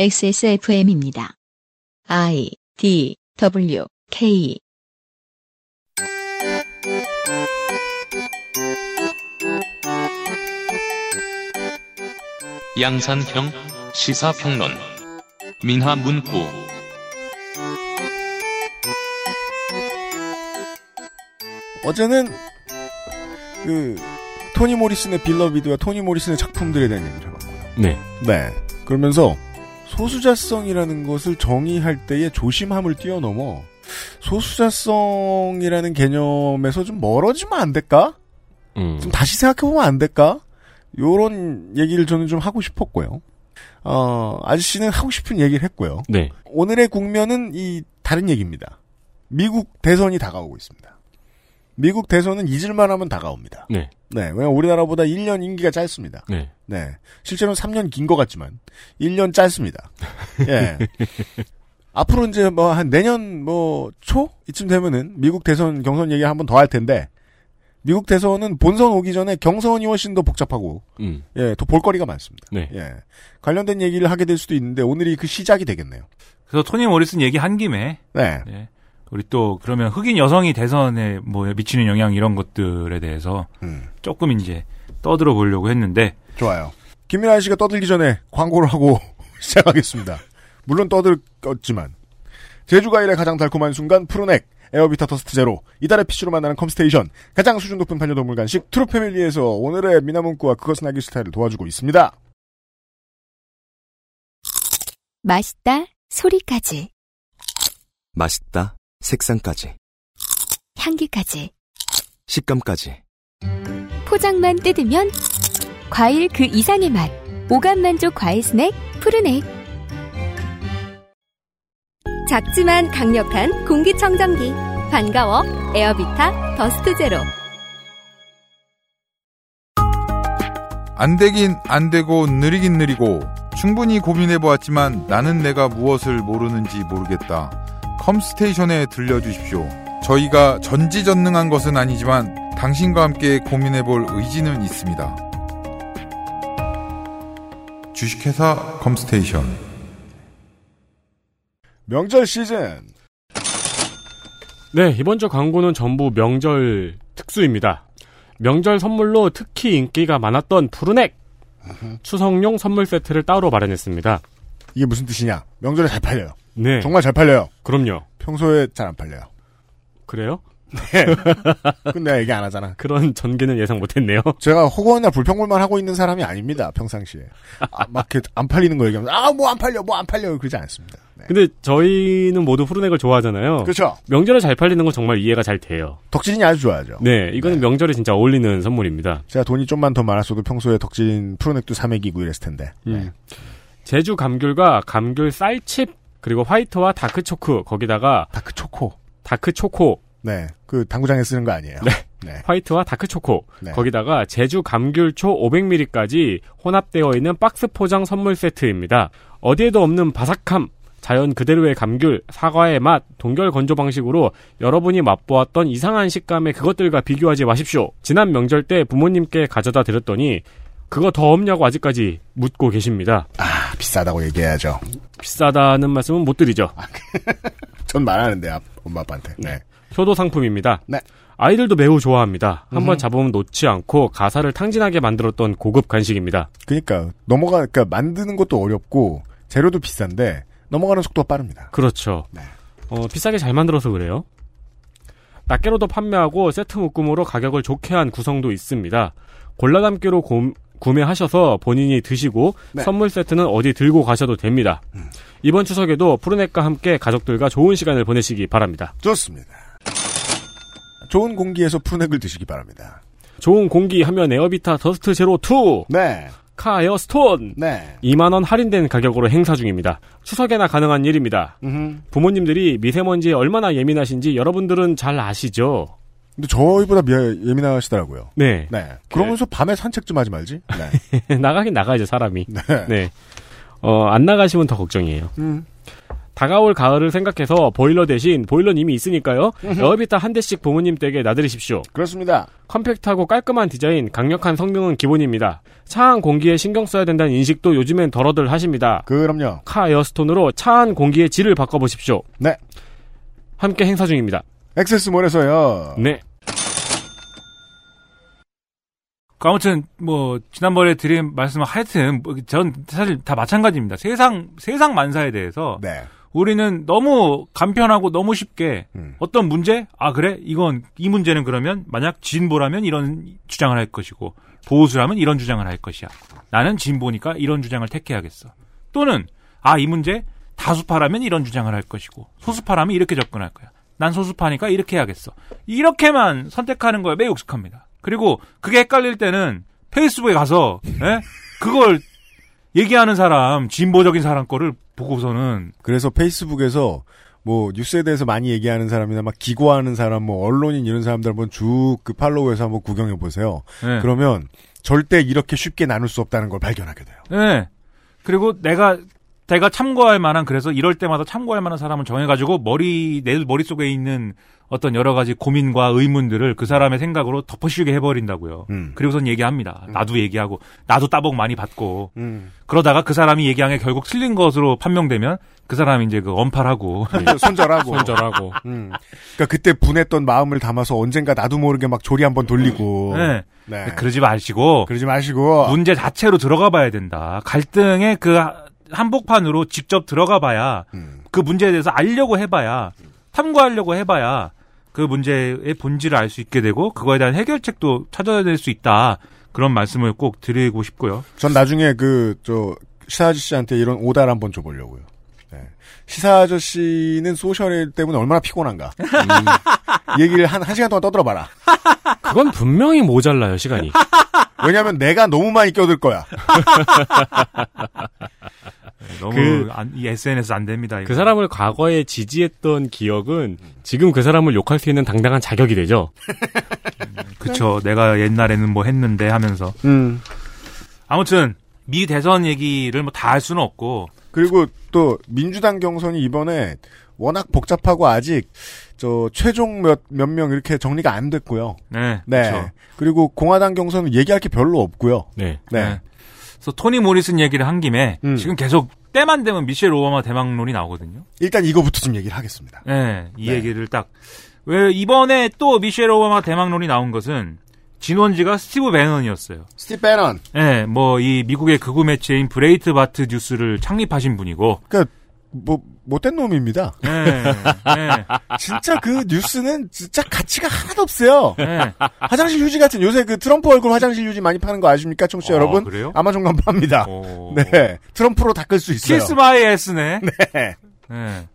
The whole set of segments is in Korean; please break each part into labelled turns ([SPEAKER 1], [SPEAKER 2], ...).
[SPEAKER 1] XSFM입니다. I D W K
[SPEAKER 2] 양산형 시사평론 민화문구
[SPEAKER 3] 어제는 그 토니 모리슨의 빌러비드와 토니 모리슨의 작품들에 대한 얘기를 해봤고요.
[SPEAKER 4] 네.
[SPEAKER 3] 네. 그러면서 소수자성이라는 것을 정의할 때의 조심함을 뛰어넘어 소수자성이라는 개념에서 좀 멀어지면 안 될까?
[SPEAKER 4] 음.
[SPEAKER 3] 좀 다시 생각해보면 안 될까? 요런 얘기를 저는 좀 하고 싶었고요. 어, 아저씨는 하고 싶은 얘기를 했고요.
[SPEAKER 4] 네.
[SPEAKER 3] 오늘의 국면은 이 다른 얘기입니다. 미국 대선이 다가오고 있습니다. 미국 대선은 잊을만 하면 다가옵니다.
[SPEAKER 4] 네.
[SPEAKER 3] 왜냐면 우리나라보다 1년 임기가 짧습니다.
[SPEAKER 4] 네.
[SPEAKER 3] 네. 실제로는 3년 긴 것 같지만 1년 짧습니다. 예. 앞으로 이제 뭐 한 내년 뭐 초 이쯤 되면은 미국 대선 경선 얘기 한번 더 할 텐데 미국 대선은 본선 오기 전에 경선이 훨씬 더 복잡하고
[SPEAKER 4] 음.
[SPEAKER 3] 예, 더 볼거리가 많습니다.
[SPEAKER 4] 네.
[SPEAKER 3] 예. 관련된 얘기를 하게 될 수도 있는데 오늘이 그 시작이 되겠네요.
[SPEAKER 5] 그래서 토니 모리슨 얘기 한 김에
[SPEAKER 3] 네.
[SPEAKER 5] 네. 우리 또 그러면 흑인 여성이 대선에 뭐 미치는 영향 이런 것들에 대해서
[SPEAKER 3] 음.
[SPEAKER 5] 조금 이제 떠들어 보려고 했는데
[SPEAKER 3] 좋아요. 김민아 씨가 떠들기 전에 광고를 하고 시작하겠습니다. 물론 떠들었지만 제주과일의 가장 달콤한 순간 푸르넥 에어비타 터스트 제로 이달의 PC로 만나는 컴스테이션 가장 수준 높은 반려동물 간식 트루패밀리에서 오늘의 미나문구와 그것은 알기 스타일을 도와주고 있습니다.
[SPEAKER 6] 맛있다 소리까지
[SPEAKER 7] 맛있다, 색상까지,
[SPEAKER 6] 향기까지
[SPEAKER 7] 식감까지.
[SPEAKER 6] 포장만 뜯으면 과일 그 이상의 맛 오감 만족 과일 스낵 푸르네 작지만 강력한 공기청정기 반가워 에어비타 더스트 제로
[SPEAKER 8] 안 되긴 안 되고 느리긴 느리고 충분히 고민해보았지만 나는 내가 무엇을 모르는지 모르겠다. 컴스테이션에 들려주십시오. 저희가 전지전능한 것은 아니지만 당신과 함께 고민해볼 의지는 있습니다. 주식회사 컴스테이션
[SPEAKER 3] 명절 시즌
[SPEAKER 4] 네, 이번 주 광고는 전부 명절 특수입니다. 명절 선물로 특히 인기가 많았던 푸르넥! 추석용 선물 세트를 따로 마련했습니다.
[SPEAKER 3] 이게 무슨 뜻이냐? 명절에 잘 팔려요.
[SPEAKER 4] 네.
[SPEAKER 3] 정말 잘 팔려요.
[SPEAKER 4] 그럼요.
[SPEAKER 3] 평소에 잘 안 팔려요.
[SPEAKER 4] 그래요?
[SPEAKER 3] 근데 내가 얘기 안 하잖아.
[SPEAKER 4] 그런 전개는 예상 못했네요.
[SPEAKER 3] 제가 허구나 불평불만 하고 있는 사람이 아닙니다. 평상시에 아, 막 이렇게 안 팔리는 거 얘기하면 아 뭐 안 팔려 뭐 안 팔려 그러지 않습니다. 네.
[SPEAKER 4] 근데 저희는 모두 푸르넥을 좋아하잖아요.
[SPEAKER 3] 그렇죠.
[SPEAKER 4] 명절에 잘 팔리는 건 정말 이해가 잘 돼요.
[SPEAKER 3] 덕질인이 아주 좋아하죠.
[SPEAKER 4] 네, 이거는 명절에 진짜 어울리는 선물입니다.
[SPEAKER 3] 제가 돈이 좀만 더 많았어도 평소에 덕질인 프로넥도 3액이고 이랬을 텐데. 네.
[SPEAKER 4] 음. 제주 감귤과 감귤 쌀칩, 그리고 화이트와 다크초크, 거기다가
[SPEAKER 3] 다크 그 초코.
[SPEAKER 4] 다크초코,
[SPEAKER 3] 네. 그 당구장에 쓰는 거 아니에요. 네.
[SPEAKER 4] 화이트와 다크초코
[SPEAKER 3] 네.
[SPEAKER 4] 거기다가 제주 감귤초 500ml까지 혼합되어 있는 박스 포장 선물 세트입니다. 어디에도 없는 바삭함 자연 그대로의 감귤, 사과의 맛, 동결 건조 방식으로 여러분이 맛보았던 이상한 식감의 그것들과 비교하지 마십시오. 지난 명절 때 부모님께 가져다 드렸더니 그거 더 없냐고 아직까지 묻고 계십니다.
[SPEAKER 3] 아, 비싸다고 얘기해야죠.
[SPEAKER 4] 비싸다는 말씀은 못 드리죠.
[SPEAKER 3] 아. 전 말하는데 아, 엄마 아빠한테. 네.
[SPEAKER 4] 효도 상품입니다.
[SPEAKER 3] 네.
[SPEAKER 4] 아이들도 매우 좋아합니다. 한번 잡으면 놓지 않고 가사를 탕진하게 만들었던 고급 간식입니다.
[SPEAKER 3] 그러니까 넘어가 그러니까 만드는 것도 어렵고 재료도 비싼데 넘어가는 속도가 빠릅니다.
[SPEAKER 4] 그렇죠.
[SPEAKER 3] 네.
[SPEAKER 4] 어, 비싸게 잘 만들어서 그래요. 낱개로도 판매하고 세트 묶음으로 가격을 좋게 한 구성도 있습니다. 골라 담기로 고- 구매하셔서 본인이 드시고
[SPEAKER 3] 네. 음.
[SPEAKER 4] 선물 세트는 어디 들고 가셔도 됩니다. 이번 추석에도 푸르넷과 함께 가족들과 좋은 시간을 보내시기 바랍니다.
[SPEAKER 3] 좋습니다. 좋은 공기에서 프로넥을 드시기 바랍니다.
[SPEAKER 4] 좋은 공기 하면 에어비타 더스트 제로 2,
[SPEAKER 3] 네.
[SPEAKER 4] 카 에어 스톤,
[SPEAKER 3] 네.
[SPEAKER 4] 2만원 할인된 가격으로 행사 중입니다. 추석에나 가능한 일입니다.
[SPEAKER 3] 음.
[SPEAKER 4] 부모님들이 미세먼지에 얼마나 예민하신지 여러분들은 잘 아시죠?
[SPEAKER 3] 근데 저희보다 미- 예민하시더라고요.
[SPEAKER 4] 네.
[SPEAKER 3] 네. 그러면서 밤에 산책 좀 하지 말지. 네.
[SPEAKER 4] 나가긴 나가야죠, 사람이.
[SPEAKER 3] 네.
[SPEAKER 4] 네. 어, 안 나가시면 더 걱정이에요.
[SPEAKER 3] 음.
[SPEAKER 4] 다가올 가을을 생각해서 보일러 대신 보일러는 이미 있으니까요. 에어비타 한 대씩 부모님 댁에 나들이십시오.
[SPEAKER 3] 그렇습니다.
[SPEAKER 4] 컴팩트하고 깔끔한 디자인, 강력한 성능은 기본입니다. 차안 공기에 신경 써야 된다는 인식도 요즘엔 덜어들 하십니다.
[SPEAKER 3] 그럼요.
[SPEAKER 4] 카 에어스톤으로 차안 공기의 질을 바꿔보십시오.
[SPEAKER 3] 네.
[SPEAKER 4] 함께 행사 중입니다.
[SPEAKER 3] 액세스몰에서요.
[SPEAKER 4] 네.
[SPEAKER 5] 그 아무튼 뭐 지난번에 드린 말씀은 하여튼 뭐전 사실 다 마찬가지입니다. 세상 세상 만사에 대해서
[SPEAKER 3] 네.
[SPEAKER 5] 우리는 너무 간편하고 너무 쉽게
[SPEAKER 3] 음.
[SPEAKER 5] 어떤 문제 아 그래 이건 이 문제는 그러면 만약 진보라면 이런 주장을 할 것이고 보수라면 이런 주장을 할 것이야. 나는 진보니까 이런 주장을 택해야겠어. 또는 아 이 문제 다수파라면 이런 주장을 할 것이고 소수파라면 이렇게 접근할 거야. 난 소수파니까 이렇게 해야겠어. 이렇게만 선택하는 거에 매우 익숙합니다. 그리고 그게 헷갈릴 때는 페이스북에 가서 예? 그걸 얘기하는 사람 진보적인 사람 거를 보고서는
[SPEAKER 3] 그래서 페이스북에서 뭐 뉴스에 대해서 많이 얘기하는 사람이나 막 기고하는 사람, 뭐 언론인 이런 사람들 한번 쭉 그 팔로우해서 한번 구경해 보세요.
[SPEAKER 5] 예.
[SPEAKER 3] 그러면 절대 이렇게 쉽게 나눌 수 없다는 걸 발견하게 돼요.
[SPEAKER 5] 예. 그리고 내가 내가 참고할 만한 그래서 이럴 때마다 참고할 만한 사람을 정해가지고 머리 내 머릿속에 있는 어떤 여러 가지 고민과 의문들을 그 사람의 생각으로 덮어씌우게 해버린다고요.
[SPEAKER 3] 음.
[SPEAKER 5] 그리고선 얘기합니다. 나도 얘기하고 나도 따복 많이 받고
[SPEAKER 3] 음.
[SPEAKER 5] 그러다가 그 사람이 얘기한 게 결국 틀린 것으로 판명되면 그 사람이 이제 그 언팔하고
[SPEAKER 3] 네, 손절하고.
[SPEAKER 4] 손절하고.
[SPEAKER 3] 음. 그러니까 그때 분했던 마음을 담아서 언젠가 나도 모르게 막 조리 한번 돌리고.
[SPEAKER 5] 예.
[SPEAKER 3] 네. 아,
[SPEAKER 5] 그러지 마시고
[SPEAKER 3] 그러지 마시고.
[SPEAKER 5] 문제 자체로 들어가 봐야 된다. 갈등의 그 한복판으로 직접 들어가 봐야
[SPEAKER 3] 음.
[SPEAKER 5] 그 문제에 대해서 알려고 해봐야 탐구하려고 해봐야 그 문제의 본질을 알 수 있게 되고 그거에 대한 해결책도 찾아낼 수 있다 그런 말씀을 꼭 드리고 싶고요.
[SPEAKER 3] 전 나중에 그, 저, 시사 아저씨한테 이런 오달 한번 줘보려고요. 네. 시사 아저씨는 소셜 때문에 얼마나 피곤한가. 이 얘기를 한, 한 시간 동안 떠들어봐라.
[SPEAKER 4] 그건 분명히 모자라요, 시간이.
[SPEAKER 3] 왜냐면 내가 너무 많이 껴들 거야.
[SPEAKER 5] 네, 너무
[SPEAKER 4] 그-
[SPEAKER 5] 안- 이 SNS 안 됩니다. 이거.
[SPEAKER 4] 그 사람을 과거에 지지했던 기억은 지금 그 사람을 욕할 수 있는 당당한 자격이 되죠.
[SPEAKER 5] 그쵸. 내가 옛날에는 뭐 했는데 하면서
[SPEAKER 3] 음.
[SPEAKER 5] 아무튼 미 대선 얘기를 뭐 다 할 수는 없고
[SPEAKER 3] 그리고 또, 민주당 경선이 이번에 워낙 복잡하고 아직, 저, 최종 몇, 몇 명 이렇게 정리가 안 됐고요.
[SPEAKER 5] 네.
[SPEAKER 3] 네.
[SPEAKER 5] 그쵸.
[SPEAKER 3] 그리고 공화당 경선은 얘기할 게 별로 없고요.
[SPEAKER 4] 네.
[SPEAKER 3] 네.
[SPEAKER 5] 네. 그래서 토니 모리슨 얘기를 한 김에
[SPEAKER 3] 음.
[SPEAKER 5] 지금 계속 때만 되면 미셸 오바마 대망론이 나오거든요.
[SPEAKER 3] 일단 이거부터 좀 얘기를 하겠습니다.
[SPEAKER 5] 네, 이
[SPEAKER 3] 네.
[SPEAKER 5] 얘기를 딱. 왜 이번에 또 미셸 오바마 대망론이 나온 것은 진원지가 스티브 배넌이었어요.
[SPEAKER 3] 스티브 배넌.
[SPEAKER 5] 네, 뭐 이 미국의 극우 매체인 브레이트 바트 뉴스를 창립하신 분이고.
[SPEAKER 3] 뭐, 못된 놈입니다.
[SPEAKER 5] 네, 네,
[SPEAKER 3] 진짜 그 뉴스는 진짜 가치가 하나도 없어요.
[SPEAKER 5] 네.
[SPEAKER 3] 화장실 휴지 같은 요새 그 트럼프 얼굴 화장실 휴지 많이 파는 거 아십니까, 청취자
[SPEAKER 5] 아,
[SPEAKER 3] 여러분?
[SPEAKER 5] 그래요?
[SPEAKER 3] 아마존 간 팝니다.
[SPEAKER 5] 어,
[SPEAKER 3] 네, 트럼프로 닦을 수 있어요.
[SPEAKER 5] 키스 마이 에스네.
[SPEAKER 3] 네.
[SPEAKER 5] 네.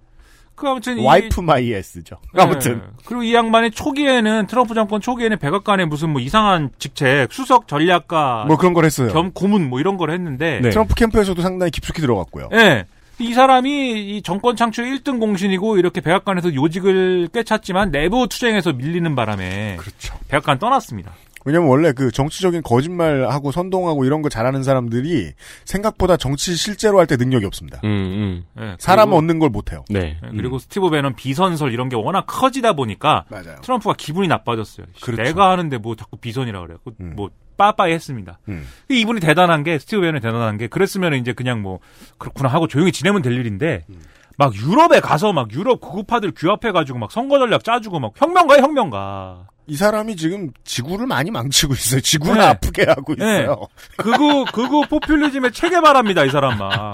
[SPEAKER 5] 그 아무튼 이-
[SPEAKER 3] 와이프 마이 에스죠. 아무튼
[SPEAKER 5] 네. 그리고 이 양반이 초기에는 트럼프 정권 초기에는 백악관에 무슨 뭐 이상한 직책 수석 전략가
[SPEAKER 3] 뭐 그런 걸 했어요.
[SPEAKER 5] 겸 고문 뭐 이런 걸 했는데
[SPEAKER 4] 네.
[SPEAKER 3] 트럼프 캠프에서도 상당히 깊숙이 들어갔고요.
[SPEAKER 5] 예. 이 사람이 이 정권 창출 1등 공신이고 이렇게 백악관에서 요직을 꿰찼지만 내부 투쟁에서 밀리는 바람에
[SPEAKER 3] 그렇죠.
[SPEAKER 5] 백악관 떠났습니다.
[SPEAKER 3] 왜냐면 원래 그 정치적인 거짓말하고 선동하고 이런 거 잘하는 사람들이 생각보다 정치 실제로 할 때 능력이 없습니다.
[SPEAKER 4] 음, 음.
[SPEAKER 5] 예, 그리고-
[SPEAKER 3] 사람 얻는 걸 못해요.
[SPEAKER 4] 네.
[SPEAKER 5] 예, 그리고 스티브 배넌 비선설 이런 게 워낙 커지다 보니까
[SPEAKER 3] 맞아요.
[SPEAKER 5] 트럼프가 기분이 나빠졌어요. 씨,
[SPEAKER 3] 그렇죠.
[SPEAKER 5] 내가 하는데 뭐 자꾸 비선이라 그래요.
[SPEAKER 3] 음.
[SPEAKER 5] 뭐 빠빠이 했습니다. 그
[SPEAKER 3] 음.
[SPEAKER 5] 이분이 대단한 게 스티브 배넌이 대단한 게 그랬으면 이제 그냥 뭐 그렇구나 하고 조용히 지내면 될 일인데
[SPEAKER 3] 음.
[SPEAKER 5] 막 유럽에 가서 막 유럽 구급파들 규합해 가지고 막 선거 전략 짜주고 막 혁명가 혁명가.
[SPEAKER 3] 이 사람이 지금 지구를 많이 망치고 있어요. 지구를
[SPEAKER 5] 네.
[SPEAKER 3] 아프게 하고
[SPEAKER 5] 네.
[SPEAKER 3] 있어요.
[SPEAKER 5] 그거 그거 포퓰리즘의 체계바랍니다 이 사람만 아.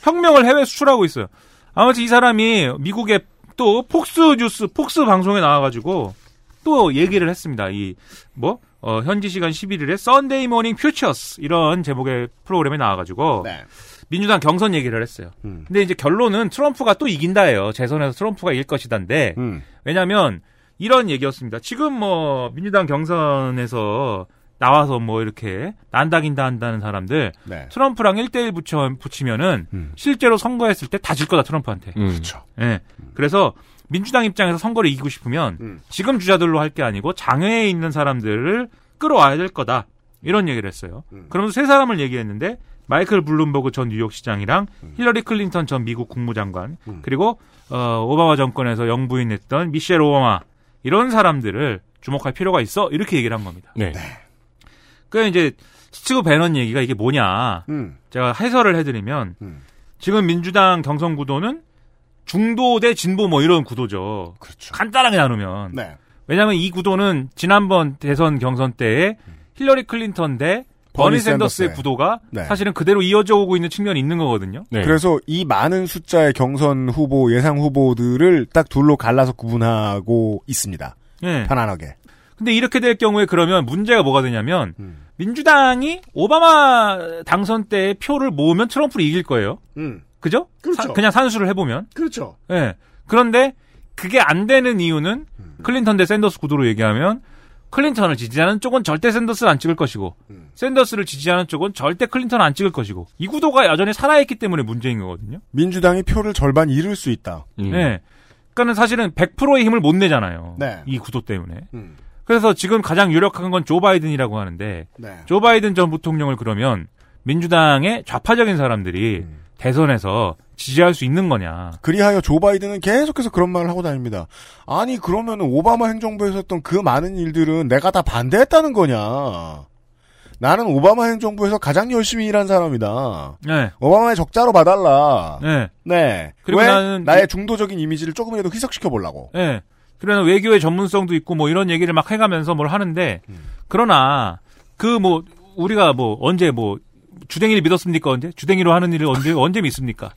[SPEAKER 5] 혁명을 해외 수출하고 있어요. 아무튼 이 사람이 미국의 또 폭스 뉴스 폭스 방송에 나와가지고 또 얘기를 했습니다. 이 뭐 현지 시간 11일에 썬데이 모닝 퓨처스 이런 제목의 프로그램에 나와가지고
[SPEAKER 3] 네.
[SPEAKER 5] 민주당 경선 얘기를 했어요.
[SPEAKER 3] 음.
[SPEAKER 5] 근데 이제 결론은 트럼프가 또 이긴다예요. 재선에서 트럼프가 이길 것이다인데
[SPEAKER 3] 음.
[SPEAKER 5] 왜냐하면 이런 얘기였습니다. 지금 뭐 민주당 경선에서 나와서 뭐 이렇게 난다긴다 한다는 사람들
[SPEAKER 3] 네.
[SPEAKER 5] 트럼프랑 1대1 붙여, 붙이면은
[SPEAKER 3] 음.
[SPEAKER 5] 실제로 선거했을 때 다 질 거다 트럼프한테.
[SPEAKER 4] 음.
[SPEAKER 5] 예. 그래서 민주당 입장에서 선거를 이기고 싶으면
[SPEAKER 3] 음.
[SPEAKER 5] 지금 주자들로 할 게 아니고 장외에 있는 사람들을 끌어와야 될 거다. 이런 얘기를 했어요.
[SPEAKER 3] 음.
[SPEAKER 5] 그러면서 세 사람을 얘기했는데 마이클 블룸버그 전 뉴욕시장이랑
[SPEAKER 3] 음.
[SPEAKER 5] 힐러리 클린턴 전 미국 국무장관 그리고 어, 오바마 정권에서 영부인했던 미셸 오바마 이런 사람들을 주목할 필요가 있어 이렇게 얘기를 한 겁니다.
[SPEAKER 4] 네.
[SPEAKER 5] 그 이제 스티브 배넌 얘기가 이게 뭐냐
[SPEAKER 3] 음.
[SPEAKER 5] 제가 해설을 해드리면
[SPEAKER 3] 음.
[SPEAKER 5] 지금 민주당 경선 구도는 중도 대 진보 뭐 이런 구도죠.
[SPEAKER 3] 그렇죠.
[SPEAKER 5] 간단하게 나누면
[SPEAKER 3] 네.
[SPEAKER 5] 왜냐하면 이 구도는 지난번 대선 경선 때에 힐러리 클린턴 대 버니 샌더스의
[SPEAKER 3] 샌더스의.
[SPEAKER 5] 구도가
[SPEAKER 3] 네.
[SPEAKER 5] 사실은 그대로 이어져 오고 있는 측면이 있는 거거든요.
[SPEAKER 4] 네.
[SPEAKER 3] 그래서 이 많은 숫자의 경선 후보, 예상 후보들을 딱 둘로 갈라서 구분하고 있습니다.
[SPEAKER 5] 예.
[SPEAKER 3] 편안하게.
[SPEAKER 5] 근데 이렇게 될 경우에 그러면 문제가 뭐가 되냐면
[SPEAKER 3] 음.
[SPEAKER 5] 민주당이 오바마 당선 때 표를 모으면 트럼프를 이길 거예요.
[SPEAKER 3] 음.
[SPEAKER 5] 그죠?
[SPEAKER 3] 그렇죠.
[SPEAKER 5] 사- 그냥 산수를 해보면.
[SPEAKER 3] 그렇죠.
[SPEAKER 5] 예. 그런데 그게 안 되는 이유는 클린턴 대 샌더스 구도로 얘기하면 클린턴을 지지하는 쪽은 절대 샌더스를 안 찍을 것이고
[SPEAKER 3] 음.
[SPEAKER 5] 샌더스를 지지하는 쪽은 절대 클린턴을 안 찍을 것이고 이 구도가 여전히 살아있기 때문에 문제인 거거든요.
[SPEAKER 3] 민주당이 표를 절반 잃을 수 있다.
[SPEAKER 4] 음.
[SPEAKER 5] 예. 그러니까는 사실은 100%의 힘을 못 내잖아요.
[SPEAKER 3] 네.
[SPEAKER 5] 이 구도 때문에.
[SPEAKER 3] 음.
[SPEAKER 5] 그래서 지금 가장 유력한 건 조 바이든이라고 하는데
[SPEAKER 3] 네.
[SPEAKER 5] 조 바이든 전 부통령을 그러면 민주당의 좌파적인 사람들이
[SPEAKER 3] 음.
[SPEAKER 5] 대선에서 지지할 수 있는 거냐.
[SPEAKER 3] 그리하여 조 바이든은 계속해서 그런 말을 하고 다닙니다. 아니 그러면 오바마 행정부에서 했던 그 많은 일들은 내가 다 반대했다는 거냐? 나는 오바마 행정부에서 가장 열심히 일한 사람이다.
[SPEAKER 5] 네.
[SPEAKER 3] 오바마의 적자로 봐달라. 네.
[SPEAKER 5] 네. 그리고
[SPEAKER 3] 왜
[SPEAKER 5] 나는
[SPEAKER 3] 나의 중도적인 이미지를 조금이라도 희석시켜 보려고.
[SPEAKER 5] 예. 그러나 외교의 전문성도 있고 뭐 이런 얘기를 막 해가면서 뭘 하는데
[SPEAKER 3] 음.
[SPEAKER 5] 그러나 그 뭐 우리가 뭐 언제 뭐 주댕이를 믿었습니까 언제 주댕이로 하는 일을 언제 언제 믿습니까?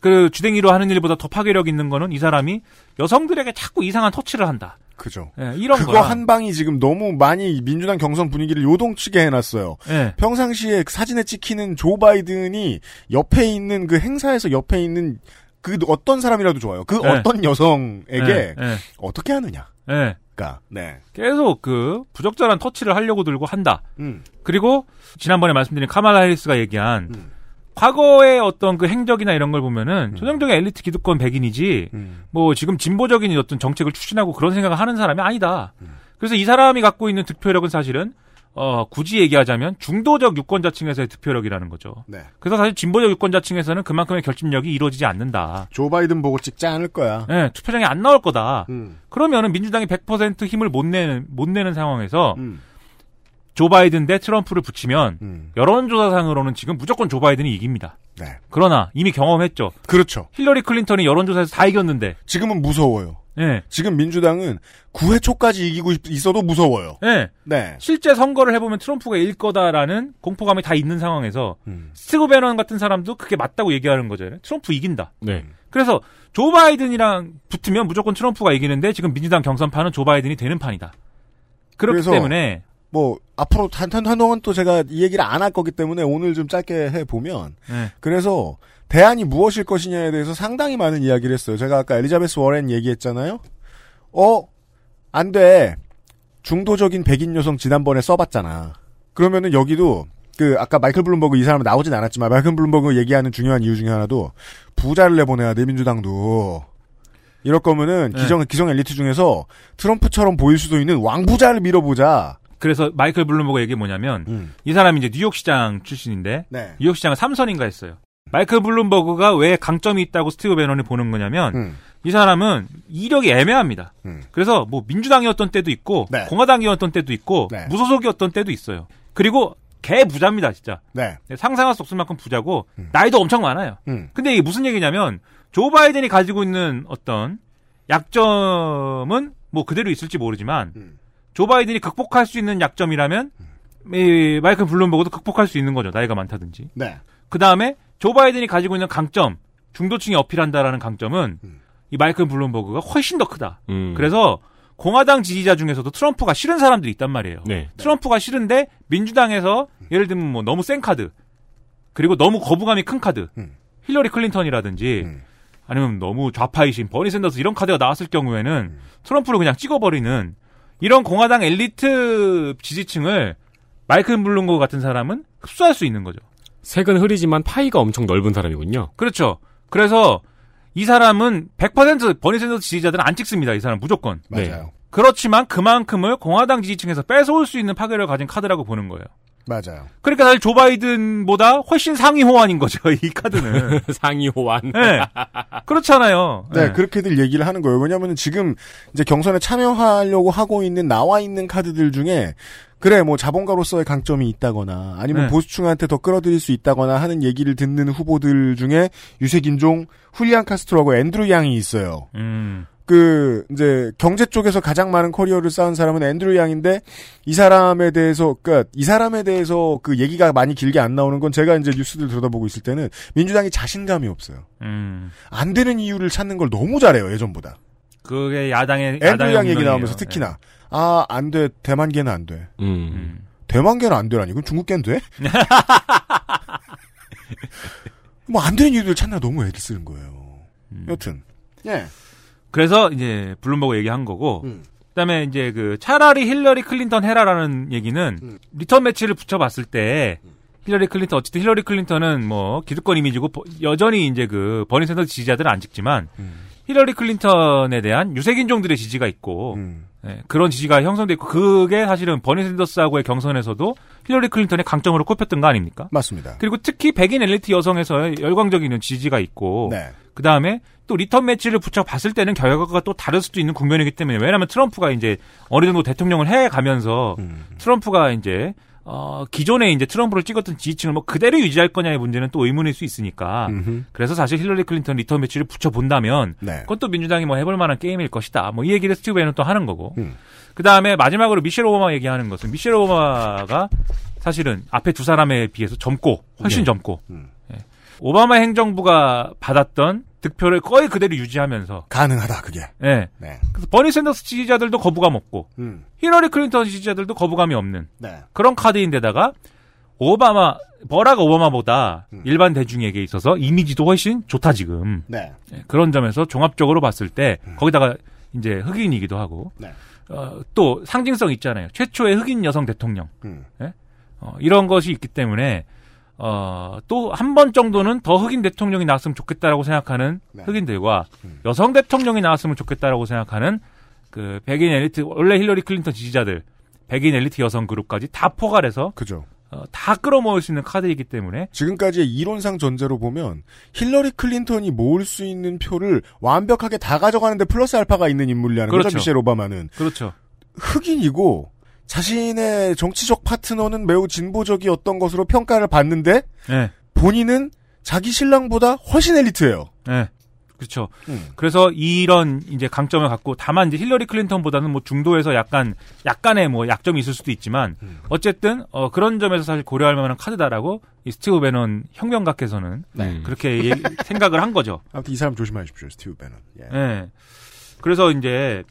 [SPEAKER 5] 그 주댕이로 하는 일보다 더 파괴력 있는 거는 이 사람이 여성들에게 자꾸 이상한 터치를 한다.
[SPEAKER 3] 그죠.
[SPEAKER 5] 예, 이런
[SPEAKER 3] 네. 그거
[SPEAKER 5] 거야.
[SPEAKER 3] 한 방이 지금 너무 많이 민주당 경선 분위기를 요동치게 해놨어요.
[SPEAKER 5] 예.
[SPEAKER 3] 평상시에 그 사진에 찍히는 조 바이든이 옆에 있는 그 행사에서 옆에 있는 그 어떤 사람이라도 좋아요. 그
[SPEAKER 5] 네.
[SPEAKER 3] 어떤 여성에게
[SPEAKER 5] 예, 예,
[SPEAKER 3] 어떻게 하느냐.
[SPEAKER 5] 예.
[SPEAKER 3] 그니까, 네.
[SPEAKER 5] 계속 그 부적절한 터치를 하려고 들고 한다.
[SPEAKER 3] 음,
[SPEAKER 5] 그리고 지난번에 말씀드린 카말라 해리스가 얘기한
[SPEAKER 3] 음.
[SPEAKER 5] 과거의 어떤 그 행적이나 이런 걸 보면은 전형적인 엘리트 기득권 백인이지
[SPEAKER 3] 음,
[SPEAKER 5] 뭐 지금 진보적인 어떤 정책을 추진하고 그런 생각을 하는 사람이 아니다.
[SPEAKER 3] 음.
[SPEAKER 5] 그래서 이 사람이 갖고 있는 득표력은 사실은 어 굳이 얘기하자면 중도적 유권자층에서의 득표력이라는 거죠.
[SPEAKER 3] 네.
[SPEAKER 5] 그래서 사실 진보적 유권자층에서는 그만큼의 결집력이 이루어지지 않는다.
[SPEAKER 3] 조 바이든 보고 찍지 않을 거야.
[SPEAKER 5] 예, 투표장에 안 나올 거다.
[SPEAKER 3] 음,
[SPEAKER 5] 그러면은 민주당이 100% 힘을 못 내는 못 내는 상황에서
[SPEAKER 3] 음,
[SPEAKER 5] 조 바이든 대 트럼프를 붙이면
[SPEAKER 3] 음.
[SPEAKER 5] 여론조사상으로는 지금 무조건 조 바이든이 이깁니다.
[SPEAKER 3] 네.
[SPEAKER 5] 그러나 이미 경험했죠.
[SPEAKER 3] 그렇죠.
[SPEAKER 5] 힐러리 클린턴이 여론조사에서 다 이겼는데.
[SPEAKER 3] 지금은 무서워요.
[SPEAKER 5] 예.
[SPEAKER 3] 지금 민주당은 9회 초까지 이기고 있- 있어도 무서워요.
[SPEAKER 5] 예.
[SPEAKER 3] 네.
[SPEAKER 5] 실제 선거를 해보면 트럼프가 일 거다라는 공포감이 다 있는 상황에서
[SPEAKER 3] 음,
[SPEAKER 5] 스티브 베넌 같은 사람도 그게 맞다고 얘기하는 거죠. 트럼프 이긴다.
[SPEAKER 4] 네.
[SPEAKER 5] 그래서 조 바이든이랑 붙으면 무조건 트럼프가 이기는데 지금 민주당 경선판은 조 바이든이 되는 판이다. 그렇기
[SPEAKER 3] 그래서-
[SPEAKER 5] 때문에
[SPEAKER 3] 뭐, 앞으로 한, 한, 한동안 또 제가 이 얘기를 안 할 거기 때문에 오늘 좀 짧게 해보면,
[SPEAKER 5] 예.
[SPEAKER 3] 그래서 대안이 무엇일 것이냐에 대해서 상당히 많은 이야기를 했어요. 제가 아까 엘리자베스 워렌 얘기했잖아요. 어, 안 돼. 중도적인 백인 여성 지난번에 써봤잖아. 그러면은 여기도 그 아까 마이클 블룸버그 이 사람은 나오진 않았지만 마이클 블룸버그 얘기하는 중요한 이유 중에 하나도 부자를 내보내야 돼 민주당도. 이럴 거면은
[SPEAKER 5] 네.
[SPEAKER 3] 기성 기성 엘리트 중에서 트럼프처럼 보일 수도 있는 왕부자를 밀어보자.
[SPEAKER 5] 그래서 마이클 블룸버그 얘기 뭐냐면
[SPEAKER 3] 음.
[SPEAKER 5] 이 사람이 이제 뉴욕시장 출신인데
[SPEAKER 3] 네.
[SPEAKER 5] 뉴욕시장은 삼선인가 했어요. 마이클 블룸버그가 왜 강점이 있다고 스티브 베넌이 보는 거냐면
[SPEAKER 3] 음.
[SPEAKER 5] 이 사람은 이력이 애매합니다.
[SPEAKER 3] 음.
[SPEAKER 5] 그래서 뭐 민주당이었던 때도 있고
[SPEAKER 3] 네.
[SPEAKER 5] 공화당이었던 때도 있고
[SPEAKER 3] 네.
[SPEAKER 5] 무소속이었던 때도 있어요. 그리고 개 부자입니다, 진짜.
[SPEAKER 3] 네.
[SPEAKER 5] 네, 상상할 수 없을 만큼 부자고 나이도 엄청 많아요.
[SPEAKER 3] 음.
[SPEAKER 5] 근데 이게 무슨 얘기냐면 조 바이든이 가지고 있는 어떤 약점은 뭐 그대로 있을지 모르지만
[SPEAKER 3] 음.
[SPEAKER 5] 조 바이든이 극복할 수 있는 약점이라면 이 마이클 블룸버그도 극복할 수 있는 거죠. 나이가 많다든지.
[SPEAKER 3] 네.
[SPEAKER 5] 그 다음에 조 바이든이 가지고 있는 강점, 중도층이 어필한다라는 강점은
[SPEAKER 3] 음.
[SPEAKER 5] 이 마이클 블룸버그가 훨씬 더 크다.
[SPEAKER 4] 음.
[SPEAKER 5] 그래서 공화당 지지자 중에서도 트럼프가 싫은 사람들이 있단 말이에요.
[SPEAKER 4] 네.
[SPEAKER 5] 트럼프가 싫은데 민주당에서
[SPEAKER 3] 음.
[SPEAKER 5] 예를 들면 뭐 너무 센 카드, 그리고 너무 거부감이 큰 카드,
[SPEAKER 3] 음.
[SPEAKER 5] 힐러리 클린턴이라든지
[SPEAKER 3] 음.
[SPEAKER 5] 아니면 너무 좌파이신 버니 샌더스 이런 카드가 나왔을
[SPEAKER 3] 음.
[SPEAKER 5] 경우에는 트럼프를 그냥 찍어버리는 이런 공화당 엘리트 지지층을 마이클 블룸버그 같은 사람은 흡수할 수 있는 거죠.
[SPEAKER 4] 색은 흐리지만 파이가 엄청 넓은 사람이군요.
[SPEAKER 5] 그렇죠. 그래서 이 사람은 100% 버니 샌더스 지지자들은 안 찍습니다. 이 사람 무조건.
[SPEAKER 3] 맞아요.
[SPEAKER 4] 네.
[SPEAKER 5] 그렇지만 그만큼을 공화당 지지층에서 뺏어올 수 있는 파괴를 가진 카드라고 보는 거예요.
[SPEAKER 3] 맞아요.
[SPEAKER 5] 그러니까 사실 조 바이든보다 훨씬 상위 호환인 거죠, 이 카드는.
[SPEAKER 4] 상위 호환.
[SPEAKER 5] 네. 그렇잖아요.
[SPEAKER 3] 네,
[SPEAKER 5] 네.
[SPEAKER 3] 그렇게들 얘기를 하는 거예요. 왜냐하면 지금 이제 경선에 참여하려고 하고 있는 나와 있는 카드들 중에 그래 뭐 자본가로서의 강점이 있다거나 아니면
[SPEAKER 5] 네.
[SPEAKER 3] 보수층한테 더 끌어들일 수 있다거나 하는 얘기를 듣는 후보들 중에 유색인종, 훌리안 카스트로하고 앤드루 양이 있어요.
[SPEAKER 5] 음.
[SPEAKER 3] 그 이제 경제 쪽에서 가장 많은 커리어를 쌓은 사람은 앤드류 양인데 이 사람에 대해서 그러니까 이 사람에 대해서 그 얘기가 많이 길게 안 나오는 건 제가 이제 뉴스들 들여다보고 있을 때는 민주당이 자신감이 없어요.
[SPEAKER 5] 음.
[SPEAKER 3] 안 되는 이유를 찾는 걸 너무 잘해요 예전보다.
[SPEAKER 5] 그게 야당의
[SPEAKER 3] 앤드류
[SPEAKER 5] 야당의
[SPEAKER 3] 양 얘기
[SPEAKER 5] 운명이에요.
[SPEAKER 3] 나오면서 특히나 아 안 돼 대만계는 안 돼.
[SPEAKER 5] 네.
[SPEAKER 4] 음.
[SPEAKER 5] 음.
[SPEAKER 3] 대만계는 안 되라니 그럼 중국계는 돼? 뭐 안 되는 이유를 찾나 너무 애를 쓰는 거예요.
[SPEAKER 5] 음.
[SPEAKER 3] 여튼 예
[SPEAKER 5] 그래서 이제 블룸버그 얘기한 거고
[SPEAKER 3] 음.
[SPEAKER 5] 그다음에 이제 그 차라리 힐러리 클린턴 해라라는 얘기는
[SPEAKER 3] 음.
[SPEAKER 5] 리턴 매치를 붙여봤을 때 힐러리 클린턴 어쨌든 힐러리 클린턴은 뭐 기득권 이미지고 버- 여전히 이제 그 버니 샌더스 지지자들은 안 찍지만
[SPEAKER 3] 음.
[SPEAKER 5] 힐러리 클린턴에 대한 유색인종들의 지지가 있고
[SPEAKER 3] 음.
[SPEAKER 5] 예, 그런 지지가 형성돼 있고 그게 사실은 버니 샌더스하고의 경선에서도 힐러리 클린턴의 강점으로 꼽혔던 거 아닙니까?
[SPEAKER 3] 맞습니다.
[SPEAKER 5] 그리고 특히 백인 엘리트 여성에서의 열광적인 지지가 있고
[SPEAKER 3] 네.
[SPEAKER 5] 그 다음에 또 리턴 매치를 붙여 봤을 때는 결과가 또 다를 수도 있는 국면이기 때문에 왜냐하면 트럼프가 이제 어느 정도 대통령을 해 가면서
[SPEAKER 3] 음.
[SPEAKER 5] 트럼프가 이제 어 기존에 이제 트럼프를 찍었던 지지층을 뭐 그대로 유지할 거냐의 문제는 또 의문일 수 있으니까
[SPEAKER 3] 음흠.
[SPEAKER 5] 그래서 사실 힐러리 클린턴 리턴 매치를 붙여 본다면
[SPEAKER 3] 네.
[SPEAKER 5] 그건 또 민주당이 뭐 해볼 만한 게임일 것이다. 뭐 이 얘기를 스티브 배는 또 하는 거고.
[SPEAKER 3] 음.
[SPEAKER 5] 그 다음에 마지막으로 미셸 오바마 얘기하는 것은 미셸 오바마가 사실은 앞에 두 사람에 비해서 젊고 훨씬 젊고
[SPEAKER 3] 음.
[SPEAKER 5] 예. 오바마 행정부가 받았던 득표를 거의 그대로 유지하면서
[SPEAKER 3] 가능하다 그게.
[SPEAKER 5] 예.
[SPEAKER 3] 네.
[SPEAKER 5] 그래서 버니 샌더스 지지자들도 거부감 없고
[SPEAKER 3] 음.
[SPEAKER 5] 힐러리 클린턴 지지자들도 거부감이 없는
[SPEAKER 3] 네.
[SPEAKER 5] 그런 카드인데다가 오바마 버락 오바마보다 일반 대중에게 있어서 이미지도 훨씬 좋다 지금.
[SPEAKER 3] 네.
[SPEAKER 5] 예, 그런 점에서 종합적으로 봤을 때 거기다가 이제 흑인이기도 하고
[SPEAKER 3] 네.
[SPEAKER 5] 어, 또 상징성 있잖아요. 최초의 흑인 여성 대통령
[SPEAKER 3] 음.
[SPEAKER 5] 어, 이런 것이 있기 때문에 어, 또 한 번 정도는 더 흑인 대통령이 나왔으면 좋겠다라고 생각하는
[SPEAKER 3] 네.
[SPEAKER 5] 흑인들과 여성 대통령이 나왔으면 좋겠다라고 생각하는 그 백인 엘리트 원래 힐러리 클린턴 지지자들 백인 엘리트 여성 그룹까지 다 포괄해서
[SPEAKER 3] 그죠.
[SPEAKER 5] 어, 다 끌어모을 수 있는 카드이기 때문에
[SPEAKER 3] 지금까지의 이론상 전제로 보면 힐러리 클린턴이 모을 수 있는 표를 완벽하게 다 가져가는데 플러스 알파가 있는 인물이라는 거죠.
[SPEAKER 5] 그렇죠.
[SPEAKER 3] 미셸 오바마는
[SPEAKER 5] 그렇죠.
[SPEAKER 3] 흑인이고 자신의 정치적 파트너는 매우 진보적이었던 것으로 평가를 받는데
[SPEAKER 5] 네,
[SPEAKER 3] 본인은 자기 신랑보다 훨씬 엘리트예요.
[SPEAKER 5] 네, 그렇죠.
[SPEAKER 3] 음.
[SPEAKER 5] 그래서 이런 이제 강점을 갖고 다만 이제 힐러리 클린턴보다는 뭐 중도에서 약간 약간의 뭐 약점이 있을 수도 있지만 어쨌든 어 그런 점에서 사실 고려할 만한 카드다라고 이 스티브 베넌 형명각께서는
[SPEAKER 4] 네.
[SPEAKER 5] 그렇게 얘기- 생각을 한 거죠.
[SPEAKER 3] 아무튼 이 사람 조심하십시오, 스티브 배넌. 예.
[SPEAKER 5] 예. 그래서 이제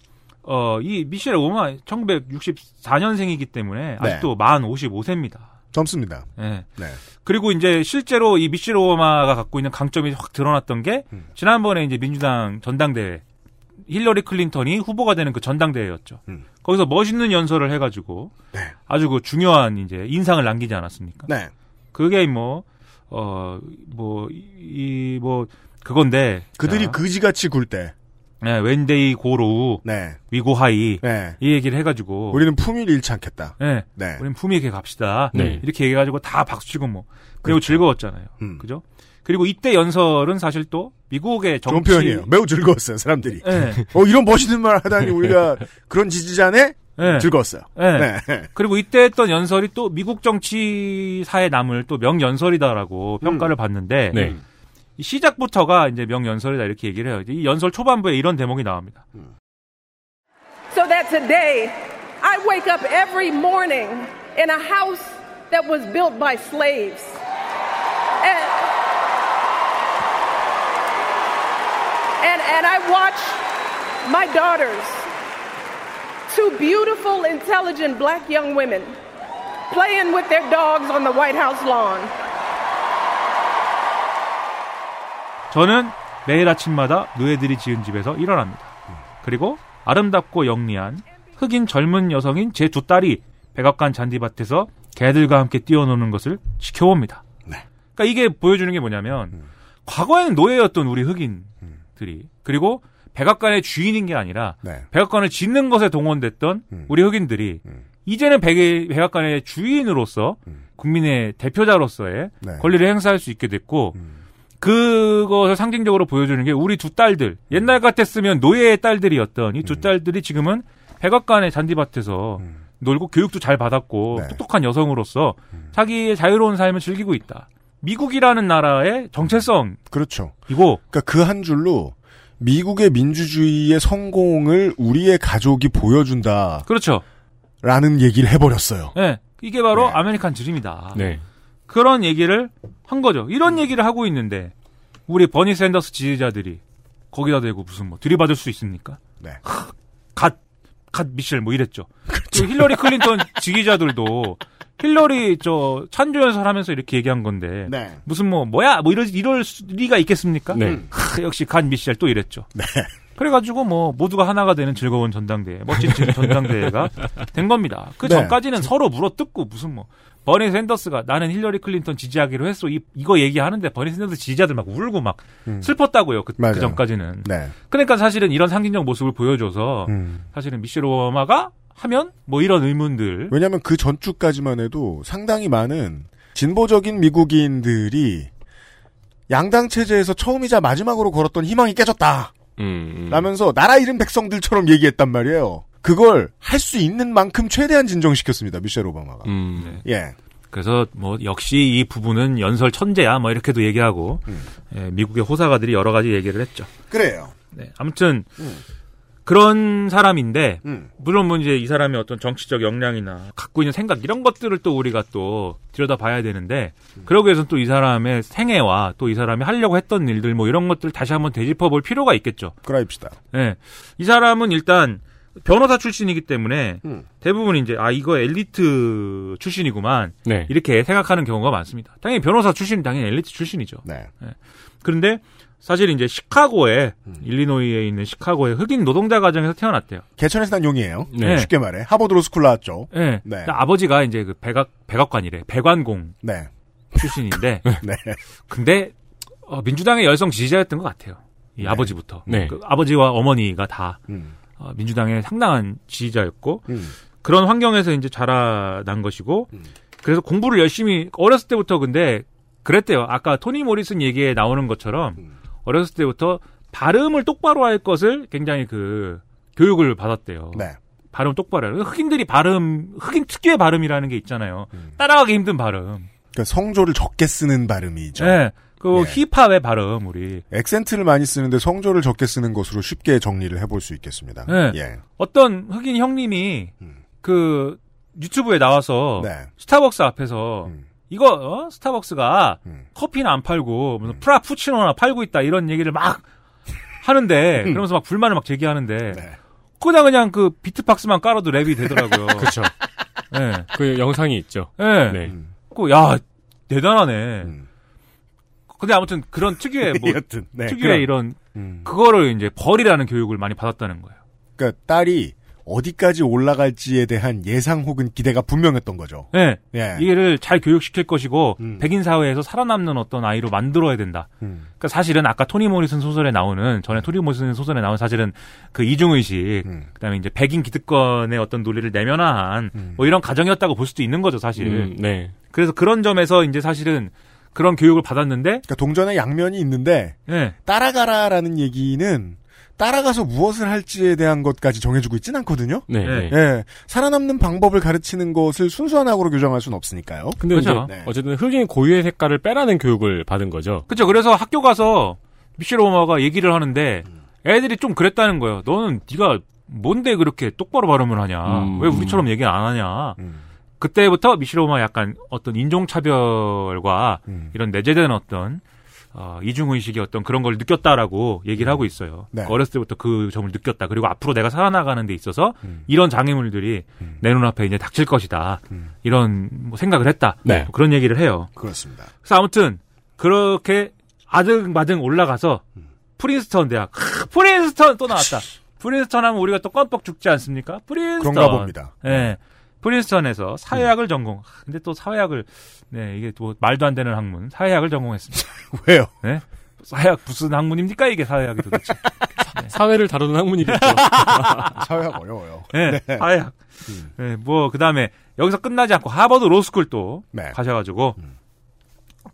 [SPEAKER 5] 어 이 미셸 오마 1964년생이기 때문에 아직도 만 55세입니다.
[SPEAKER 3] 젊습니다.
[SPEAKER 5] 예.
[SPEAKER 3] 네.
[SPEAKER 5] 그리고 이제 실제로 이 미셸 오바마가 갖고 있는 강점이 확 드러났던 게
[SPEAKER 3] 음.
[SPEAKER 5] 지난번에 이제 민주당 전당대회 힐러리 클린턴이 후보가 되는 그 전당대회였죠.
[SPEAKER 3] 음.
[SPEAKER 5] 거기서 멋있는 연설을 해가지고 아주 그 중요한 이제 인상을 남기지 않았습니까?
[SPEAKER 3] 네.
[SPEAKER 5] 그게 뭐, 어, 뭐어뭐이뭐 그건데
[SPEAKER 3] 그들이
[SPEAKER 5] 자,
[SPEAKER 3] 그지같이 굴 때.
[SPEAKER 5] 네, 웬데이 고로우
[SPEAKER 3] 네.
[SPEAKER 5] 위고하이
[SPEAKER 3] 네.
[SPEAKER 5] 이 얘기를 해가지고
[SPEAKER 3] 우리는 품위를 잃지 않겠다.
[SPEAKER 5] 네,
[SPEAKER 3] 네.
[SPEAKER 5] 우린 품위 있게 갑시다.
[SPEAKER 4] 네.
[SPEAKER 5] 이렇게 얘기해가지고 다 박수치고 뭐 그리고 즐거웠잖아요.
[SPEAKER 3] 음.
[SPEAKER 5] 그죠? 그리고 이때 연설은 사실 또 미국의
[SPEAKER 3] 좋은
[SPEAKER 5] 정치
[SPEAKER 3] 표현이에요. 매우 즐거웠어요, 사람들이.
[SPEAKER 5] 예,
[SPEAKER 3] 어, 이런 멋있는 말 하다니 우리가 그런 지지자네?
[SPEAKER 5] 예,
[SPEAKER 3] 즐거웠어요.
[SPEAKER 5] 예.
[SPEAKER 3] 네.
[SPEAKER 5] 그리고 이때 했던 연설이 또 미국 정치사에 남을 또 명연설이다라고
[SPEAKER 3] 음.
[SPEAKER 5] 평가를 받는데
[SPEAKER 4] 네.
[SPEAKER 5] 이 시작부터가 이제 명연설이다 이렇게 얘기를 해요. 이 연설 초반부에 이런 대목이 나옵니다.
[SPEAKER 9] so that today I wake up every morning in a house that was built by slaves. And, and, and I watch my daughters, two beautiful, intelligent black young women, playing with their dogs on the White House lawn.
[SPEAKER 5] 저는 매일 아침마다 노예들이 지은 집에서 일어납니다. 그리고 아름답고 영리한 흑인 젊은 여성인 제 두 딸이 백악관 잔디밭에서 개들과 함께 뛰어노는 것을 지켜봅니다. 그러니까 이게 보여주는 게 뭐냐면 과거에는 노예였던 우리 흑인들이 그리고 백악관의 주인인 게 아니라
[SPEAKER 3] 네.
[SPEAKER 5] 백악관을 짓는 것에 동원됐던
[SPEAKER 3] 음.
[SPEAKER 5] 우리 흑인들이
[SPEAKER 3] 음.
[SPEAKER 5] 이제는 백일 백악관의 주인으로서 국민의 대표자로서의
[SPEAKER 3] 네. 음.
[SPEAKER 5] 권리를 행사할 수 있게 됐고 그것을 상징적으로 보여주는 게 우리 두 딸들 옛날
[SPEAKER 3] 음.
[SPEAKER 5] 같았으면 노예의 딸들이었던 이 두 딸들이 지금은 백악관의 잔디밭에서 놀고 교육도 잘 받았고
[SPEAKER 3] 음. 네. 음.
[SPEAKER 5] 똑똑한 여성으로서 자기의 자유로운 삶을 즐기고 있다. 미국이라는 나라의 정체성이고
[SPEAKER 3] 그렇죠. 그러니까 그 한 줄로 미국의 민주주의의 성공을 우리의 가족이 보여준다라는
[SPEAKER 5] 그렇죠.
[SPEAKER 3] 얘기를 해버렸어요.
[SPEAKER 5] 예. 이게 바로
[SPEAKER 3] 네.
[SPEAKER 5] 아메리칸 드림이다.
[SPEAKER 4] 네.
[SPEAKER 5] 그런 얘기를 한 거죠. 이런 얘기를 하고 있는데 우리 버니 샌더스 지지자들이 거기다 대고 무슨 뭐 들이받을 수 있습니까?
[SPEAKER 3] 네.
[SPEAKER 5] 갓, 갓 미셸 뭐 이랬죠. 그 힐러리 클린턴 지지자들도 힐러리 저 찬조연설 하면서 이렇게 얘기한 건데
[SPEAKER 3] 네.
[SPEAKER 5] 무슨 뭐 뭐야 뭐 이럴 이럴 수- 리가 있겠습니까?
[SPEAKER 4] 네.
[SPEAKER 5] 음. 하, 역시 갓 미셸 또 이랬죠.
[SPEAKER 3] 네.
[SPEAKER 5] 그래가지고 뭐 모두가 하나가 되는 즐거운 전당대회, 멋진 지- 전당대회가 된 겁니다. 그
[SPEAKER 3] 네.
[SPEAKER 5] 전까지는 서로 물어뜯고 무슨 뭐 버니 샌더스가 나는 힐러리 클린턴 지지하기로 했어 이, 이거 얘기하는데 버니 샌더스 지지자들 막 울고 막 슬펐다고요. 그,
[SPEAKER 3] 음. 맞아요.
[SPEAKER 5] 그 전까지는.
[SPEAKER 3] 네.
[SPEAKER 5] 그러니까 사실은 이런 상징적 모습을 보여줘서
[SPEAKER 3] 음.
[SPEAKER 5] 사실은 미셸 오바마가 하면 뭐 이런 의문들.
[SPEAKER 3] 왜냐하면 그 전주까지만 해도 상당히 많은 진보적인 미국인들이 양당 체제에서 처음이자 마지막으로 걸었던 희망이 깨졌다.
[SPEAKER 4] 음, 음.
[SPEAKER 3] 라면서 나라 잃은 백성들처럼 얘기했단 말이에요. 그걸 할 수 있는 만큼 최대한 진정시켰습니다. 미셸 오바마가.
[SPEAKER 4] 음.
[SPEAKER 3] 예.
[SPEAKER 5] 그래서 뭐 역시 이 부분은 연설 천재야 뭐 이렇게도 얘기하고
[SPEAKER 3] 음.
[SPEAKER 5] 예, 미국의 호사가들이 여러 가지 얘기를 했죠.
[SPEAKER 3] 그래요.
[SPEAKER 5] 네, 아무튼 그런 사람인데
[SPEAKER 3] 음.
[SPEAKER 5] 물론 뭐 이제 이 사람의 어떤 정치적 역량이나 갖고 있는 생각 이런 것들을 또 우리가 또 들여다봐야 되는데
[SPEAKER 3] 음.
[SPEAKER 5] 그러기 위해서 는 또 이 사람의 생애와 또 이 사람이 하려고 했던 일들 뭐 이런 것들 을 다시 한번 되짚어볼 필요가 있겠죠.
[SPEAKER 3] 그라입시다.
[SPEAKER 5] 예, 이 사람은 일단 변호사 출신이기 때문에
[SPEAKER 3] 음.
[SPEAKER 5] 대부분 이제 아 이거 엘리트 출신이구만
[SPEAKER 4] 네.
[SPEAKER 5] 이렇게 생각하는 경우가 많습니다. 당연히 변호사 출신 당연히 엘리트 출신이죠.
[SPEAKER 3] 네.
[SPEAKER 5] 그런데 사실 이제 시카고에
[SPEAKER 4] 음.
[SPEAKER 5] 일리노이에 있는 시카고의 흑인 노동자 가정에서 태어났대요.
[SPEAKER 3] 개천에서 난 용이에요.
[SPEAKER 5] 네.
[SPEAKER 3] 쉽게 말해. 하버드 로스쿨 나왔죠.
[SPEAKER 5] 예.
[SPEAKER 4] 네.
[SPEAKER 5] 그러니까 아버지가 이제 그 백악 백악관이래. 백관공
[SPEAKER 3] 네.
[SPEAKER 5] 출신인데
[SPEAKER 3] 네.
[SPEAKER 5] 근데 어, 민주당의 열성 지지자였던 것 같아요. 이 아버지부터.
[SPEAKER 4] 네.
[SPEAKER 5] 그 아버지와 어머니가 다
[SPEAKER 3] 음.
[SPEAKER 5] 어, 민주당의 상당한 지지자였고
[SPEAKER 3] 음.
[SPEAKER 5] 그런 환경에서 이제 자라난 것이고 그래서 공부를 열심히 어렸을 때부터 근데 그랬대요. 아까 토니 모리슨 얘기에 나오는 것처럼
[SPEAKER 3] 음.
[SPEAKER 5] 어렸을 때부터 발음을 똑바로 할 것을 굉장히 그 교육을 받았대요.
[SPEAKER 3] 네.
[SPEAKER 5] 발음 똑바로 해요. 흑인들이 발음 흑인 특유의 발음이라는 게 있잖아요. 따라가기 힘든 발음.
[SPEAKER 3] 그러니까 성조를 적게 쓰는 발음이죠.
[SPEAKER 5] 네. 그
[SPEAKER 3] 예.
[SPEAKER 5] 힙합의 발음 우리
[SPEAKER 3] 액센트를 많이 쓰는데 성조를 적게 쓰는 것으로 쉽게 정리를 해볼 수 있겠습니다.
[SPEAKER 5] 네.
[SPEAKER 3] 예.
[SPEAKER 5] 어떤 흑인 형님이
[SPEAKER 3] 음.
[SPEAKER 5] 그 유튜브에 나와서
[SPEAKER 3] 네.
[SPEAKER 5] 스타벅스 앞에서
[SPEAKER 3] 음.
[SPEAKER 5] 이거 어? 스타벅스가
[SPEAKER 3] 음.
[SPEAKER 5] 커피는 안 팔고 무슨 프라푸치노나 팔고 있다 이런 얘기를 막 하는데 그러면서 막 불만을 막 제기하는데
[SPEAKER 3] 음. 네.
[SPEAKER 5] 그냥 그냥 그 비트박스만 깔아도 랩이 되더라고요.
[SPEAKER 4] 그렇죠.
[SPEAKER 5] 예.
[SPEAKER 4] 그 영상이 있죠.
[SPEAKER 5] 예.
[SPEAKER 4] 네.
[SPEAKER 3] 음.
[SPEAKER 5] 그, 야 대단하네.
[SPEAKER 3] 음.
[SPEAKER 5] 근데 아무튼 그런 특유의 뭐
[SPEAKER 3] 여튼. 네.
[SPEAKER 5] 특유의 이런
[SPEAKER 3] 음.
[SPEAKER 5] 그거를 이제 벌이라는 교육을 많이 받았다는 거예요.
[SPEAKER 3] 그러니까 딸이 어디까지 올라갈지에 대한 예상 혹은 기대가 분명했던 거죠.
[SPEAKER 5] 예.
[SPEAKER 3] 예.
[SPEAKER 5] 이를 잘 교육시킬 것이고
[SPEAKER 3] 음.
[SPEAKER 5] 백인 사회에서 살아남는 어떤 아이로 만들어야 된다.
[SPEAKER 3] 음.
[SPEAKER 5] 그러니까 사실은 아까 토니 모리슨 소설에 나오는 전에 토니 모리슨 소설에 나온 사실은 그 이중 의식,
[SPEAKER 3] 음.
[SPEAKER 5] 그다음에 이제 백인 기득권의 어떤 논리를 내면화한
[SPEAKER 3] 음.
[SPEAKER 5] 뭐 이런 가정이었다고 볼 수도 있는 거죠 사실.
[SPEAKER 4] 음, 네.
[SPEAKER 5] 그래서 그런 점에서 이제 사실은 그런 교육을 받았는데,
[SPEAKER 3] 그러니까 동전의 양면이 있는데
[SPEAKER 5] 예,
[SPEAKER 3] 따라가라라는 얘기는 따라가서 무엇을 할지에 대한 것까지 정해주고 있진 않거든요.
[SPEAKER 4] 네.
[SPEAKER 5] 네.
[SPEAKER 4] 네.
[SPEAKER 3] 예. 살아남는 방법을 가르치는 것을 순수한 학으로 규정할 수는 없으니까요.
[SPEAKER 4] 근데
[SPEAKER 5] 그렇죠.
[SPEAKER 4] 이제
[SPEAKER 3] 네.
[SPEAKER 4] 어쨌든 흑인 고유의 색깔을 빼라는 교육을 받은 거죠.
[SPEAKER 5] 그렇죠. 그래서 학교 가서 미셸 오마가 얘기를 하는데 애들이 좀 그랬다는 거예요. 너는 네가 뭔데 그렇게 똑바로 발음을 하냐?
[SPEAKER 4] 음.
[SPEAKER 5] 왜 우리처럼 얘기를 안 하냐?
[SPEAKER 3] 음.
[SPEAKER 5] 그때부터 미셸 오마 약간 어떤 인종차별과
[SPEAKER 3] 음.
[SPEAKER 5] 이런 내재된 어떤 어, 이중의식의 어떤 그런 걸 느꼈다라고 얘기를 하고 있어요.
[SPEAKER 3] 네.
[SPEAKER 5] 어렸을 때부터 그 점을 느꼈다. 그리고 앞으로 내가 살아나가는 데 있어서 이런 장애물들이 내 눈앞에 이제 닥칠 것이다. 이런 뭐 생각을 했다.
[SPEAKER 4] 네.
[SPEAKER 5] 뭐 그런 얘기를 해요.
[SPEAKER 3] 그렇습니다.
[SPEAKER 5] 그래서 아무튼 그렇게 아등바등 올라가서 프린스턴 대학 크, 프린스턴 또 나왔다. 프린스턴 하면 우리가 또 껌뻑 죽지 않습니까? 프린스턴.
[SPEAKER 3] 그런가 봅니다. 네. 음.
[SPEAKER 5] 예. 프린스턴에서 사회학을 전공. 하, 근데 또 사회학을 네, 이게 또 말도 안 되는 학문. 사회학을 전공했습니다.
[SPEAKER 3] 왜요?
[SPEAKER 5] 네. 사회학 무슨 학문입니까? 이게 사회학이 도대체.
[SPEAKER 4] 사회를 다루는 학문이겠죠.
[SPEAKER 3] 사회학 어려워요.
[SPEAKER 5] 예, 사회학.
[SPEAKER 3] 음.
[SPEAKER 5] 예, 뭐, 그 다음에, 여기서 끝나지 않고 하버드 로스쿨 또
[SPEAKER 3] 네.
[SPEAKER 5] 가셔가지고,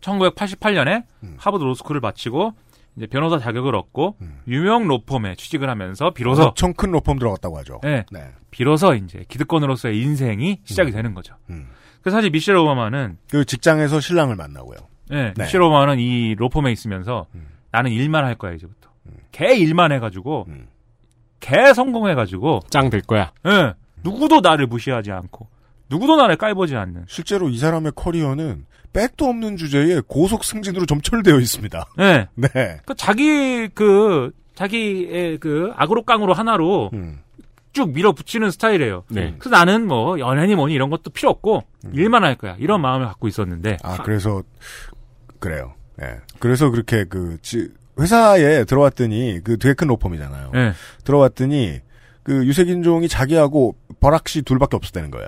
[SPEAKER 5] 1988년에
[SPEAKER 3] 음.
[SPEAKER 5] 하버드 로스쿨을 마치고, 이제 변호사 자격을 얻고,
[SPEAKER 3] 음.
[SPEAKER 5] 유명 로펌에 취직을 하면서, 비로소,
[SPEAKER 3] 엄청 큰 로펌 들어갔다고 하죠.
[SPEAKER 5] 예,
[SPEAKER 3] 네.
[SPEAKER 5] 비로소 이제 기득권으로서의 인생이 시작이 되는 거죠.
[SPEAKER 3] 음.
[SPEAKER 5] 그 사실 미셸 오바마는,
[SPEAKER 3] 그 직장에서 신랑을 만나고요.
[SPEAKER 5] 예,
[SPEAKER 3] 네.
[SPEAKER 5] 미셸 오바마는 이 로펌에 있으면서, 나는 일만 할 거야, 이제부터. 개 일만 해가지고,
[SPEAKER 3] 음.
[SPEAKER 5] 개 성공해가지고,
[SPEAKER 4] 짱 될 거야.
[SPEAKER 5] 예, 누구도 나를 무시하지 않고, 누구도 나를 깔보지 않는,
[SPEAKER 3] 실제로 이 사람의 커리어는 백도 없는 주제에 고속 승진으로 점철되어 있습니다.
[SPEAKER 5] 예,
[SPEAKER 3] 네.
[SPEAKER 5] 그 자기 그 자기의 그 악으로 깡으로 하나로
[SPEAKER 3] 음.
[SPEAKER 5] 쭉 밀어붙이는 스타일이에요.
[SPEAKER 4] 네.
[SPEAKER 5] 그래서 나는 뭐 연애니 뭐니 이런 것도 필요 없고
[SPEAKER 3] 음.
[SPEAKER 5] 일만 할 거야 이런 마음을 갖고 있었는데
[SPEAKER 3] 아, 그래서, 그래요. 예. 그래서 그렇게 그, 지- 회사에 들어왔더니, 그 되게 큰 로펌이잖아요.
[SPEAKER 5] 예.
[SPEAKER 3] 들어왔더니, 그 유색인종이 자기하고 버락 씨 둘밖에 없었다는 거예요.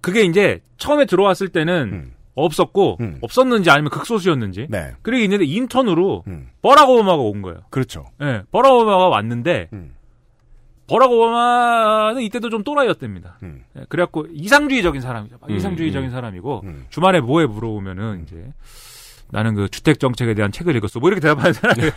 [SPEAKER 5] 그게 이제 처음에 들어왔을 때는
[SPEAKER 3] 음.
[SPEAKER 5] 없었고
[SPEAKER 3] 음.
[SPEAKER 5] 없었는지 아니면 극소수였는지
[SPEAKER 3] 네.
[SPEAKER 5] 그리고 있는데 인턴으로
[SPEAKER 3] 음.
[SPEAKER 5] 버락 오바마가 온 거예요.
[SPEAKER 3] 그렇죠.
[SPEAKER 5] 예, 버락 오바마가 왔는데
[SPEAKER 3] 음.
[SPEAKER 5] 버락 오바마는 이때도 좀 또라이였답니다.
[SPEAKER 3] 음.
[SPEAKER 5] 예, 그래갖고 이상주의적인 사람이죠. 막
[SPEAKER 4] 음,
[SPEAKER 5] 이상주의적인 사람이고
[SPEAKER 3] 음.
[SPEAKER 5] 주말에 뭐해 물어보면은 이제 나는 그 주택 정책에 대한 책을 읽었어. 뭐 이렇게 대답하는 사람이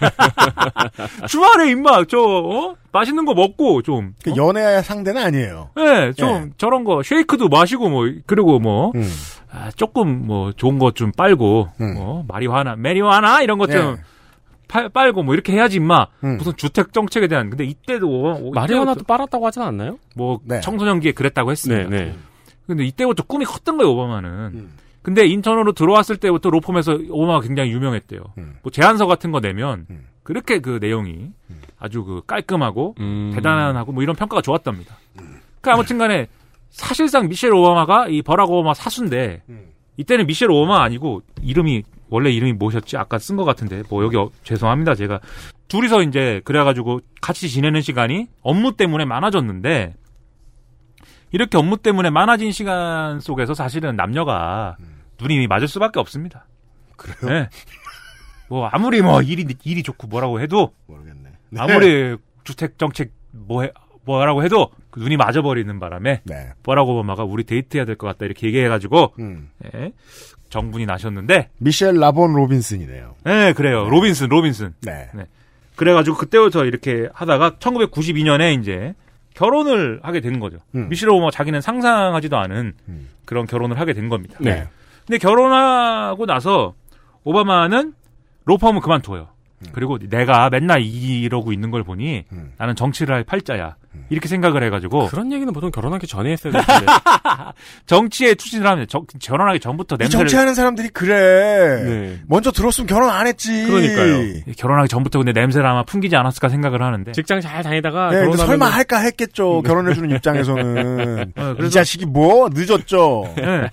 [SPEAKER 5] 주말에 임마 저 어? 맛있는 거 먹고 좀
[SPEAKER 3] 그 연애 상대는 아니에요.
[SPEAKER 5] 예, 네, 좀
[SPEAKER 3] 예.
[SPEAKER 5] 저런 거 쉐이크도 마시고 뭐 그리고 뭐
[SPEAKER 3] 음.
[SPEAKER 5] 아, 조금 뭐 좋은 것 좀 빨고
[SPEAKER 3] 음.
[SPEAKER 5] 뭐 마리화나 메리화나 이런 것 좀
[SPEAKER 3] 예.
[SPEAKER 5] 빨고 뭐 이렇게 해야지 임마
[SPEAKER 3] 음.
[SPEAKER 5] 무슨 주택 정책에 대한 근데 어, 이때도
[SPEAKER 4] 말이 하나도 빨았다고 하진 않나요?
[SPEAKER 5] 뭐
[SPEAKER 3] 네.
[SPEAKER 5] 청소년기에 그랬다고
[SPEAKER 4] 네,
[SPEAKER 5] 했습니다.
[SPEAKER 4] 네.
[SPEAKER 5] 근데 이때부터 꿈이 컸던 거예요 오바마는.
[SPEAKER 3] 음.
[SPEAKER 5] 근데 인턴으로 들어왔을 때부터 로펌에서 오바마가 굉장히 유명했대요.
[SPEAKER 3] 음.
[SPEAKER 5] 뭐 제안서 같은 거 내면
[SPEAKER 3] 음.
[SPEAKER 5] 그렇게 그 내용이 아주 그 깔끔하고
[SPEAKER 4] 음.
[SPEAKER 5] 대단하고 뭐 이런 평가가 좋았답니다. 그 아무튼간에 사실상 미셸 오바마가 이 버락 오바마 사수인데
[SPEAKER 3] 음.
[SPEAKER 5] 이때는 미셸 오바마 아니고 이름이 원래 이름이 뭐셨지 아까 쓴 것 같은데 뭐 여기 어- 죄송합니다 제가 둘이서 이제 그래가지고 같이 지내는 시간이 업무 때문에 많아졌는데 이렇게 업무 때문에 많아진 시간 속에서 사실은 남녀가 눈이 맞을 수밖에 없습니다.
[SPEAKER 3] 음. 그래요?
[SPEAKER 5] 네. 뭐 아무리 뭐 일이 일이 좋고 뭐라고 해도
[SPEAKER 3] 모르겠네.
[SPEAKER 5] 아무리 주택 정책 뭐 해- 뭐라고 해도 그 눈이 맞아 버리는 바람에
[SPEAKER 3] 네.
[SPEAKER 5] 버락 오바마가 우리 데이트해야 될 것 같다 이렇게 얘기해가지고
[SPEAKER 3] 음.
[SPEAKER 5] 예, 정분이 나셨는데
[SPEAKER 3] 미셸 라본 로빈슨이네요.
[SPEAKER 5] 예 그래요 로빈슨 로빈슨
[SPEAKER 3] 네.
[SPEAKER 5] 그래가지고 그때부터 이렇게 하다가 1992년에 이제 결혼을 하게 된 거죠
[SPEAKER 3] 음.
[SPEAKER 5] 미셸 오바마 자기는 상상하지도 않은
[SPEAKER 3] 음.
[SPEAKER 5] 그런 결혼을 하게 된 겁니다
[SPEAKER 4] 네.
[SPEAKER 5] 근데 결혼하고 나서 오바마는 로펌을 그만둬요. 그리고 내가 맨날 이러고 있는 걸 보니
[SPEAKER 3] 음.
[SPEAKER 5] 나는 정치를 할 팔자야. 이렇게 생각을 해가지고
[SPEAKER 4] 그런 얘기는 보통 결혼하기 전에 했어야 되는데.
[SPEAKER 5] 정치에 추진을 하면 정, 결혼하기 전부터
[SPEAKER 3] 이
[SPEAKER 5] 냄새를
[SPEAKER 3] 정치하는 사람들이 그래.
[SPEAKER 4] 네.
[SPEAKER 3] 먼저 들었으면 결혼 안 했지.
[SPEAKER 4] 그러니까요.
[SPEAKER 5] 결혼하기 전부터 근데 냄새를 아마 풍기지 않았을까 생각을 하는데
[SPEAKER 4] 직장 잘 다니다가
[SPEAKER 3] 네, 근데
[SPEAKER 4] 아, 결혼하면
[SPEAKER 3] 설마 할까 했겠죠.
[SPEAKER 4] 네.
[SPEAKER 3] 결혼해주는 입장에서는.
[SPEAKER 4] 아,
[SPEAKER 5] 어,
[SPEAKER 3] 이
[SPEAKER 5] 그래서-
[SPEAKER 3] 자식이 뭐? 늦었죠.
[SPEAKER 4] 네.
[SPEAKER 5] 예.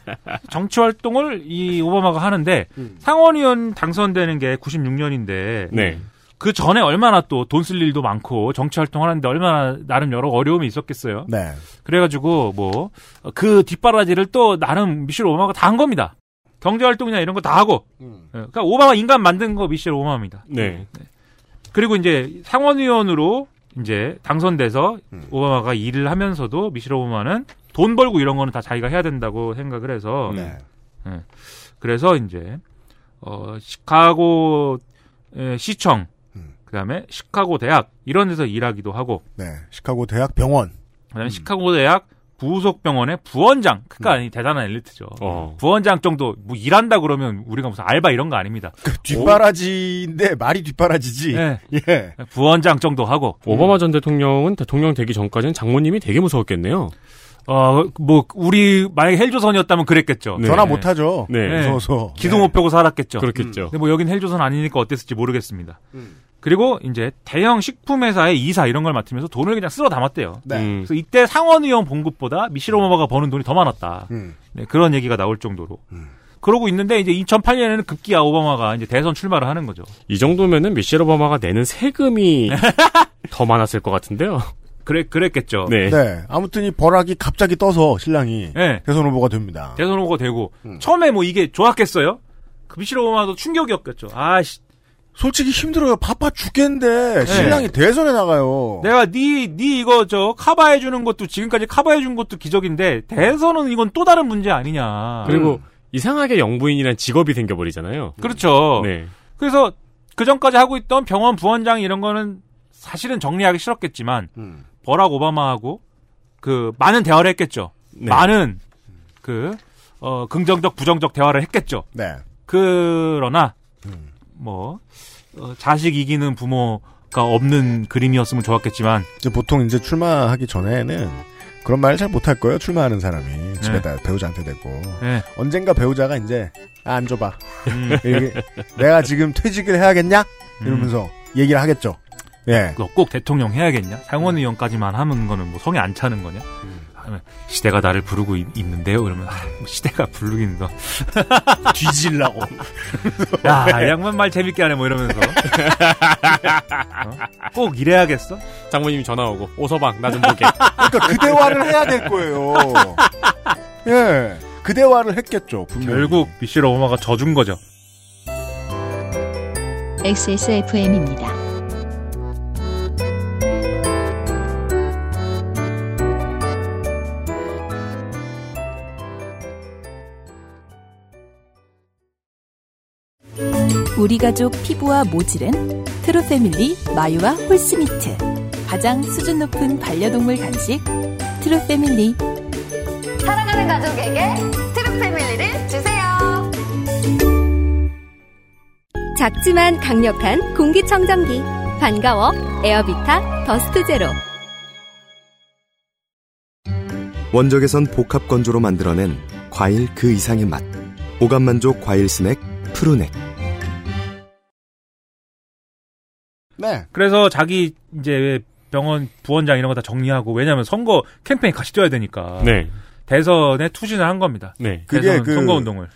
[SPEAKER 5] 정치 활동을 이 오바마가 하는데
[SPEAKER 3] 음.
[SPEAKER 5] 상원의원 당선되는 게 96년인데
[SPEAKER 4] 네.
[SPEAKER 5] 그 전에 얼마나 또 돈 쓸 일도 많고 정치 활동하는데 얼마나 나름 여러 어려움이 있었겠어요.
[SPEAKER 3] 네.
[SPEAKER 5] 그래가지고 뭐 그 뒷바라지를 또 나름 미셸 오바마가 다 한 겁니다. 경제활동이나 이런 거 다 하고.
[SPEAKER 3] 음.
[SPEAKER 5] 예, 그러니까 오바마 인간 만든 거 미셸 오바마입니다.
[SPEAKER 4] 네.
[SPEAKER 5] 그리고 이제 상원의원으로 이제 당선돼서
[SPEAKER 3] 음.
[SPEAKER 5] 오바마가 일을 하면서도 미셸 오바마는 돈 벌고 이런 거는 다 자기가 해야 된다고 생각을 해서
[SPEAKER 4] 음.
[SPEAKER 3] 네.
[SPEAKER 5] 그래서 이제 어 시카고 에, 시청
[SPEAKER 3] 음.
[SPEAKER 5] 그다음에 시카고 대학 이런 데서 일하기도 하고
[SPEAKER 3] 네. 시카고 대학 병원.
[SPEAKER 5] 그다음에 시카고 대학 부속 병원의 부원장 그니까 대단한 엘리트죠.
[SPEAKER 4] 어.
[SPEAKER 5] 부원장 정도 뭐 일한다 그러면 우리가 무슨 알바 이런 거 아닙니다.
[SPEAKER 3] 뒷바라지인데 그 말이 뒷바라지지.
[SPEAKER 4] 네.
[SPEAKER 5] 예.
[SPEAKER 3] 예.
[SPEAKER 5] 부원장 정도 하고
[SPEAKER 4] 오바마 전 대통령은 대통령 되기 전까지는 장모님이 되게 무서웠겠네요.
[SPEAKER 5] 어뭐 우리 만약에 헬조선이었다면 그랬겠죠.
[SPEAKER 4] 네.
[SPEAKER 3] 전화 못하죠.
[SPEAKER 4] 네.
[SPEAKER 5] 네.
[SPEAKER 3] 무서워서.
[SPEAKER 5] 기둥 못 펴고 살았겠죠.
[SPEAKER 4] 그렇겠죠.
[SPEAKER 5] 근데 뭐 여긴 헬조선 아니니까 어땠을지 모르겠습니다. 그리고 이제 대형 식품 회사의 이사 이런 걸 맡으면서 돈을 그냥 쓸어 담았대요.
[SPEAKER 3] 네. 음.
[SPEAKER 4] 음.
[SPEAKER 5] 그래서 이때 상원의원 봉급보다 미실 오바마가 버는 돈이 더 많았다.
[SPEAKER 4] 음.
[SPEAKER 5] 네, 그런 얘기가 나올 정도로. 그러고 있는데 이제 2008년에는 급기야 오바마가 이제 대선 출마를 하는 거죠.
[SPEAKER 4] 이 정도면은 미셸 오바마가 내는 세금이 더 많았을 것 같은데요.
[SPEAKER 5] 그래 그랬겠죠.
[SPEAKER 4] 네.
[SPEAKER 3] 네. 아무튼 이 버락이 갑자기 떠서 신랑이
[SPEAKER 5] 네.
[SPEAKER 3] 대선 후보가 됩니다.
[SPEAKER 5] 대선
[SPEAKER 4] 음.
[SPEAKER 5] 후보가 되고 처음에 뭐 이게 좋았겠어요? 그 미실 오바마도 충격이었겠죠. 아씨
[SPEAKER 3] 솔직히 힘들어요. 바빠
[SPEAKER 4] 네.
[SPEAKER 3] 죽겠는데 신랑이 대선에
[SPEAKER 4] 어.
[SPEAKER 3] 나가요.
[SPEAKER 5] 내가 네, 네 이거 저 커버해 주는 것도 지금까지 커버해 준 것도 기적인데 대선은 이건 또 다른 문제 아니냐.
[SPEAKER 4] 그리고 이상하게 영부인이란 직업이 생겨버리잖아요.
[SPEAKER 5] 그렇죠.
[SPEAKER 4] 네.
[SPEAKER 5] 그래서 그 전까지 하고 있던 병원 부원장 이런 거는 사실은 정리하기 싫었겠지만
[SPEAKER 3] 음.
[SPEAKER 5] 버락 오바마하고 그 많은 대화를 했겠죠.
[SPEAKER 4] 네.
[SPEAKER 5] 많은 그 어, 긍정적 부정적 대화를 했겠죠.
[SPEAKER 3] 네.
[SPEAKER 5] 그러나 뭐 어, 자식 이기는 부모가 없는 그림이었으면 좋았겠지만
[SPEAKER 3] 이제 보통 이제 출마하기 전에는 그런 말을 잘 못할 거예요. 출마하는 사람이 집에다 배우자한테 대고
[SPEAKER 5] 예.
[SPEAKER 3] 언젠가 배우자가 이제 아, 안 줘봐. 이렇게 내가 지금 퇴직을 해야겠냐? 이러면서 얘기를 하겠죠. 예.
[SPEAKER 5] 너 꼭 대통령 해야겠냐? 상원 의원까지만 하는 거는 뭐 성에 안 차는 거냐? 하면 시대가 나를 부르고 있, 는데요 그러면 아, 뭐 시대가 부르긴 너.
[SPEAKER 3] 뒤질라고.
[SPEAKER 5] 야, 이 아, 양반 말 재밌게 하네 뭐 이러면서. 어? 꼭 이래야겠어?
[SPEAKER 4] 장모님이 전화 오고 오서방 나 좀 보게.
[SPEAKER 3] 그러니까 그 대화를 해야 될 거예요. 예. 그 대화를 했겠죠. 분명히.
[SPEAKER 5] 결국 미셸 오바마가 져준 거죠.
[SPEAKER 1] XSFM입니다.
[SPEAKER 10] 우리 가족 피부와 모질은 트루패밀리 마유와 홀스미트 가장 수준 높은 반려동물 간식 트루패밀리
[SPEAKER 11] 사랑하는 가족에게 트루 패밀리를 주세요.
[SPEAKER 6] 작지만 강력한 공기청정기 반가워 에어비타 더스트 제로
[SPEAKER 7] 원적에선 복합 건조로 만들어낸 과일 그 이상의 맛. 오감 만족 과일 스낵 푸르넥.
[SPEAKER 3] 네.
[SPEAKER 5] 그래서 자기 이제 병원 부원장 이런 거 다 정리하고 왜냐면 선거 캠페인 같이 뛰어야 되니까
[SPEAKER 4] 네.
[SPEAKER 5] 대선에 투신을 한 겁니다.
[SPEAKER 4] 네.
[SPEAKER 3] 그게
[SPEAKER 5] 대선
[SPEAKER 3] 그-
[SPEAKER 5] 선거 운동을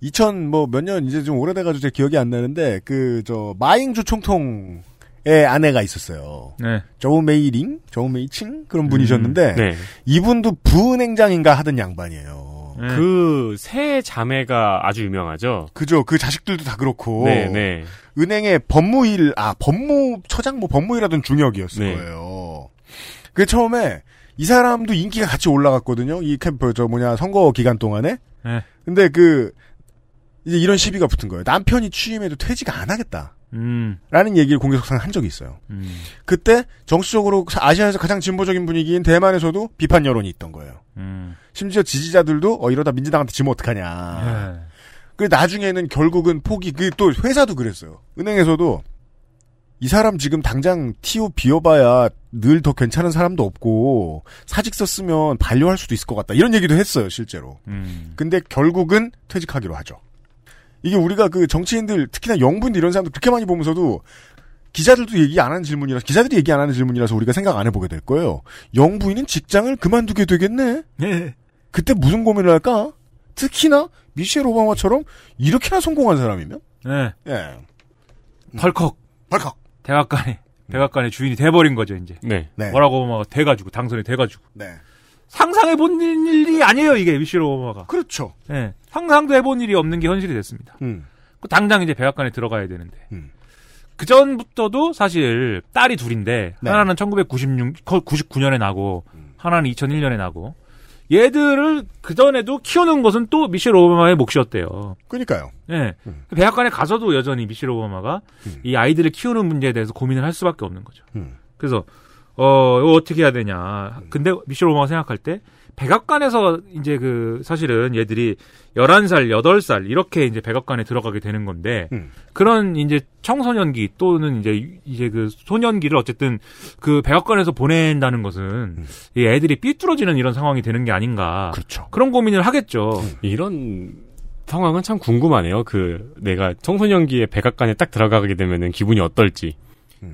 [SPEAKER 3] 2000 뭐 몇 년 이제 좀 오래돼가지고 제 기억이 안 나는데 그 저 마잉주 총통의 아내가 있었어요.
[SPEAKER 5] 네.
[SPEAKER 3] 저우메이링, 저우메이칭 그런 분이셨는데
[SPEAKER 4] 네.
[SPEAKER 3] 이분도 부은행장인가 하던 양반이에요.
[SPEAKER 5] 네.
[SPEAKER 4] 그 세 자매가 아주 유명하죠.
[SPEAKER 3] 그죠? 그 자식들도 다 그렇고
[SPEAKER 4] 네, 네.
[SPEAKER 3] 은행의 법무일 아 법무처장 뭐 법무일하던 중역이었을
[SPEAKER 4] 네.
[SPEAKER 3] 거예요. 그 처음에 이 사람도 인기가 같이 올라갔거든요. 이 캠프 그, 저 뭐냐 선거 기간 동안에.
[SPEAKER 5] 네.
[SPEAKER 3] 근데 그 이제 이런 시비가 붙은 거예요. 남편이 취임해도 퇴직 안 하겠다라는
[SPEAKER 5] 음,
[SPEAKER 3] 얘기를 공개석상 한 적이 있어요.
[SPEAKER 5] 음,
[SPEAKER 3] 그때 정치적으로 아시아에서 가장 진보적인 분위기인 대만에서도 비판 여론이 있던 거예요.
[SPEAKER 5] 음.
[SPEAKER 3] 심지어 지지자들도 어 이러다 민주당한테 지면 어떡하냐.
[SPEAKER 5] 예.
[SPEAKER 3] 그 나중에는 결국은 포기. 그 또 회사도 그랬어요. 은행에서도 이 사람 지금 당장 TO 비워봐야 늘 더 괜찮은 사람도 없고 사직서 쓰면 반려할 수도 있을 것 같다. 이런 얘기도 했어요 실제로.
[SPEAKER 5] 음.
[SPEAKER 3] 근데 결국은 퇴직하기로 하죠. 이게 우리가 그 정치인들 특히나 영분 이런 사람들 그렇게 많이 보면서도 기자들도 얘기 안 하는 질문이라서 기자들이 얘기 안 하는 질문이라서 우리가 생각 안 해보게 될 거예요. 영부인은 직장을 그만두게 되겠네.
[SPEAKER 5] 예.
[SPEAKER 3] 그때 무슨 고민을 할까? 특히나 미셸 오바마처럼 이렇게나 성공한 사람이면?
[SPEAKER 5] 예.
[SPEAKER 3] 예.
[SPEAKER 5] 덜컥
[SPEAKER 3] 발칵.
[SPEAKER 5] 대각관의 대각관의 주인이 돼버린 거죠 이제.
[SPEAKER 4] 네.
[SPEAKER 3] 네.
[SPEAKER 5] 뭐라고 오바마가 돼가지고 당선이 돼가지고
[SPEAKER 3] 네.
[SPEAKER 5] 상상해 본 일이 아니에요 이게 미셸 오바마가.
[SPEAKER 3] 그렇죠.
[SPEAKER 5] 예. 상상도 해본 일이 없는 게 현실이 됐습니다.
[SPEAKER 3] 음.
[SPEAKER 5] 그 당장 이제 백악관에 들어가야 되는데.
[SPEAKER 3] 음.
[SPEAKER 5] 그 전부터도 사실 딸이 둘인데
[SPEAKER 3] 네. 음.
[SPEAKER 5] 하나는 1996, 99년에 나고 하나는 2001년에 나고 얘들을 그 전에도 키우는 것은 또 미셸 오바마의 몫이었대요.
[SPEAKER 3] 그니까요.
[SPEAKER 5] 예. 백악관에 가서도 여전히 미셸 오바마가 이 아이들을 키우는 문제에 대해서 고민을 할 수밖에 없는 거죠.
[SPEAKER 3] 음.
[SPEAKER 5] 그래서 어 이거 어떻게 해야 되냐. 근데 미셸 오바마 가 생각할 때 백악관에서 이제 그 사실은 얘들이 11살, 8살 이렇게 이제 백악관에 들어가게 되는 건데
[SPEAKER 3] 음.
[SPEAKER 5] 그런 이제 청소년기 또는 이제 이제 그 소년기를 어쨌든 그 백악관에서 보낸다는 것은 이 애들이 삐뚤어지는 이런 상황이 되는 게 아닌가.
[SPEAKER 3] 음. 그렇죠. 음.
[SPEAKER 5] 그런 고민을 하겠죠.
[SPEAKER 4] 이런 상황은 참 궁금하네요. 그 내가 청소년기에 백악관에 딱 들어가게 되면은 기분이 어떨지.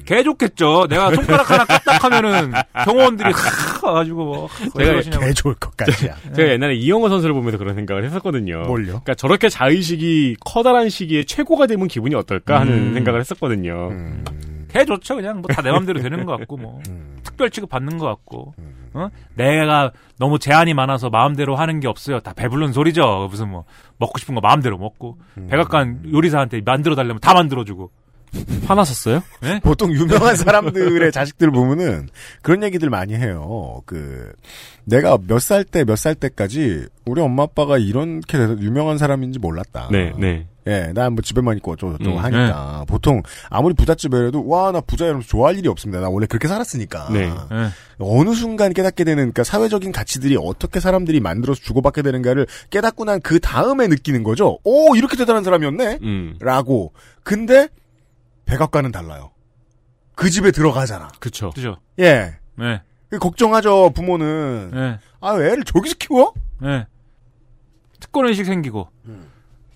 [SPEAKER 5] 개 좋겠죠. 내가 손가락 하나 까딱하면은 경호원들이 하 가지고 뭐
[SPEAKER 4] 내가
[SPEAKER 5] 그러시냐고.
[SPEAKER 3] 개 좋을 것까지야.
[SPEAKER 4] 제가 옛날에 이영호 선수를 보면서 그런 생각을 했었거든요.
[SPEAKER 3] 뭘요?
[SPEAKER 4] 그러니까 저렇게 자의식이 커다란 시기에 최고가 되면 기분이 어떨까 하는
[SPEAKER 5] 음.
[SPEAKER 4] 생각을 했었거든요.
[SPEAKER 3] 음.
[SPEAKER 5] 개 좋죠. 그냥 뭐 다 내 맘대로 되는 것 같고 뭐
[SPEAKER 3] 음.
[SPEAKER 5] 특별 취급 받는 것 같고. 어? 내가 너무 제한이 많아서 마음대로 하는 게 없어요. 다 배불른
[SPEAKER 3] 음.
[SPEAKER 5] 소리죠. 무슨 뭐 먹고 싶은 거 마음대로 먹고 백악관 요리사한테 만들어 달라면 다 만들어 주고.
[SPEAKER 4] 화나셨어요?
[SPEAKER 3] 보통 유명한 사람들의 자식들 보면은 그런 얘기들 많이 해요. 그 내가 몇 살 때 몇 살 때까지 우리 엄마 아빠가 이렇게 돼서 유명한 사람인지 몰랐다.
[SPEAKER 4] 네, 네.
[SPEAKER 3] 예, 난 뭐 집에만 있고 어쩌고저쩌고
[SPEAKER 4] 음,
[SPEAKER 3] 하니까 보통 아무리 부잣집에라도 와 나 부자 이러면서 좋아할 일이 없습니다. 나 원래 그렇게 살았으니까.
[SPEAKER 4] 네.
[SPEAKER 3] 어느 순간 깨닫게 되는 그러니까 사회적인 가치들이 어떻게 사람들이 만들어서 주고받게 되는가를 깨닫고 난 그 다음에 느끼는 거죠. 오 이렇게 대단한 사람이었네.
[SPEAKER 4] 음.
[SPEAKER 3] 라고. 근데 백악관은 달라요. 그 집에 들어가잖아.
[SPEAKER 4] 그쵸.
[SPEAKER 5] 그죠.
[SPEAKER 3] 예.
[SPEAKER 5] 네.
[SPEAKER 3] 걱정하죠 부모는.
[SPEAKER 5] 네.
[SPEAKER 3] 아, 왜 애를 저기서 키워?
[SPEAKER 5] 네. 특권의식 생기고.
[SPEAKER 3] 음.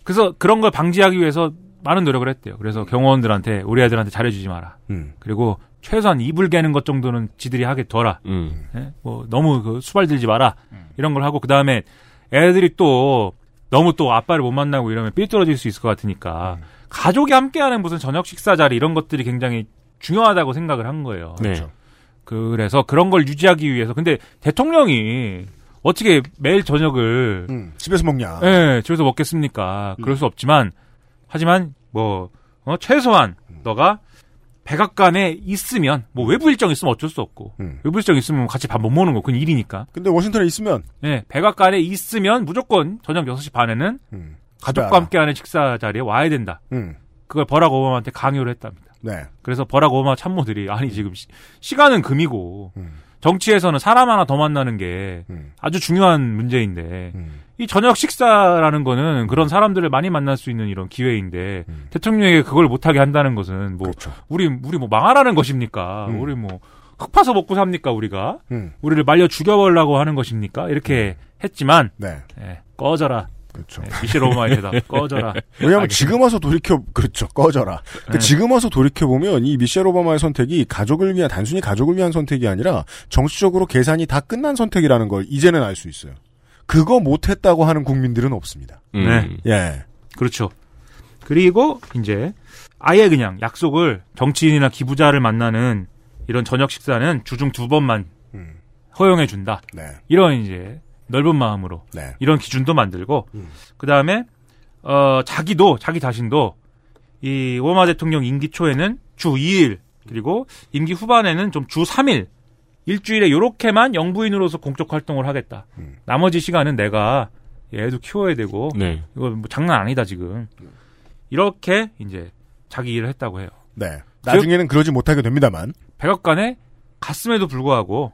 [SPEAKER 5] 그래서 그런 걸 방지하기 위해서 많은 노력을 했대요. 그래서 경호원들한테, 우리 애들한테 잘해주지 마라.
[SPEAKER 3] 음.
[SPEAKER 5] 그리고 최소한 이불 개는 것 정도는 지들이 하겠더라.
[SPEAKER 4] 음.
[SPEAKER 5] 예? 뭐 너무 그 수발 들지 마라. 이런 걸 하고, 그 다음에 애들이 또 너무 또 아빠를 못 만나고 이러면 삐뚤어질 수 있을 것 같으니까 가족이 함께하는 무슨 저녁 식사 자리 이런 것들이 굉장히 중요하다고 생각을 한 거예요.
[SPEAKER 4] 네.
[SPEAKER 5] 그래서 그런 걸 유지하기 위해서 근데 대통령이 어떻게 매일 저녁을
[SPEAKER 3] 음, 집에서 먹냐?
[SPEAKER 5] 예, 집에서 먹겠습니까? 그럴 수 없지만 하지만 뭐 어, 최소한 너가 백악관에 있으면 뭐 외부 일정 있으면 어쩔 수 없고 외부 일정 있으면 같이 밥 못 먹는 거 그건 일이니까.
[SPEAKER 3] 근데 워싱턴에 있으면
[SPEAKER 5] 예, 백악관에 있으면 무조건 저녁 6시 반에는 가족과
[SPEAKER 3] 알아.
[SPEAKER 5] 함께하는 식사 자리에 와야 된다.
[SPEAKER 3] 음.
[SPEAKER 5] 그걸 버락 오바마한테 강요를 했답니다.
[SPEAKER 3] 네.
[SPEAKER 5] 그래서 버락 오바마 참모들이
[SPEAKER 3] 음.
[SPEAKER 5] 아니 지금 시, 간은 금이고 정치에서는 사람 하나 더 만나는 게
[SPEAKER 3] 음.
[SPEAKER 5] 아주 중요한 문제인데 이 저녁 식사라는 거는
[SPEAKER 3] 음.
[SPEAKER 5] 그런 사람들을 많이 만날 수 있는 이런 기회인데 대통령에게 그걸 못하게 한다는 것은 뭐
[SPEAKER 3] 그렇죠.
[SPEAKER 5] 우리 우리 뭐 망하라는 것입니까? 우리 뭐 흙파서 먹고 삽니까 우리가?
[SPEAKER 3] 음.
[SPEAKER 5] 우리를 말려 죽여버려고 하는 것입니까? 이렇게 했지만
[SPEAKER 3] 네.
[SPEAKER 5] 예, 꺼져라. 예,
[SPEAKER 3] 그렇죠.
[SPEAKER 5] 미셸 오마의 대답 꺼져라.
[SPEAKER 3] 왜냐하면
[SPEAKER 5] 알겠습니다.
[SPEAKER 3] 지금 와서 돌이켜 그렇죠 꺼져라. 그러니까
[SPEAKER 5] 네.
[SPEAKER 3] 지금 와서 돌이켜 보면 이 미셸 오바마의 선택이 가족을 위한 단순히 가족을 위한 선택이 아니라 정치적으로 계산이 다 끝난 선택이라는 걸 이제는 알 수 있어요. 그거 못했다고 하는 국민들은 없습니다.
[SPEAKER 5] 네.
[SPEAKER 3] 예.
[SPEAKER 5] 그렇죠. 그리고 이제 아예 그냥 약속을 정치인이나 기부자를 만나는 이런 저녁 식사는 주중 두 번만 허용해 준다.
[SPEAKER 3] 음. 네.
[SPEAKER 5] 이런 이제 넓은 마음으로
[SPEAKER 3] 네.
[SPEAKER 5] 이런 기준도 만들고 그 다음에 어 자기도 자기 자신도 이 오바마 대통령 임기 초에는 주 2일 그리고 임기 후반에는 좀 주 3일 일주일에 요렇게만 영부인으로서 공적 활동을 하겠다.
[SPEAKER 3] 음.
[SPEAKER 5] 나머지 시간은 내가 얘도 키워야 되고
[SPEAKER 4] 네.
[SPEAKER 5] 이거 뭐 장난 아니다 지금 이렇게 이제 자기 일을 했다고 해요.
[SPEAKER 3] 네. 나중에는 그러지 못하게 됩니다만.
[SPEAKER 5] 백악관에 갔음에도 불구하고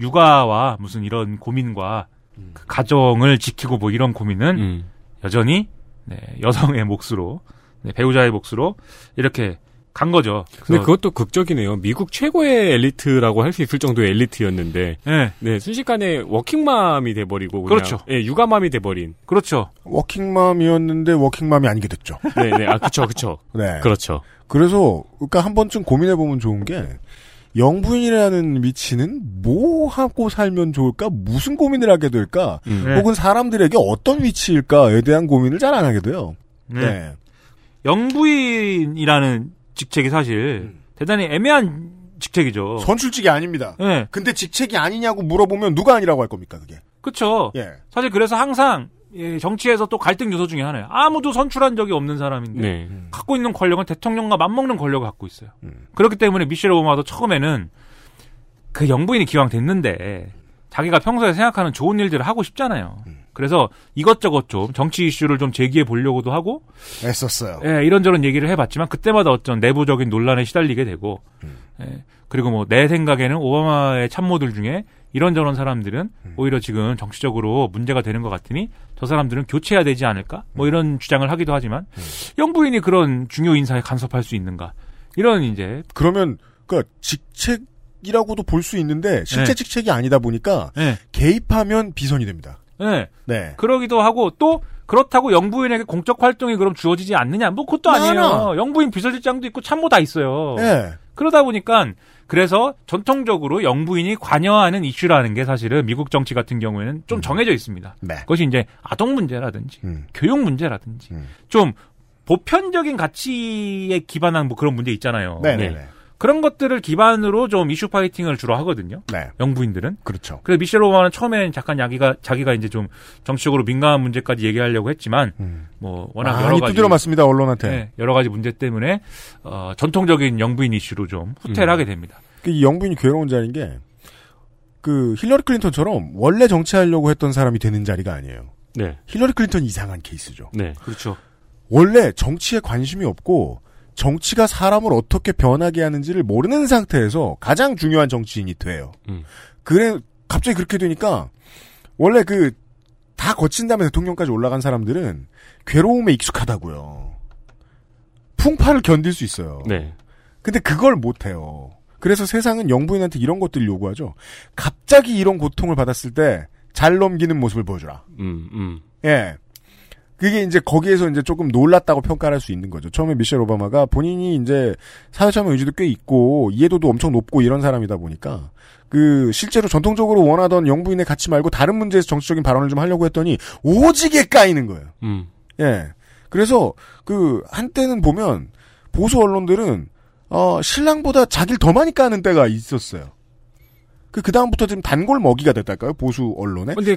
[SPEAKER 5] 육아와 무슨 이런 고민과 그 가정을 지키고 뭐 이런
[SPEAKER 4] 음.
[SPEAKER 5] 고민은 여전히 네, 여성의 몫으로 네, 배우자의 몫으로 이렇게 간 거죠.
[SPEAKER 4] 근데
[SPEAKER 5] 그래서-
[SPEAKER 4] 그것도 극적이네요. 미국 최고의 엘리트라고 할 수 있을 정도의 엘리트였는데,
[SPEAKER 5] 네.
[SPEAKER 4] 순식간에 워킹맘이 돼버리고, 그냥-
[SPEAKER 5] 그렇죠.
[SPEAKER 4] 예, 육아맘이 돼버린.
[SPEAKER 5] 그렇죠.
[SPEAKER 3] 워킹맘이었는데 워킹맘이 아니게 됐죠.
[SPEAKER 4] 네, 네, 아, 그쵸, 그쵸.
[SPEAKER 3] 네.
[SPEAKER 4] 그렇죠.
[SPEAKER 3] 그래서 그러니까 한 번쯤 고민해 보면 좋은 게 영부인이라는 위치는 뭐 하고 살면 좋을까? 무슨 고민을 하게 될까?
[SPEAKER 5] 네.
[SPEAKER 3] 음. 혹은 사람들에게 어떤 위치일까에 대한 고민을 잘 안 하게 돼요. 네.
[SPEAKER 5] 영부인이라는 직책이 사실 대단히 애매한 직책이죠.
[SPEAKER 3] 선출직이 아닙니다.
[SPEAKER 5] 네.
[SPEAKER 3] 근데 직책이 아니냐고 물어보면 누가 아니라고 할 겁니까, 그게?
[SPEAKER 5] 그렇죠.
[SPEAKER 3] 예.
[SPEAKER 5] 사실 그래서 항상 예, 정치에서 또 갈등 요소 중에 하나예요. 아무도 선출한 적이 없는 사람인데
[SPEAKER 4] 네.
[SPEAKER 5] 갖고 있는 권력은 대통령과 맞먹는 권력을 갖고 있어요. 그렇기 때문에 미셸 오바마도 처음에는 그 영부인이 기왕 됐는데 자기가 평소에 생각하는 좋은 일들을 하고 싶잖아요. 그래서 이것저것 좀 정치 이슈를 좀 제기해 보려고도 하고
[SPEAKER 3] 애썼어요.
[SPEAKER 5] 예, 이런저런 얘기를 해봤지만 그때마다 어쩐 내부적인 논란에 시달리게 되고
[SPEAKER 3] 음.
[SPEAKER 5] 예, 그리고 뭐 내 생각에는 오바마의 참모들 중에 이런저런 사람들은
[SPEAKER 3] 음.
[SPEAKER 5] 오히려 지금 정치적으로 문제가 되는 것 같으니 저 사람들은 교체해야 되지 않을까
[SPEAKER 3] 음.
[SPEAKER 5] 뭐 이런 주장을 하기도 하지만 영부인이 그런 중요 인사에 간섭할 수 있는가 이런 이제
[SPEAKER 3] 그러면 그러니까 직책이라고도 볼 수 있는데 실제
[SPEAKER 5] 네.
[SPEAKER 3] 직책이 아니다 보니까
[SPEAKER 5] 네.
[SPEAKER 3] 개입하면 비선이 됩니다.
[SPEAKER 5] 예,
[SPEAKER 3] 네.
[SPEAKER 5] 그러기도 하고 또 그렇다고 영부인에게 공적 활동이 그럼 주어지지 않느냐 뭐 그것도 아니에요
[SPEAKER 3] 많아.
[SPEAKER 5] 영부인 비서실장도 있고 참모 다 있어요
[SPEAKER 3] 예.
[SPEAKER 5] 그러다 보니까 그래서 전통적으로 영부인이 관여하는 이슈라는 게 사실은 미국 정치 같은 경우에는 좀 정해져 있습니다.
[SPEAKER 3] 음. 네.
[SPEAKER 5] 그것이 이제 아동 문제라든지
[SPEAKER 3] 음.
[SPEAKER 5] 교육 문제라든지 좀 보편적인 가치에 기반한 뭐 그런 문제 있잖아요.
[SPEAKER 3] 네네네.
[SPEAKER 5] 네. 그런 것들을 기반으로 좀 이슈 파이팅을 주로 하거든요. 영부인들은.
[SPEAKER 3] 네. 그렇죠.
[SPEAKER 5] 그래서 미셸 오바마는 처음엔 잠깐 자기가 자기가 이제 좀 정치적으로 민감한 문제까지 얘기하려고 했지만 뭐 워낙 여러
[SPEAKER 3] 음. 아, 많이
[SPEAKER 5] 가지
[SPEAKER 3] 두드려 맞습니다 언론한테.
[SPEAKER 5] 네, 여러 가지 문제 때문에 어, 전통적인 영부인 이슈로 좀
[SPEAKER 3] 음.
[SPEAKER 5] 후퇴를 하게 됩니다.
[SPEAKER 3] 그이 영부인이 괴로운 자리인 게, 그, 힐러리 클린턴처럼 원래 정치하려고 했던 사람이 되는 자리가 아니에요.
[SPEAKER 4] 네.
[SPEAKER 3] 힐러리 클린턴 이상한 케이스죠.
[SPEAKER 4] 네.
[SPEAKER 5] 그렇죠.
[SPEAKER 3] 원래 정치에 관심이 없고, 정치가 사람을 어떻게 변하게 하는지를 모르는 상태에서 가장 중요한 정치인이 돼요.
[SPEAKER 4] 음.
[SPEAKER 3] 그래, 갑자기 그렇게 되니까, 원래 그, 다 거친 다음에 대통령까지 올라간 사람들은 괴로움에 익숙하다고요. 풍파를 견딜 수 있어요.
[SPEAKER 4] 네.
[SPEAKER 3] 근데 그걸 못해요. 그래서 세상은 영부인한테 이런 것들을 요구하죠. 갑자기 이런 고통을 받았을 때 잘 넘기는 모습을 보여주라.
[SPEAKER 4] 음, 음.
[SPEAKER 3] 예. 그게 이제 거기에서 이제 조금 놀랐다고 평가할 수 있는 거죠. 처음에 미셸 오바마가 본인이 이제 사회참여 의지도 꽤 있고 이해도도 엄청 높고 이런 사람이다 보니까 그 실제로 전통적으로 원하던 영부인의 가치 말고 다른 문제에서 정치적인 발언을 좀 하려고 했더니 오지게 까이는 거예요.
[SPEAKER 4] 음.
[SPEAKER 3] 예. 그래서 그 한때는 보면 보수 언론들은 어 신랑보다 자기를 더 많이 까는 때가 있었어요. 그그 다음부터 지금 단골 먹이가 됐달까요 보수 언론에?
[SPEAKER 4] 근데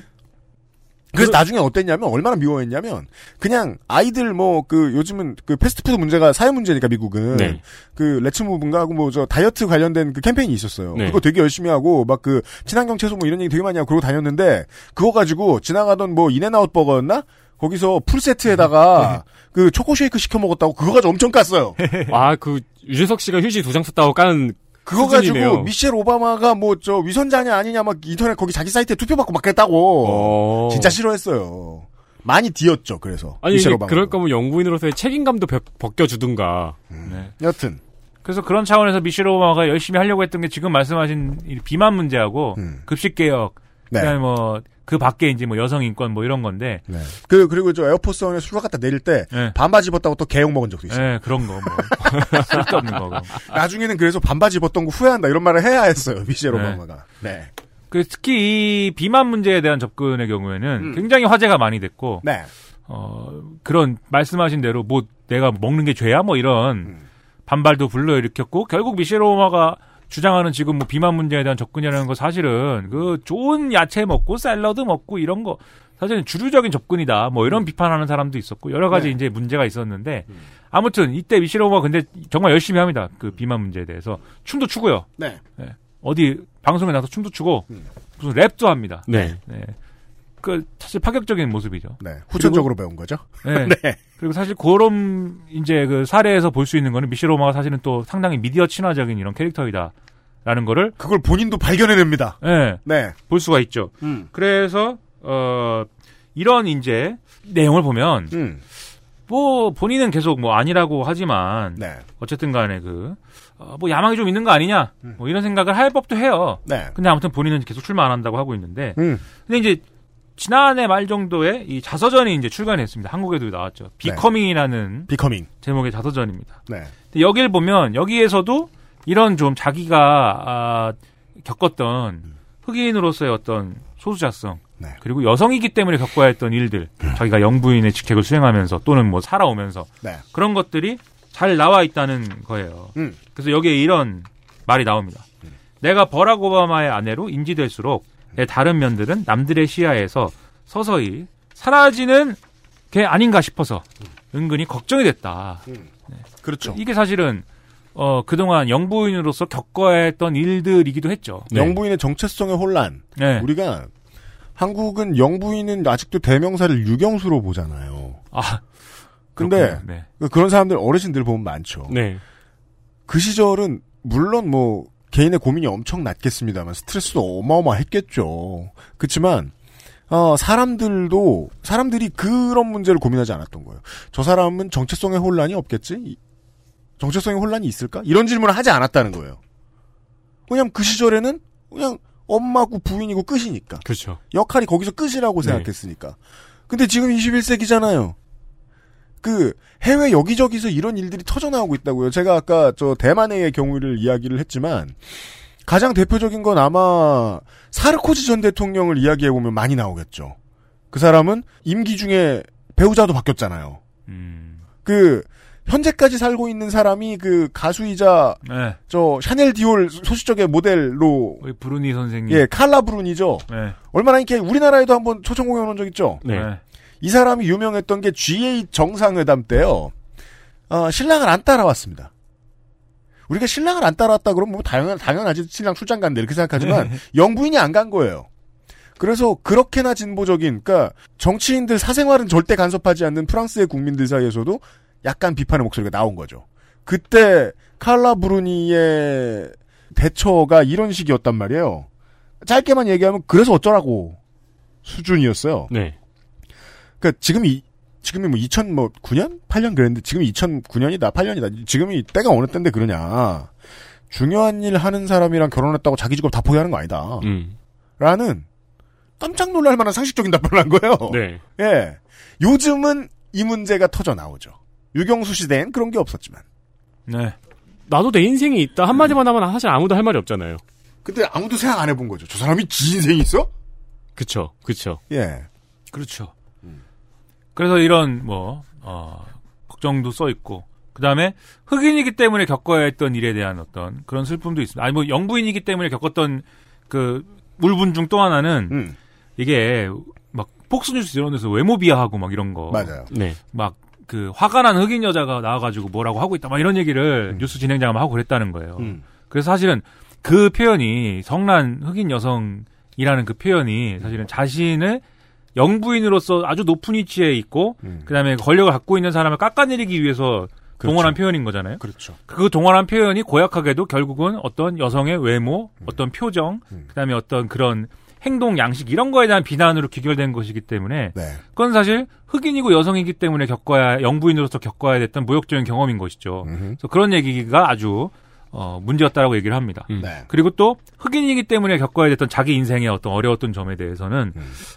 [SPEAKER 3] 그래서 나중에 어땠냐면 얼마나 미워했냐면 그냥 아이들 뭐 그 요즘은 그 패스트푸드 문제가 사회 문제니까 미국은
[SPEAKER 4] 네.
[SPEAKER 3] 그 레츠 무브인가 하고 뭐 저 다이어트 관련된 그 캠페인이 있었어요.
[SPEAKER 4] 네.
[SPEAKER 3] 그거 되게 열심히 하고 막 그 친환경 채소 뭐 이런 얘기 되게 많이 하고 그러고 다녔는데 그거 가지고 지나가던 뭐 인앤아웃 버거였나? 거기서 풀 세트에다가
[SPEAKER 4] 음.
[SPEAKER 3] 그 초코 쉐이크 시켜 먹었다고 그거 가지고 엄청 깠어요.
[SPEAKER 4] 아, 그, 유재석 씨가 휴지 두 장 썼다고 까는.
[SPEAKER 3] 그거 가지고
[SPEAKER 4] 수준이네요.
[SPEAKER 3] 미셸 오바마가 뭐 저 위선자냐 아니냐 막 인터넷 거기 자기 사이트에 투표받고 막 그랬다고
[SPEAKER 4] 어.
[SPEAKER 3] 진짜 싫어했어요. 많이 뒤었죠. 그래서
[SPEAKER 4] 아니,
[SPEAKER 3] 미셸
[SPEAKER 4] 이게
[SPEAKER 3] 오바마.
[SPEAKER 4] 그럴 거면 영부인으로서의 책임감도 벗, 겨주든가
[SPEAKER 5] 네.
[SPEAKER 3] 여튼
[SPEAKER 5] 그래서 그런 차원에서 미셸 오바마가 열심히 하려고 했던 게 지금 말씀하신 이 비만 문제하고 급식 개혁,
[SPEAKER 3] 네.
[SPEAKER 5] 그다음에 뭐 그 밖에 이제 뭐 여성 인권 뭐 이런 건데,
[SPEAKER 4] 네.
[SPEAKER 3] 그 그리고 저 에어포스 원에 수가 갖다 내릴 때
[SPEAKER 5] 네.
[SPEAKER 3] 반바지 입었다고 또 개욕 먹은 적도 있어요.
[SPEAKER 5] 예, 그런 거 뭐. 쓸데없는 거. 그거.
[SPEAKER 4] 네. 아.
[SPEAKER 3] 나중에는 그래서 반바지 입었던 거 후회한다 이런 말을 해야 했어요 미셸 오바마가. 네.
[SPEAKER 4] 어.
[SPEAKER 5] 그 특히 이 비만 문제에 대한 접근의 경우에는 굉장히 화제가 많이 됐고
[SPEAKER 3] 네.
[SPEAKER 5] 어, 그런 말씀하신 대로 뭐 내가 먹는 게 죄야 뭐 이런 반발도 불러일으켰고 결국 미셸 오마가 주장하는 지금 뭐 비만 문제에 대한 접근이라는 거 사실은 그 좋은 야채 먹고 샐러드 먹고 이런 거 사실은 주류적인 접근이다 뭐 이런 비판하는 사람도 있었고 여러 가지
[SPEAKER 4] 네.
[SPEAKER 5] 이제 문제가 있었는데 아무튼 이때 미셸 오마 근데 정말 열심히 합니다 그 비만 문제에 대해서 춤도 추고요
[SPEAKER 3] 네.
[SPEAKER 5] 예. 어디 방송에 나서 춤도 추고 무슨 랩도 합니다.
[SPEAKER 4] 네.
[SPEAKER 5] 그 사실 파격적인 모습이죠.
[SPEAKER 3] 네. 후천적으로 배운 거죠.
[SPEAKER 5] 네. 그리고 사실 그런 이제 그 사례에서 볼 수 있는 거는 미셸 오마가 사실은 또 상당히 미디어 친화적인 이런 캐릭터이다라는 거를
[SPEAKER 3] 그걸 본인도 발견해냅니다.
[SPEAKER 5] 네.
[SPEAKER 3] 네.
[SPEAKER 5] 볼 수가 있죠. 그래서 어 이런 이제 내용을 보면
[SPEAKER 3] 음.
[SPEAKER 5] 뭐 본인은 계속 뭐 아니라고 하지만
[SPEAKER 3] 네.
[SPEAKER 5] 어쨌든 간에 그 어, 뭐 야망이 좀 있는 거 아니냐 뭐 이런 생각을 할 법도 해요.
[SPEAKER 3] 네.
[SPEAKER 5] 근데 아무튼 본인은 계속 출마 안 한다고 하고 있는데
[SPEAKER 3] 음.
[SPEAKER 5] 근데 이제 지난해 말 정도에 이 자서전이 이제 출간했습니다. 한국에도 나왔죠. 비커밍이라는
[SPEAKER 3] 비커밍
[SPEAKER 5] 제목의 자서전입니다.
[SPEAKER 3] 네.
[SPEAKER 5] 근데 여기를 보면 여기에서도 이런 좀 자기가 아, 겪었던 흑인으로서의 어떤 소수자성 그리고 여성이기 때문에 겪어야 했던 일들 자기가 영부인의 직책을 수행하면서 또는 뭐 살아오면서
[SPEAKER 3] 네.
[SPEAKER 5] 그런 것들이 잘 나와 있다는 거예요. 그래서 여기에 이런 말이 나옵니다. 내가 버락 오바마의 아내로 인지될수록 내 다른 면들은 남들의 시야에서 서서히 사라지는 게 아닌가 싶어서 은근히 걱정이 됐다.
[SPEAKER 3] 그렇죠.
[SPEAKER 5] 이게 사실은 어 그동안 영부인으로서 겪어야 했던 일들이기도 했죠.
[SPEAKER 3] 영부인의 정체성의 혼란.
[SPEAKER 5] 네.
[SPEAKER 3] 우리가 한국은 영부인은 아직도 대명사를 유경수로 보잖아요.
[SPEAKER 5] 아.
[SPEAKER 3] 근데
[SPEAKER 5] 그렇군요. 네.
[SPEAKER 3] 그- 그런 사람들 어르신들 보면 많죠.
[SPEAKER 4] 네.
[SPEAKER 3] 그 시절은 물론 뭐 개인의 고민이 엄청 났겠습니다만 스트레스도 어마어마했겠죠. 그렇지만 어, 사람들도 사람들이 그런 문제를 고민하지 않았던 거예요. 저 사람은 정체성의 혼란이 없겠지? 이- 정체성의 혼란이 있을까? 이런 질문을 하지 않았다는 거예요. 왜냐면 그 시절에는 그냥 엄마고 부인이고 끝이니까.
[SPEAKER 4] 그렇죠.
[SPEAKER 3] 역할이 거기서 끝이라고
[SPEAKER 4] 네.
[SPEAKER 3] 생각했으니까. 근데 지금 21세기잖아요. 그 해외 여기저기서 이런 일들이 터져 나오고 있다고요. 제가 아까 저 대만의 경우를 이야기를 했지만 가장 대표적인 건 아마 사르코지 전 대통령을 이야기해 보면 많이 나오겠죠.
[SPEAKER 5] 음,
[SPEAKER 3] 그 사람은 임기 중에 배우자도 바뀌었잖아요. 그 현재까지 살고 있는 사람이 그 가수이자
[SPEAKER 5] 네.
[SPEAKER 3] 저 샤넬 디올 소수적의 모델로
[SPEAKER 5] 우리 브루니 선생님.
[SPEAKER 3] 예 칼라 브룬이죠.
[SPEAKER 5] 네.
[SPEAKER 3] 얼마나 이렇게 우리나라에도 한번 초청 공연 온 적 있죠.
[SPEAKER 5] 네.
[SPEAKER 3] 이 사람이 유명했던 게 GA 정상회담 때요. 어, 신랑을 안 따라왔습니다. 우리가 신랑을 안 따라왔다 그러면 뭐 당연, 당연하지 신랑 출장 간대 이렇게 생각하지만 영부인이 안 간 거예요. 그래서 그렇게나 진보적인 그러니까 정치인들 사생활은 절대 간섭하지 않는 프랑스의 국민들 사이에서도 약간 비판의 목소리가 나온 거죠. 그때 칼라 브루니의 대처가 이런 식이었단 말이에요. 짧게만 얘기하면 그래서 어쩌라고 수준이었어요.
[SPEAKER 4] 네.
[SPEAKER 3] 그러니까 지금이 지금이 뭐 2009년, 8년 그랬는데 지금이 2009년이다, 8년이다. 지금이 때가 어느 때인데 그러냐. 중요한 일 하는 사람이랑 결혼했다고 자기 직업 다 포기하는 거 아니다.
[SPEAKER 4] 음.
[SPEAKER 3] 라는 깜짝 놀랄 만한 상식적인 답변을 한 거예요.
[SPEAKER 4] 네.
[SPEAKER 3] 예. 요즘은 이 문제가 터져 나오죠. 유경수 시대엔 그런 게 없었지만.
[SPEAKER 5] 네.
[SPEAKER 4] 나도 내 인생이 있다 한마디만 하면 사실 아무도 할 말이 없잖아요.
[SPEAKER 3] 근데 아무도 생각 안 해본 거죠. 저 사람이 지 인생이 있어?
[SPEAKER 4] 그쵸, 그쵸.
[SPEAKER 3] 예.
[SPEAKER 5] 그렇죠.
[SPEAKER 3] 음.
[SPEAKER 5] 그래서 이런 뭐 어, 걱정도 써 있고 그다음에 흑인이기 때문에 겪어야 했던 일에 대한 어떤 그런 슬픔도 있습니다. 아니 뭐 영부인이기 때문에 겪었던 그 울분 중 또 하나는
[SPEAKER 3] 음.
[SPEAKER 5] 이게 막 폭스뉴스 이런 데서 외모 비하하고 막 이런 거
[SPEAKER 3] 맞아요.
[SPEAKER 4] 네.
[SPEAKER 5] 막 그 화가 난 흑인 여자가 나와가지고 뭐라고 하고 있다 막 이런 얘기를 뉴스 진행자가 막 하고 그랬다는 거예요. 그래서 사실은 그 표현이 성난 흑인 여성이라는 그 표현이 사실은 자신을 영부인으로서 아주 높은 위치에 있고 그다음에 그렇죠. 권력을 갖고 있는 사람을 깎아내리기 위해서 동원한 표현인 거잖아요.
[SPEAKER 3] 그렇죠.
[SPEAKER 5] 그 동원한 표현이 고약하게도 결국은 어떤 여성의 외모, 어떤 표정, 음. 그다음에 어떤 그런 행동 양식 이런 거에 대한 비난으로 귀결된 것이기 때문에
[SPEAKER 3] 네.
[SPEAKER 5] 그건 사실 흑인이고 여성이기 때문에 겪어야 영부인으로서 겪어야 됐던 모욕적인 경험인 것이죠. 그래서 그런 얘기가 아주 어, 문제였다라고 얘기를 합니다.
[SPEAKER 3] 네.
[SPEAKER 5] 그리고 또 흑인이기 때문에 겪어야 됐던 자기 인생의 어떤 어려웠던 점에 대해서는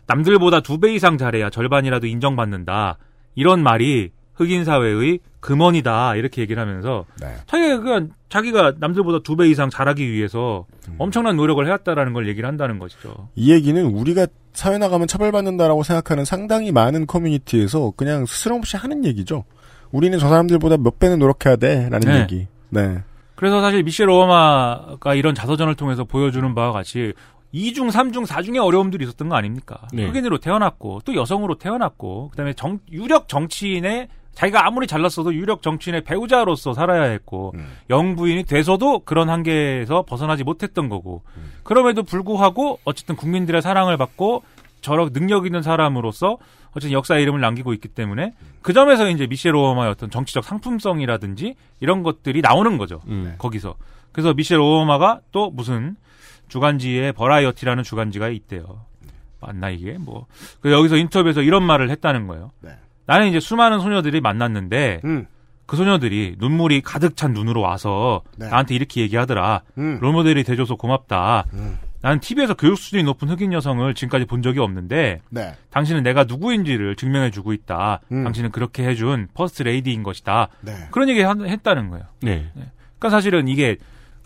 [SPEAKER 5] 남들보다 두 배 이상 잘해야 절반이라도 인정받는다 이런 말이 흑인 사회의 금원이다 이렇게 얘기를 하면서
[SPEAKER 3] 네.
[SPEAKER 5] 자기가 그냥 자기가 남들보다 두 배 이상 잘하기 위해서 엄청난 노력을 해왔다라는 걸 얘기를 한다는 것이죠.
[SPEAKER 3] 이 얘기는 우리가 사회 나가면 차별받는다라고 생각하는 상당히 많은 커뮤니티에서 그냥 스스럼없이 하는 얘기죠. 우리는 저 사람들보다 몇 배는 노력해야 돼라는
[SPEAKER 5] 네.
[SPEAKER 3] 얘기. 네.
[SPEAKER 5] 그래서 사실 미셸 오바마가 이런 자서전을 통해서 보여주는 바와 같이 2중, 3중, 4중의 어려움들이 있었던 거 아닙니까?
[SPEAKER 4] 네.
[SPEAKER 5] 흑인으로 태어났고 또 여성으로 태어났고 그다음에 정- 유력 정치인의 자기가 아무리 잘났어도 유력 정치인의 배우자로서 살아야 했고 영부인이 돼서도 그런 한계에서 벗어나지 못했던 거고 그럼에도 불구하고 어쨌든 국민들의 사랑을 받고 저런 능력 있는 사람으로서 어쨌든 역사의 이름을 남기고 있기 때문에 그 점에서 이제 미셸 오바마의 어떤 정치적 상품성이라든지 이런 것들이 나오는 거죠.
[SPEAKER 4] 음.
[SPEAKER 5] 네. 거기서. 그래서 미셸 오바마가 또 무슨 주간지에 버라이어티라는 주간지가 있대요. 맞나 이게 뭐. 그래서 여기서 인터뷰에서 이런 말을 했다는 거예요.
[SPEAKER 3] 네.
[SPEAKER 5] 나는 이제 수많은 소녀들이 만났는데
[SPEAKER 3] 음.
[SPEAKER 5] 그 소녀들이 눈물이 가득 찬 눈으로 와서
[SPEAKER 3] 네.
[SPEAKER 5] 나한테 이렇게 얘기하더라.
[SPEAKER 3] 음.
[SPEAKER 5] 롤모델이 돼줘서 고맙다.
[SPEAKER 3] 음.
[SPEAKER 5] 나는 TV에서 교육 수준이 높은 흑인 여성을 지금까지 본 적이 없는데
[SPEAKER 3] 네.
[SPEAKER 5] 당신은 내가 누구인지를 증명해주고 있다.
[SPEAKER 3] 음.
[SPEAKER 5] 당신은 그렇게 해준 퍼스트 레이디인 것이다.
[SPEAKER 3] 네.
[SPEAKER 5] 그런 얘기 한- 했다는 거예요.
[SPEAKER 4] 네.
[SPEAKER 5] 그러니까 사실은 이게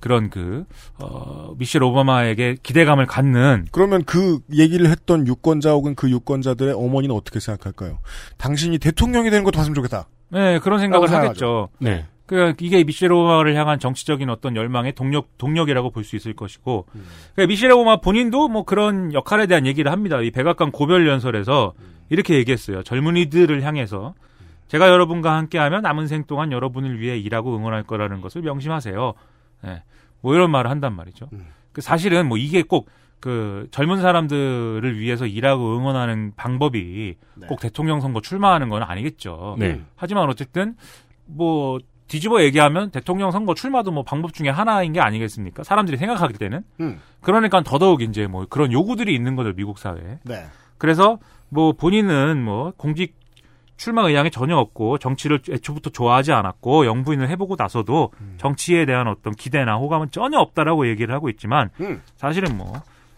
[SPEAKER 5] 그런 그 어, 미셸 오바마에게 기대감을 갖는
[SPEAKER 3] 그러면 그 얘기를 했던 유권자 혹은 그 유권자들의 어머니는 어떻게 생각할까요? 당신이 대통령이 되는 것도 봤으면 좋겠다.
[SPEAKER 5] 네, 그런 생각을
[SPEAKER 3] 라고
[SPEAKER 5] 하겠죠.
[SPEAKER 4] 네.
[SPEAKER 5] 그 이게 미셸 오바마를 향한 정치적인 어떤 열망의 동력 동력이라고 볼 수 있을 것이고 그러니까 미셸 오바마 본인도 뭐 그런 역할에 대한 얘기를 합니다. 이 백악관 고별 연설에서 이렇게 얘기했어요. 젊은이들을 향해서 제가 여러분과 함께하며 남은 생 동안 여러분을 위해 일하고 응원할 거라는 것을 명심하세요. 예. 뭐 이런 말을 한단 말이죠. 그 사실은 뭐 이게 꼭 그 젊은 사람들을 위해서 일하고 응원하는 방법이 꼭 대통령 선거 출마하는 건 아니겠죠.
[SPEAKER 4] 네.
[SPEAKER 5] 하지만 어쨌든 뭐 뒤집어 얘기하면 대통령 선거 출마도 뭐 방법 중에 하나인 게 아니겠습니까? 사람들이 생각하기 때는.
[SPEAKER 3] 음.
[SPEAKER 5] 그러니까 더더욱 이제 뭐 그런 요구들이 있는 거죠, 미국 사회에.
[SPEAKER 3] 네.
[SPEAKER 5] 그래서 뭐 본인은 뭐 공직 출마 의향이 전혀 없고 정치를 애초부터 좋아하지 않았고 영부인을 해보고 나서도
[SPEAKER 3] 음.
[SPEAKER 5] 정치에 대한 어떤 기대나 호감은 전혀 없다라고 얘기를 하고 있지만
[SPEAKER 3] 음.
[SPEAKER 5] 사실은 뭐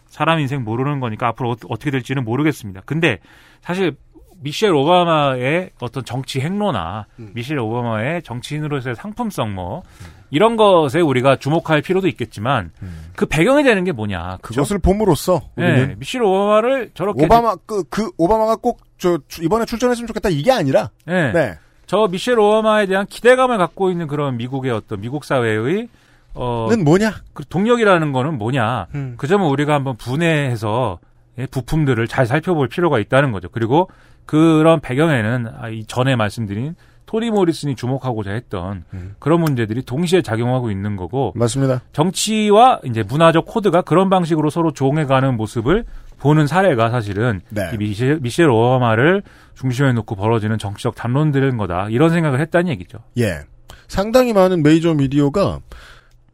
[SPEAKER 5] 사람 인생 모르는 거니까 앞으로 어, 떻게 될지는 모르겠습니다. 근데 사실 미셸 오바마의 어떤 정치 행로나
[SPEAKER 3] 음.
[SPEAKER 5] 미셸 오바마의 정치인으로서의 상품성 뭐 이런 것에 우리가 주목할 필요도 있겠지만 그 배경이 되는 게 뭐냐 그죠?
[SPEAKER 3] 그것을 봄으로써
[SPEAKER 5] 네,
[SPEAKER 3] 음. 우리는
[SPEAKER 5] 미셸 오바마를 저렇게
[SPEAKER 3] 오바마 그 그 오바마가 꼭 저 이번에 출전했으면 좋겠다 이게 아니라
[SPEAKER 5] 예.
[SPEAKER 3] 네.
[SPEAKER 5] 저 미셸 오바마에 대한 기대감을 갖고 있는 그런 미국의 어떤 미국 사회의 어는
[SPEAKER 3] 뭐냐?
[SPEAKER 5] 그 동력이라는 거는 뭐냐?
[SPEAKER 3] 음.
[SPEAKER 5] 그 점을 우리가 한번 분해해서 예, 부품들을 잘 살펴볼 필요가 있다는 거죠. 그리고 그런 배경에는 아, 이 전에 말씀드린 토리 모리슨이 주목하고자 했던 그런 문제들이 동시에 작용하고 있는 거고
[SPEAKER 3] 맞습니다.
[SPEAKER 5] 정치와 이제 문화적 코드가 그런 방식으로 서로 조응해가는 모습을 보는 사례가 사실은
[SPEAKER 3] 네.
[SPEAKER 5] 이 미셸, 미셸 오바마를 중심에 놓고 벌어지는 정치적 담론들인 거다 이런 생각을 했다는 얘기죠.
[SPEAKER 3] 예. 상당히 많은 메이저 미디어가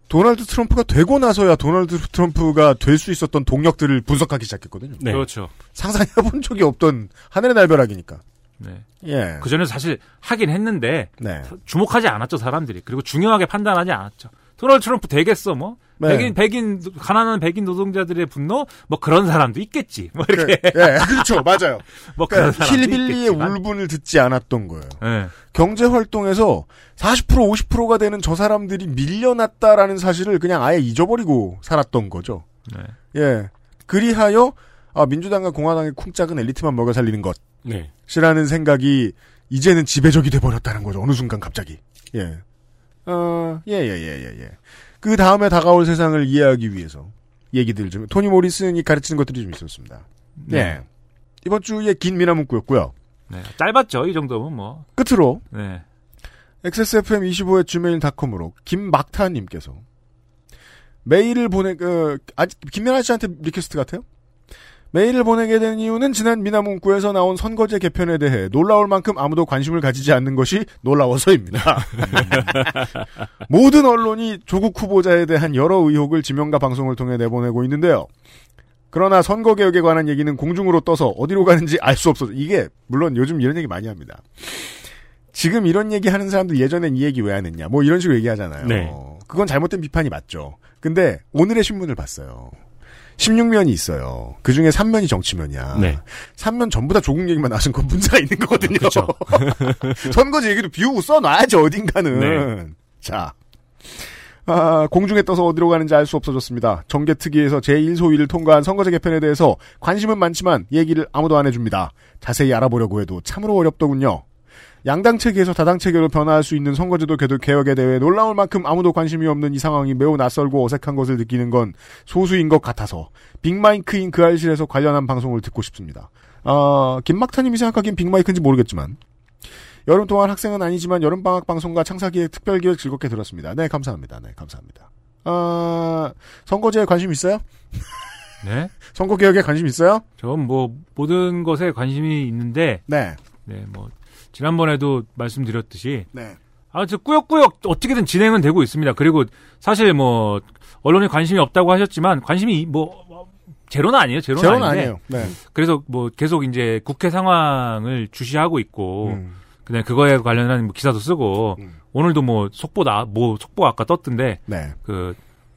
[SPEAKER 3] 도널드 트럼프가 되고 나서야 도널드 트럼프가 될 수 있었던 동력들을 분석하기 시작했거든요.
[SPEAKER 5] 네. 그렇죠.
[SPEAKER 3] 상상해본 적이 없던 하늘의 날벼락이니까.
[SPEAKER 5] 네.
[SPEAKER 3] 예.
[SPEAKER 5] 그 전에 사실 하긴 했는데
[SPEAKER 3] 네.
[SPEAKER 5] 주목하지 않았죠 사람들이 그리고 중요하게 판단하지 않았죠. 도널드 트럼프 되겠어 뭐
[SPEAKER 3] 네.
[SPEAKER 5] 백인 백인 가난한 백인 노동자들의 분노 뭐 그런 사람도 있겠지 뭐 이렇게
[SPEAKER 3] 그, 예, 그렇죠. 맞아요.
[SPEAKER 5] 뭐 그런
[SPEAKER 3] 그러니까
[SPEAKER 5] 사람도
[SPEAKER 3] 힐빌리의
[SPEAKER 5] 있겠지만.
[SPEAKER 3] 울분을 듣지 않았던 거예요.
[SPEAKER 5] 예.
[SPEAKER 3] 경제 활동에서 40% 50%가 되는 저 사람들이 밀려났다라는 사실을 그냥 아예 잊어버리고 살았던 거죠.
[SPEAKER 5] 네.
[SPEAKER 3] 예. 그리하여 아, 민주당과 공화당의 쿵짝은 엘리트만 먹여 살리는
[SPEAKER 4] 네.
[SPEAKER 3] 것이라는 생각이 이제는 지배적이 돼 버렸다는 거죠. 어느 순간 갑자기. 예. 어, 예, 예, 예, 예, 예. 그 다음에 다가올 세상을 이해하기 위해서 얘기들 좀 토니 모리슨이 가르치는 것들이 좀 있었습니다.
[SPEAKER 5] 네.
[SPEAKER 3] 예. 이번 주에 긴 미나 문구였고요.
[SPEAKER 5] 네. 짧았죠 이 정도면 뭐
[SPEAKER 3] 끝으로
[SPEAKER 5] 네.
[SPEAKER 3] XSFM25의 gmail.com으로 김막타님께서 메일을 보내, 그, 아직, 김연아 씨한테 리퀘스트 같아요? 메일을 보내게 된 이유는 지난 미나문구에서 나온 선거제 개편에 대해 놀라울 만큼 아무도 관심을 가지지 않는 것이 놀라워서입니다. 모든 언론이 조국 후보자에 대한 여러 의혹을 지명과 방송을 통해 내보내고 있는데요. 그러나 선거 개혁에 관한 얘기는 공중으로 떠서 어디로 가는지 알 수 없어서 이게 물론 요즘 이런 얘기 많이 합니다. 지금 이런 얘기 하는 사람들 예전엔 이 얘기 왜 안 했냐. 뭐 이런 식으로 얘기하잖아요.
[SPEAKER 4] 네.
[SPEAKER 3] 그건 잘못된 비판이 맞죠. 근데 오늘의 신문을 봤어요. 16면이 있어요. 그 중에 3면이 정치면이야.
[SPEAKER 4] 네.
[SPEAKER 3] 3면 전부 다 조국 얘기만 나선 건 문제가 있는 거거든요. 선거제 얘기도 비우고 써놔야지, 어딘가는.
[SPEAKER 4] 네.
[SPEAKER 3] 자. 아, 공중에 떠서 어디로 가는지 알 수 없어졌습니다. 정계특위에서 제1소위를 통과한 선거제 개편에 대해서 관심은 많지만 얘기를 아무도 안 해줍니다. 자세히 알아보려고 해도 참으로 어렵더군요. 양당 체계에서 다당 체계로 변화할 수 있는 선거제도 개도- 개혁에 대해 놀라울 만큼 아무도 관심이 없는 이 상황이 매우 낯설고 어색한 것을 느끼는 건 소수인 것 같아서 빅마이크인 그 알실에서 관련한 방송을 듣고 싶습니다. 아, 김막타님이 생각하기엔 빅마이크인지 모르겠지만 여름 동안 학생은 아니지만 여름 방학 방송과 창사기획 특별기획 즐겁게 들었습니다. 네, 감사합니다. 네, 감사합니다. 아, 선거제에 관심 있어요?
[SPEAKER 5] 네.
[SPEAKER 3] 선거 개혁에 관심 있어요?
[SPEAKER 5] 전 뭐 모든 것에 관심이 있는데
[SPEAKER 3] 네.
[SPEAKER 5] 네, 뭐 지난번에도 말씀드렸듯이
[SPEAKER 3] 네.
[SPEAKER 5] 아저 꾸역꾸역 어떻게든 진행은 되고 있습니다. 그리고 사실 뭐 언론에 관심이 없다고 하셨지만 관심이 뭐 제로는 아니에요. 제로는,
[SPEAKER 3] 제로는
[SPEAKER 5] 아닌데
[SPEAKER 3] 아니에요. 네.
[SPEAKER 5] 그래서 뭐 계속 이제 국회 상황을 주시하고 있고
[SPEAKER 3] 음.
[SPEAKER 5] 그다음에 그거에 관련한 뭐 기사도 쓰고 오늘도 뭐 속보 나뭐 속보 아까 떴던데
[SPEAKER 3] 네.
[SPEAKER 5] 그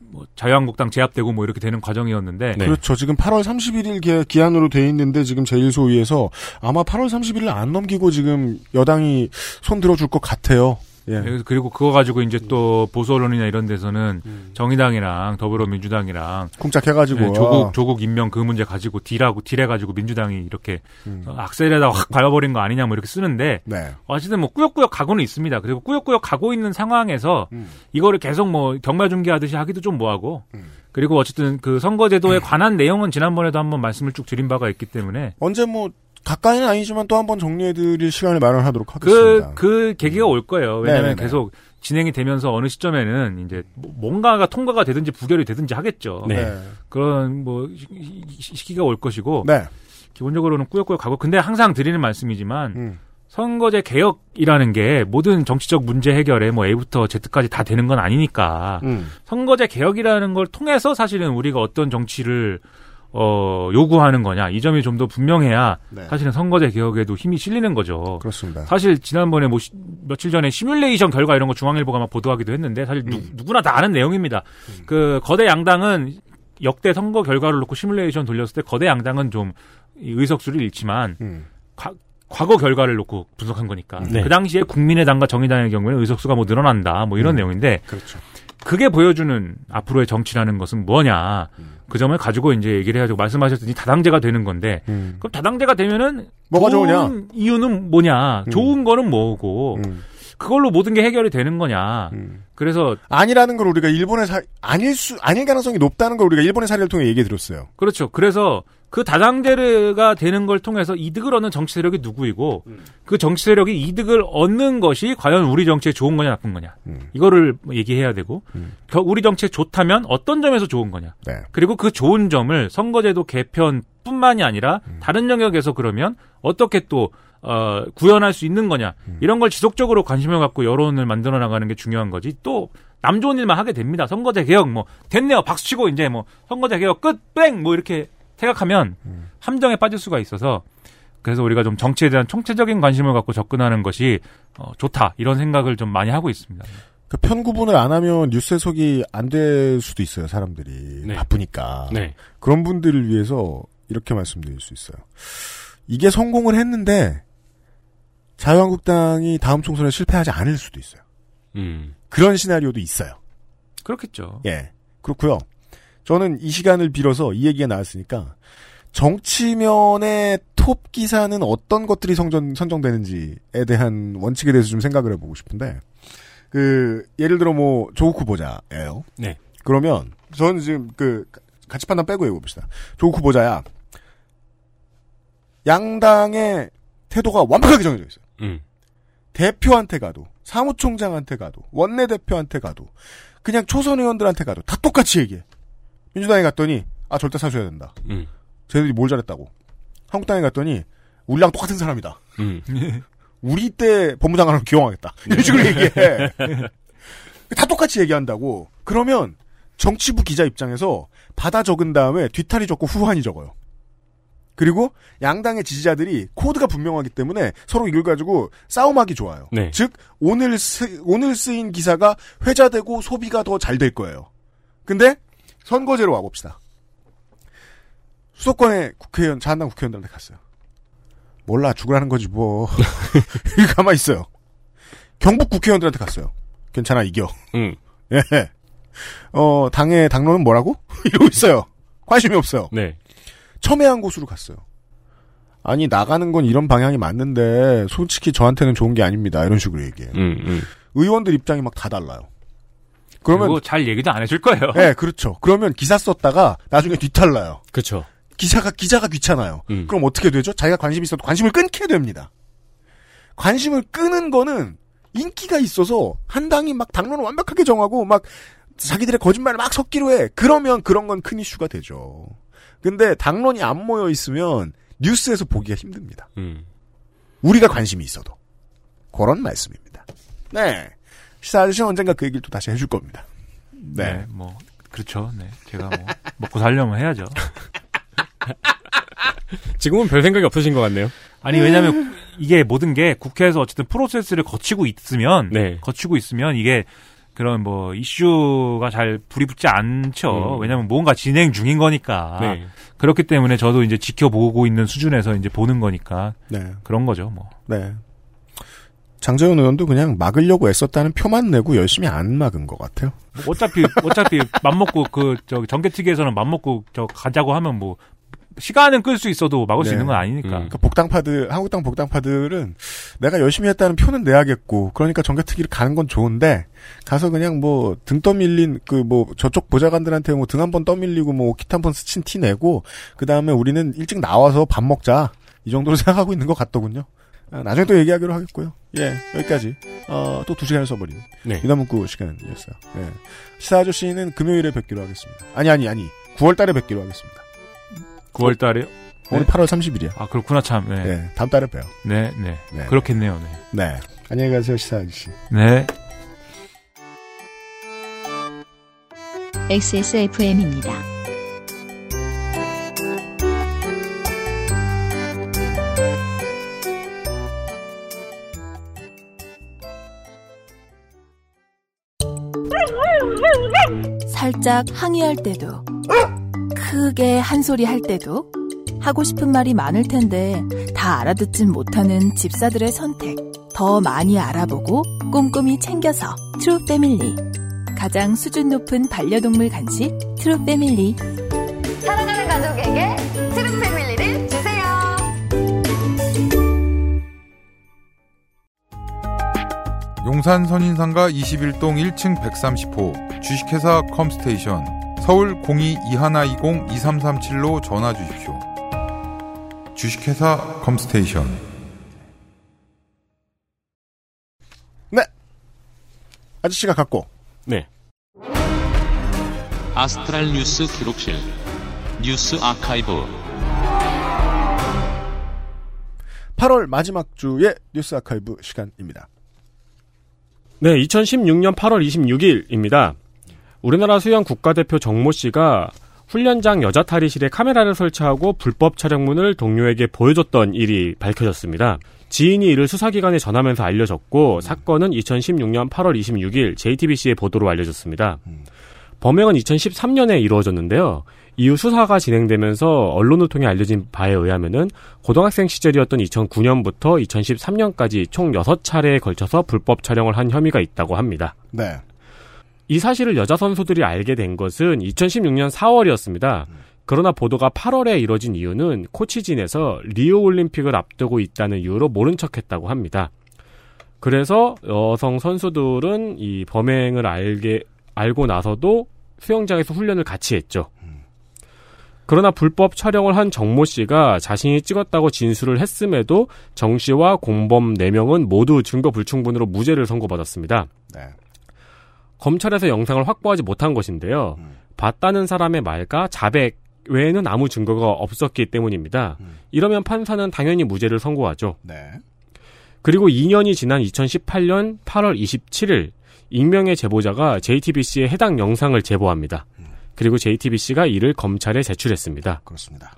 [SPEAKER 5] 뭐 자유한국당 제압되고 뭐 이렇게 되는 과정이었는데
[SPEAKER 3] 그렇죠. 지금 8월 31일 기- 기한으로 돼 있는데 지금 제1소위에서 아마 8월 31일 안 넘기고 지금 여당이 손 들어줄 것 같아요. 예.
[SPEAKER 5] 네, 그리고 그거 가지고 이제 또 보수 언론이나 이런 데서는 정의당이랑 더불어민주당이랑
[SPEAKER 3] 쿵짝해가지고.
[SPEAKER 5] 네, 조국 조국 임명 그 문제 가지고 딜하고 딜해가지고 민주당이 이렇게 어, 악셀에다 확 밟아버린 거 아니냐 뭐 이렇게 쓰는데
[SPEAKER 3] 네.
[SPEAKER 5] 어쨌든 뭐 꾸역꾸역 가고는 있습니다. 그리고 꾸역꾸역 가고 있는 상황에서 이거를 계속 뭐 경마 중계하듯이 하기도 좀 뭐하고 그리고 어쨌든 그 선거제도에 관한 내용은 지난번에도 한번 말씀을 쭉 드린 바가 있기 때문에
[SPEAKER 3] 언제 뭐 가까이는 아니지만 또 한 번 정리해드릴 시간을 마련하도록
[SPEAKER 5] 그,
[SPEAKER 3] 하겠습니다. 음.
[SPEAKER 5] 그 계기가 올 거예요. 왜냐하면
[SPEAKER 3] 네네네.
[SPEAKER 5] 계속 진행이 되면서 어느 시점에는 이제 뭐- 뭔가가 통과가 되든지 부결이 되든지 하겠죠.
[SPEAKER 4] 네.
[SPEAKER 5] 그런 뭐 시- 시- 시기가 올 것이고
[SPEAKER 3] 네.
[SPEAKER 5] 기본적으로는 꾸역꾸역 가고 근데 항상 드리는 말씀이지만
[SPEAKER 3] 음.
[SPEAKER 5] 선거제 개혁이라는 게 모든 정치적 문제 해결에 뭐 A부터 Z까지 다 되는 건 아니니까
[SPEAKER 3] 음.
[SPEAKER 5] 선거제 개혁이라는 걸 통해서 사실은 우리가 어떤 정치를 어 요구하는 거냐 이 점이 좀 더 분명해야
[SPEAKER 3] 네.
[SPEAKER 5] 사실은 선거제 개혁에도 힘이 실리는 거죠.
[SPEAKER 3] 그렇습니다.
[SPEAKER 5] 사실 지난번에 뭐 시- 며칠 전에 시뮬레이션 결과 이런 거 중앙일보가 막 보도하기도 했는데 사실 누,
[SPEAKER 3] 음.
[SPEAKER 5] 구나다 아는 내용입니다. 그 거대 양당은 역대 선거 결과를 놓고 시뮬레이션 돌렸을 때 거대 양당은 좀이 의석수를 잃지만
[SPEAKER 3] 음.
[SPEAKER 5] 과거 결과를 놓고 분석한 거니까
[SPEAKER 4] 네.
[SPEAKER 5] 그 당시에 국민의당과 정의당의 경우에는 의석수가 뭐
[SPEAKER 3] 음.
[SPEAKER 5] 늘어난다 뭐 이런 내용인데
[SPEAKER 3] 그렇죠. 음.
[SPEAKER 5] 그게 보여주는 앞으로의 정치라는 것은 뭐냐 그 점을 가지고 이제 얘기를 해가지고 말씀하셨더니 다당제가 되는 건데 그럼 다당제가 되면은
[SPEAKER 3] 음. 뭐가
[SPEAKER 5] 좋은
[SPEAKER 3] 좋으냐? 음.
[SPEAKER 5] 이유는 뭐냐? 좋은 거는 뭐고 그걸로 모든 게 해결이 되는 거냐?
[SPEAKER 3] 음.
[SPEAKER 5] 그래서
[SPEAKER 3] 아니라는 걸 우리가 일본의 사 아닐 수 아닐 가능성이 높다는 걸 우리가 일본의 사례를 통해 얘기해 드렸어요.
[SPEAKER 5] 그렇죠. 그래서 그 다당제가 되는 걸 통해서 이득을 얻는 정치 세력이 누구이고 그 정치 세력이 이득을 얻는 것이 과연 우리 정치에 좋은 거냐 나쁜 거냐 이거를 얘기해야 되고 겨- 우리 정치에 좋다면 어떤 점에서 좋은 거냐
[SPEAKER 3] 네.
[SPEAKER 5] 그리고 그 좋은 점을 선거제도 개편뿐만이 아니라 다른 영역에서 그러면 어떻게 또 어, 구현할 수 있는 거냐 이런 걸 지속적으로 관심을 갖고 여론을 만들어 나가는 게 중요한 거지 또 남 좋은 일만 하게 됩니다 선거제 개혁 뭐 됐네요 박수치고 이제 뭐 선거제 개혁 끝뺑뭐 이렇게 생각하면 함정에 빠질 수가 있어서 그래서 우리가 좀 정치에 대한 총체적인 관심을 갖고 접근하는 것이 어, 좋다 이런 생각을 좀 많이 하고 있습니다.
[SPEAKER 3] 그 편구분을 안 하면 뉴스 해석이 안 될 수도 있어요. 사람들이 바쁘니까
[SPEAKER 4] 네.
[SPEAKER 3] 그런 분들을 위해서 이렇게 말씀드릴 수 있어요. 이게 성공을 했는데 자유한국당이 다음 총선에 실패하지 않을 수도 있어요.
[SPEAKER 4] 음.
[SPEAKER 3] 그런 시나리오도 있어요.
[SPEAKER 5] 그렇겠죠.
[SPEAKER 3] 예. 그렇고요. 저는 이 시간을 빌어서 이 얘기가 나왔으니까 정치면의 톱 기사는 어떤 것들이 성전, 선정되는지에 대한 원칙에 대해서 좀 생각을 해보고 싶은데 그 예를 들어 뭐 조국 후보자예요.
[SPEAKER 4] 네.
[SPEAKER 3] 그러면 저는 지금 그 가치 판단 빼고 얘기해 봅시다. 조국 후보자야 양당의 태도가 완벽하게 정해져 있어요.
[SPEAKER 4] 음.
[SPEAKER 3] 대표한테 가도 사무총장한테 가도 원내 대표한테 가도 그냥 초선 의원들한테 가도 다 똑같이 얘기해. 민주당에 갔더니 아 절대 사줘야 된다.
[SPEAKER 4] 음.
[SPEAKER 3] 쟤들이 뭘 잘했다고. 한국당에 갔더니 우리랑 똑같은 사람이다.
[SPEAKER 4] 음.
[SPEAKER 3] 우리 때 법무장관을 기용하겠다. 이런 식으로 얘기해. 다 똑같이 얘기한다고. 그러면 정치부 기자 입장에서 받아 적은 다음에 뒤탈이 적고 후환이 적어요. 그리고 양당의 지지자들이 코드가 분명하기 때문에 서로 이걸 가지고 싸움하기 좋아요.
[SPEAKER 4] 네.
[SPEAKER 3] 즉 오늘 쓰, 오늘 쓰인 기사가 회자되고 소비가 더 잘 될 거예요. 근데 선거제로 와봅시다. 수도권의 국회의원 자한당 국회의원들한테 갔어요. 몰라 죽으라는 거지 뭐. 이렇게 가만 있어요. 경북 국회의원들한테 갔어요. 괜찮아 이겨.
[SPEAKER 4] 음.
[SPEAKER 3] 예. 어 당의 당론은 뭐라고? 이러고 있어요. 관심이 없어요.
[SPEAKER 4] 네.
[SPEAKER 3] 첨예한 곳으로 갔어요. 아니 나가는 건 이런 방향이 맞는데 솔직히 저한테는 좋은 게 아닙니다. 이런 식으로 얘기해요.
[SPEAKER 4] 음. 음.
[SPEAKER 3] 의원들 입장이 막 다 달라요.
[SPEAKER 5] 그러면
[SPEAKER 3] 그러면
[SPEAKER 5] 잘 얘기도 안 해줄 거예요.
[SPEAKER 3] 예, 그렇죠. 그러면 기사 썼다가 나중에 뒤탈나요.
[SPEAKER 4] 그렇죠.
[SPEAKER 3] 기사가 기자가 귀찮아요.
[SPEAKER 4] 음.
[SPEAKER 3] 그럼 어떻게 되죠? 자기가 관심 이 있어도 관심을 끊게 됩니다. 관심을 끄는 거는 인기가 있어서 한 당이 막 당론을 완벽하게 정하고 막 자기들의 거짓말을 막 섞기로 해. 그러면 그런 건 큰 이슈가 되죠. 근데 당론이 안 모여 있으면 뉴스에서 보기가 힘듭니다.
[SPEAKER 4] 음.
[SPEAKER 3] 우리가 관심이 있어도. 그런 말씀입니다. 네. 시사 아저씨 언젠가 그 얘기를 또 다시 해줄 겁니다.
[SPEAKER 5] 네.
[SPEAKER 3] 네.
[SPEAKER 5] 뭐 그렇죠. 네, 제가 뭐 먹고 살려면 해야죠.
[SPEAKER 4] 지금은 별 생각이 없으신 것 같네요.
[SPEAKER 5] 아니 왜냐면 이게 모든 게 국회에서 어쨌든 프로세스를 거치고 있으면
[SPEAKER 4] 네.
[SPEAKER 5] 거치고 있으면 이게 그런 뭐 이슈가 잘 불이 붙지 않죠.
[SPEAKER 4] 음.
[SPEAKER 5] 왜냐면 뭔가 진행 중인 거니까.
[SPEAKER 4] 네.
[SPEAKER 5] 그렇기 때문에 저도 이제 지켜보고 있는 수준에서 이제 보는 거니까
[SPEAKER 3] 네.
[SPEAKER 5] 그런 거죠, 뭐.
[SPEAKER 3] 네. 장재훈 의원도 그냥 막으려고 애썼다는 표만 내고 열심히 안 막은 것 같아요.
[SPEAKER 5] 뭐 어차피 어차피 맘먹고 그 저기 전개특위에서는 맘먹고 저 가자고 하면 뭐 시간은 끌 수 있어도 막을 수
[SPEAKER 3] 네.
[SPEAKER 5] 있는 건 아니니까.
[SPEAKER 4] 음.
[SPEAKER 3] 그러니까 복당파들, 한국당 복당파들은 내가 열심히 했다는 표는 내야겠고, 그러니까 정개특위를 가는 건 좋은데, 가서 그냥 뭐 등 떠밀린, 그 뭐 저쪽 보좌관들한테 뭐 등 한 번 떠밀리고 뭐 옷깃 한번 스친 티 내고, 그 다음에 우리는 일찍 나와서 밥 먹자. 이 정도로 생각하고 있는 것 같더군요. 아, 나중에 또 얘기하기로 하겠고요. 예, 여기까지. 어, 또 두 시간을 써버리네.
[SPEAKER 4] 네.
[SPEAKER 3] 유나문구 시간이었어요. 예. 시사 아저씨는 금요일에 뵙기로 하겠습니다. 아니, 아니, 아니. 9월 달에 뵙기로 하겠습니다.
[SPEAKER 5] 9월 달에요?
[SPEAKER 4] 네.
[SPEAKER 3] 오늘 8월 30일이야.
[SPEAKER 5] 아, 그렇구나 참. 네. 네.
[SPEAKER 3] 예, 다음 달에 봬요.
[SPEAKER 5] 네,
[SPEAKER 3] 네.
[SPEAKER 5] 그렇겠네요. 네.
[SPEAKER 3] 네. 안녕히 가세요, 시사 아저씨.
[SPEAKER 5] 네.
[SPEAKER 1] XSFM입니다.
[SPEAKER 10] 살짝 항의할 때도 크게 한 소리 할 때도 하고 싶은 말이 많을 텐데 다 알아듣진 못하는 집사들의 선택 더 많이 알아보고 꼼꼼히 챙겨서 트루 패밀리 가장 수준 높은 반려동물 간식 트루 패밀리
[SPEAKER 11] 가족에게 트루 패밀리를 주세요.
[SPEAKER 8] 용산 선인상가 21동 1층 130호 주식회사 컴스테이션 서울 02-2120-2337로 전화 주십시오. 주식회사 컴스테이션
[SPEAKER 3] 아저씨가 갖고
[SPEAKER 4] 네.
[SPEAKER 2] 아스트랄 뉴스 기록실 뉴스 아카이브
[SPEAKER 3] 8월 마지막 주의 뉴스 아카이브 시간입니다.
[SPEAKER 4] 네, 2016년 8월 26일입니다. 우리나라 수영 국가대표 정모 씨가 훈련장 여자 탈의실에 카메라를 설치하고 불법 촬영문을 동료에게 보여줬던 일이 밝혀졌습니다. 지인이 이를 수사기관에 전하면서 알려졌고 사건은 2016년 8월 26일 JTBC의 보도로 알려졌습니다. 범행은 2013년에 이루어졌는데요. 이후 수사가 진행되면서 언론을 통해 알려진 바에 의하면은 고등학생 시절이었던 2009년부터 2013년까지 총 6차례에 걸쳐서 불법 촬영을 한 혐의가 있다고 합니다.
[SPEAKER 3] 네.
[SPEAKER 4] 이 사실을 여자 선수들이 알게 된 것은 2016년 4월이었습니다. 그러나 보도가 8월에 이뤄진 이유는 코치진에서 리오 올림픽을 앞두고 있다는 이유로 모른 척했다고 합니다. 그래서 여성 선수들은 이 범행을 알게 알고 나서도 수영장에서 훈련을 같이 했죠. 그러나 불법 촬영을 한 정모 씨가 자신이 찍었다고 진술을 했음에도 정 씨와 공범 4명은 모두 증거 불충분으로 무죄를 선고받았습니다.
[SPEAKER 3] 네.
[SPEAKER 4] 검찰에서 영상을 확보하지 못한 것인데요. 봤다는 사람의 말과 자백 외에는 아무 증거가 없었기 때문입니다. 이러면 판사는 당연히 무죄를 선고하죠.
[SPEAKER 3] 네.
[SPEAKER 4] 그리고 2년이 지난 2018년 8월 27일 익명의 제보자가 JTBC에 해당 영상을 제보합니다. 그리고 JTBC가 이를 검찰에 제출했습니다.
[SPEAKER 3] 그렇습니다.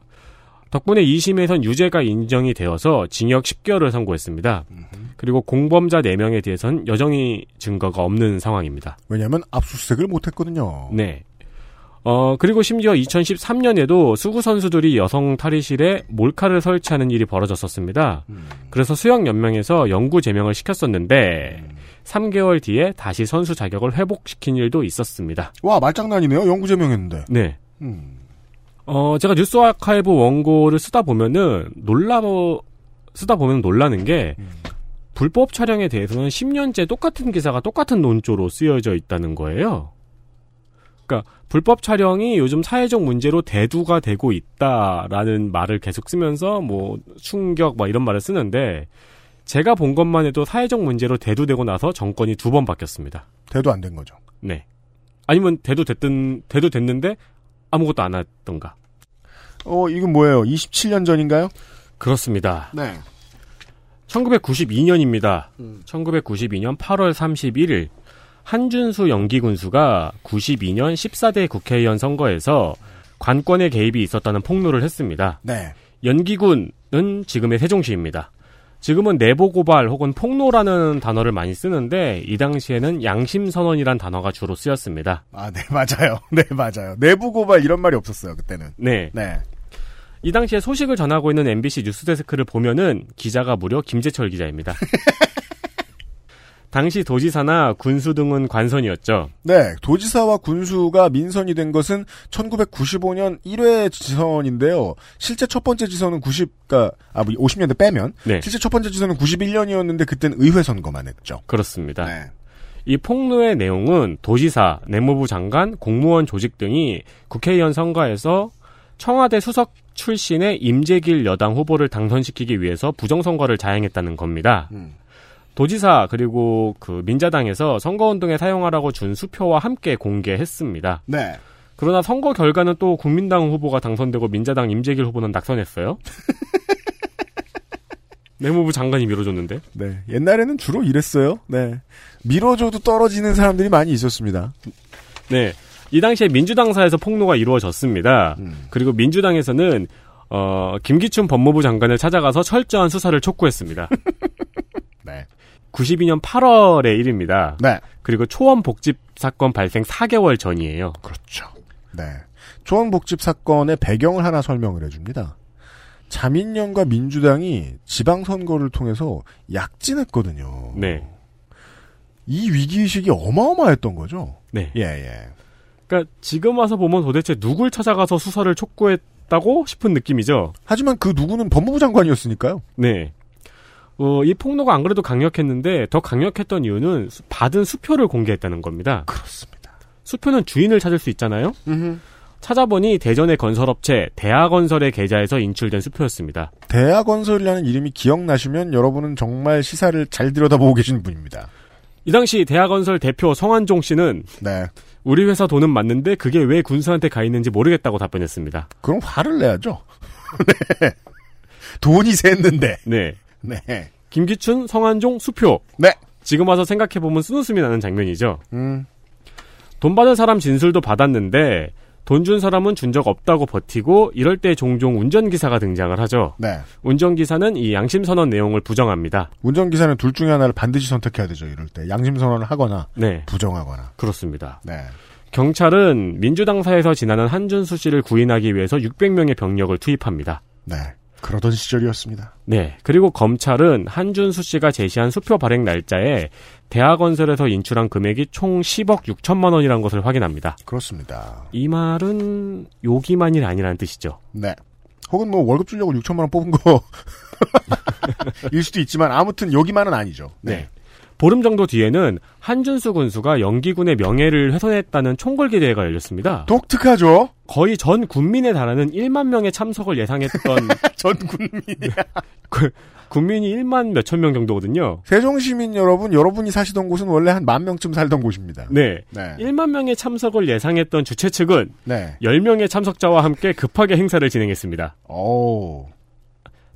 [SPEAKER 4] 덕분에 2심에선 유죄가 인정이 되어서 징역 10개월을 선고했습니다. 그리고 공범자 4명에 대해선 여전히 증거가 없는 상황입니다.
[SPEAKER 3] 왜냐하면 압수수색을 못했거든요.
[SPEAKER 4] 네. 어, 그리고 심지어 2013년에도 수구 선수들이 여성 탈의실에 몰카를 설치하는 일이 벌어졌었습니다. 그래서 수영연맹에서 영구 제명을 시켰었는데, 3개월 뒤에 다시 선수 자격을 회복시킨 일도 있었습니다.
[SPEAKER 3] 와 말장난이네요. 영구 제명했는데.
[SPEAKER 4] 네.
[SPEAKER 3] 음.
[SPEAKER 4] 어, 제가 뉴스 아카이브 원고를 쓰다 보면은 놀라 쓰다 보면 놀라는 게 불법 촬영에 대해서는 10년째 똑같은 기사가 똑같은 논조로 쓰여져 있다는 거예요. 그러니까 불법 촬영이 요즘 사회적 문제로 대두가 되고 있다라는 말을 계속 쓰면서 뭐 충격 막 이런 말을 쓰는데 제가 본 것만 해도 사회적 문제로 대두되고 나서 정권이 두 번 바뀌었습니다.
[SPEAKER 3] 대도 안 된 거죠.
[SPEAKER 4] 네. 아니면 대도 됐든 대도 됐는데 아무것도 안 하던가.
[SPEAKER 3] 어 이건 뭐예요? 27년 전인가요?
[SPEAKER 4] 그렇습니다.
[SPEAKER 3] 네.
[SPEAKER 4] 1992년입니다. 1992년 8월 31일 한준수 연기군수가 92년 14대 국회의원 선거에서 관권의 개입이 있었다는 폭로를 했습니다.
[SPEAKER 3] 네.
[SPEAKER 4] 연기군은 지금의 세종시입니다. 지금은 내보 고발 혹은 폭로라는 단어를 많이 쓰는데 이 당시에는 양심 선언이란 단어가 주로 쓰였습니다.
[SPEAKER 3] 아, 네, 맞아요. 네, 맞아요. 내부 고발 이런 말이 없었어요, 그때는.
[SPEAKER 4] 네.
[SPEAKER 3] 네.
[SPEAKER 4] 이 당시에 소식을 전하고 있는 MBC 뉴스데스크를 보면은 기자가 무려 김재철 기자입니다. 당시 도지사나 군수 등은 관선이었죠.
[SPEAKER 3] 네, 도지사와 군수가 민선이 된 것은 1995년 1회 지선인데요. 실제 첫 번째 지선은 90, 가 아, 뭐 50년대 빼면
[SPEAKER 4] 네.
[SPEAKER 3] 실제 첫 번째 지선은 91년이었는데 그땐 의회 선거만 했죠.
[SPEAKER 4] 그렇습니다.
[SPEAKER 3] 네.
[SPEAKER 4] 이 폭로의 내용은 도지사, 내무부 장관, 공무원 조직 등이 국회의원 선거에서 청와대 수석 출신의 임재길 여당 후보를 당선시키기 위해서 부정선거를 자행했다는 겁니다. 도지사 그리고 그 민자당에서 선거운동에 사용하라고 준 수표와 함께 공개했습니다.
[SPEAKER 3] 네.
[SPEAKER 4] 그러나 선거 결과는 또 국민당 후보가 당선되고 민자당 임재길 후보는 낙선했어요. 네, 내무부 장관이 밀어줬는데.
[SPEAKER 3] 네. 옛날에는 주로 이랬어요. 네. 밀어줘도 떨어지는 사람들이 많이 있었습니다.
[SPEAKER 4] 네. 이 당시에 민주당사에서 폭로가 이루어졌습니다.
[SPEAKER 3] 음.
[SPEAKER 4] 그리고 민주당에서는 어, 김기춘 법무부 장관을 찾아가서 철저한 수사를 촉구했습니다.
[SPEAKER 3] 네.
[SPEAKER 4] 92년 8월의 일입니다.
[SPEAKER 3] 네.
[SPEAKER 4] 그리고 초원 복집 사건 발생 4개월 전이에요.
[SPEAKER 3] 그렇죠. 네. 초원복집 사건의 배경을 하나 설명을 해줍니다. 자민련과 민주당이 지방선거를 통해서 약진했거든요.
[SPEAKER 4] 네.
[SPEAKER 3] 이 위기의식이 어마어마했던 거죠.
[SPEAKER 4] 네.
[SPEAKER 3] 예, 예.
[SPEAKER 4] 그러니까 지금 와서 보면 도대체 누굴 찾아가서 수사를 촉구했던 없다고 싶은 느낌이죠.
[SPEAKER 3] 하지만 그 누구는 법무부 장관이었으니까요.
[SPEAKER 4] 네. 어, 이 폭로가 안 그래도 강력했는데 더 강력했던 이유는 수- 받은 수표를 공개했다는 겁니다.
[SPEAKER 3] 그렇습니다.
[SPEAKER 4] 수표는 주인을 찾을 수 있잖아요. 찾아보니 대전의 건설업체 대하건설의 계좌에서 인출된 수표였습니다.
[SPEAKER 3] 대하건설이라는 이름이 기억나시면 여러분은 정말 시사를 잘 들여다보고 계신 분입니다.
[SPEAKER 4] 이 당시 대하건설 대표 성한종 씨는
[SPEAKER 3] 네.
[SPEAKER 4] 우리 회사 돈은 맞는데 그게 왜 군수한테 가 있는지 모르겠다고 답변했습니다.
[SPEAKER 3] 그럼 화를 내야죠. 네. 돈이 샜는데.
[SPEAKER 4] 네.
[SPEAKER 3] 네.
[SPEAKER 4] 김기춘, 성한종, 수표.
[SPEAKER 3] 네.
[SPEAKER 4] 지금 와서 생각해보면 쓴웃음이 나는 장면이죠.
[SPEAKER 3] 음.
[SPEAKER 4] 돈 받은 사람 진술도 받았는데 돈 준 사람은 준 적 없다고 버티고 이럴 때 종종 운전기사가 등장을 하죠.
[SPEAKER 3] 네.
[SPEAKER 4] 운전기사는 이 양심선언 내용을 부정합니다.
[SPEAKER 3] 운전기사는 둘 중에 하나를 반드시 선택해야 되죠. 이럴 때 양심선언을 하거나
[SPEAKER 4] 네.
[SPEAKER 3] 부정하거나.
[SPEAKER 4] 그렇습니다.
[SPEAKER 3] 네.
[SPEAKER 4] 경찰은 민주당사에서 지나는 한준수 씨를 구인하기 위해서 600명의 병력을 투입합니다.
[SPEAKER 3] 네. 그러던 시절이었습니다.
[SPEAKER 4] 네. 그리고 검찰은 한준수 씨가 제시한 수표 발행 날짜에 대하건설에서 인출한 금액이 총 10억 6천만 원이라는 것을 확인합니다.
[SPEAKER 3] 그렇습니다.
[SPEAKER 4] 이 말은 요기만이 아니라는 뜻이죠.
[SPEAKER 3] 네. 혹은 뭐 월급 주려고 6천만 원 뽑은 거. 일 수도 있지만 아무튼 여기만은 아니죠. 네.
[SPEAKER 4] 보름 정도 뒤에는 한준수 군수가 영기군의 명예를 훼손했다는 총궐 기대회가 열렸습니다.
[SPEAKER 3] 독특하죠?
[SPEAKER 4] 거의 전 군민에 달하는 1만 명의 참석을 예상했던
[SPEAKER 3] 전 군민이야.
[SPEAKER 4] 그- 군민이 1만 몇천 명 정도거든요.
[SPEAKER 3] 세종시민 여러분, 여러분이 사시던 곳은 원래 한 만 명쯤 살던 곳입니다.
[SPEAKER 4] 네.
[SPEAKER 3] 네.
[SPEAKER 4] 1만 명의 참석을 예상했던 주최 측은
[SPEAKER 3] 네.
[SPEAKER 4] 10명의 참석자와 함께 급하게 행사를 진행했습니다.
[SPEAKER 3] 오.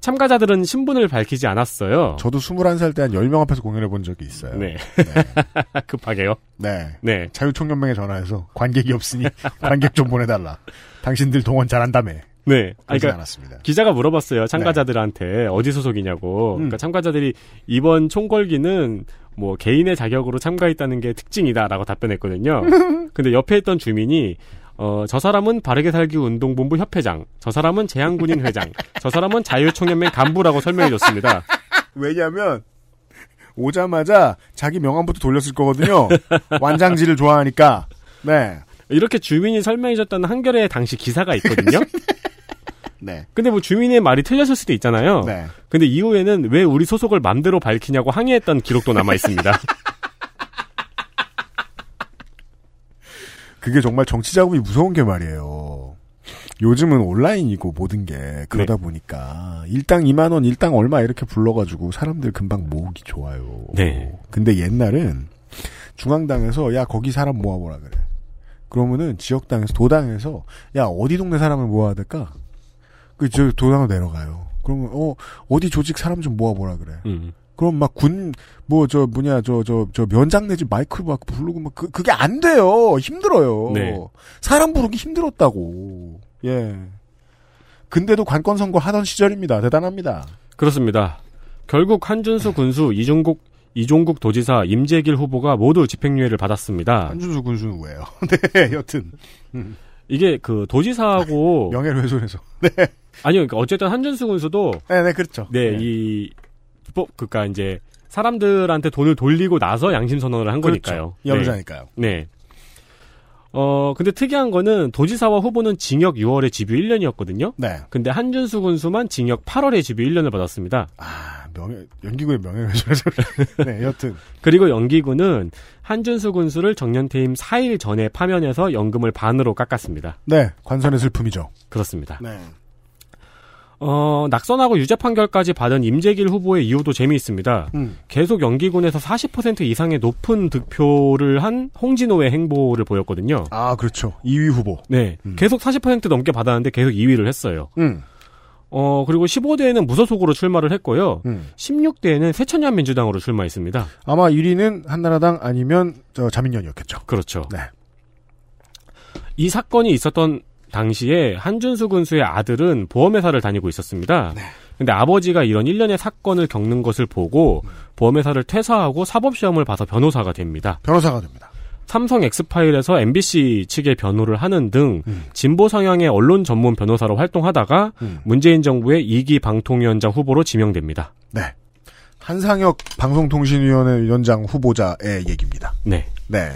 [SPEAKER 4] 참가자들은 신분을 밝히지 않았어요.
[SPEAKER 3] 저도 21살 때 한 10명 앞에서 공연해 본 적이 있어요.
[SPEAKER 4] 네.
[SPEAKER 3] 네.
[SPEAKER 4] 급하게요.
[SPEAKER 3] 네.
[SPEAKER 4] 네.
[SPEAKER 3] 자유총연맹에 전화해서 관객이 없으니 관객 좀 보내달라. 당신들 동원 잘한다며.
[SPEAKER 4] 네. 아,
[SPEAKER 3] 그러진
[SPEAKER 4] 그러니까
[SPEAKER 3] 않았습니다.
[SPEAKER 4] 기자가 물어봤어요. 참가자들한테 어디 소속이냐고. 그러니까 참가자들이 이번 총궐기는 뭐 개인의 자격으로 참가했다는 게 특징이다라고 답변했거든요. 근데 옆에 있던 주민이 어, 저 사람은 바르게 살기 운동본부 협회장, 저 사람은 재향군인 회장, 저 사람은 자유총연맹 간부라고 설명해 줬습니다.
[SPEAKER 3] 왜냐면 오자마자 자기 명함부터 돌렸을 거거든요. 완장지를 좋아하니까. 네.
[SPEAKER 4] 이렇게 주민이 설명해 줬다는 한겨레의 당시 기사가 있거든요.
[SPEAKER 3] 네.
[SPEAKER 4] 근데 뭐 주민의 말이 틀렸을 수도 있잖아요.
[SPEAKER 3] 네.
[SPEAKER 4] 근데 이후에는 왜 우리 소속을 맘대로 밝히냐고 항의했던 기록도 남아 있습니다.
[SPEAKER 3] 그게 정말 정치 자금이 무서운 게 말이에요. 요즘은 온라인이고 모든 게 그러다 보니까 일당 2만 원, 일당 얼마 이렇게 불러가지고 사람들 금방 모으기 좋아요.
[SPEAKER 4] 네.
[SPEAKER 3] 근데 옛날은 중앙당에서 야 거기 사람 모아보라 그래. 그러면은 지역당에서 도당에서 야 어디 동네 사람을 모아야 될까? 그 저 도당으로 내려가요. 그러면 어 어디 조직 사람 좀 모아보라 그래.
[SPEAKER 4] 음.
[SPEAKER 3] 그럼 막 군 뭐 저 뭐냐 저 저 저 면장 내지 마이크로 막 부르고 막 그 그게 안 돼요 힘들어요
[SPEAKER 4] 네.
[SPEAKER 3] 사람 부르기 힘들었다고 예 근데도 관건 선거 하던 시절입니다 대단합니다
[SPEAKER 4] 그렇습니다. 결국 한준수 군수, 이종국, 이종국 도지사, 임재길 후보가 모두 집행유예를 받았습니다.
[SPEAKER 3] 한준수 군수는 왜요 네 여튼
[SPEAKER 4] 이게 그 도지사하고
[SPEAKER 3] 명예를 훼손해서
[SPEAKER 4] 아니요, 그러니까 어쨌든 한준수 군수도
[SPEAKER 3] 네네 그렇죠
[SPEAKER 4] 네, 이 불법 그러니까 이제 사람들한테 돈을 돌리고 나서 양심 선언을 한 거니까요.
[SPEAKER 3] 그렇죠. 여자니까요
[SPEAKER 4] 네. 네. 어, 근데 특이한 거는 도지사와 후보는 징역 6월에 집유 1년이었거든요.
[SPEAKER 3] 네 아
[SPEAKER 4] 근데 한준수 군수만 징역 8월에 집유 1년을 받았습니다.
[SPEAKER 3] 아, 명예 연기구의 명예를 훼손해서 네 여튼
[SPEAKER 4] 그리고 연기군은 한준수 군수를 정년퇴임 4일 전에 파면해서 연금을 반으로 깎았습니다.
[SPEAKER 3] 네 관선의 슬픔이죠
[SPEAKER 4] 그렇습니다.
[SPEAKER 3] 네
[SPEAKER 4] 어, 낙선하고 유죄 판결까지 받은 임재길 후보의 이유도 재미있습니다.
[SPEAKER 3] 음.
[SPEAKER 4] 계속 연기군에서 40% 이상의 높은 득표를 한 홍진호의 행보를 보였거든요.
[SPEAKER 3] 아 그렇죠 2위 후보
[SPEAKER 4] 네.
[SPEAKER 3] 음.
[SPEAKER 4] 계속 40% 넘게 받았는데 계속 2위를 했어요.
[SPEAKER 3] 음
[SPEAKER 4] 어, 그리고 15대에는 무소속으로 출마를 했고요.
[SPEAKER 3] 음.
[SPEAKER 4] 16대에는 새천년 민주당으로 출마했습니다.
[SPEAKER 3] 아마 1위는 한나라당 아니면 저 자민련이었겠죠
[SPEAKER 4] 그렇죠.
[SPEAKER 3] 네.
[SPEAKER 4] 이 사건이 있었던 당시에 한준수 군수의 아들은 보험회사를 다니고 있었습니다.
[SPEAKER 3] 네.
[SPEAKER 4] 근데 아버지가 이런 일련의 사건을 겪는 것을 보고
[SPEAKER 3] 음.
[SPEAKER 4] 보험회사를 퇴사하고 사법시험을 봐서 변호사가 됩니다.
[SPEAKER 3] 변호사가 됩니다
[SPEAKER 4] 삼성 엑스파일에서 MBC 측의 변호를 하는 등
[SPEAKER 3] 음.
[SPEAKER 4] 진보 성향의 언론 전문 변호사로 활동하다가
[SPEAKER 3] 음.
[SPEAKER 4] 문재인 정부의 2기 방통위원장 후보로 지명됩니다.
[SPEAKER 3] 네. 한상혁 방송통신위원회 위원장 후보자의 얘기입니다.
[SPEAKER 4] 네.
[SPEAKER 3] 네.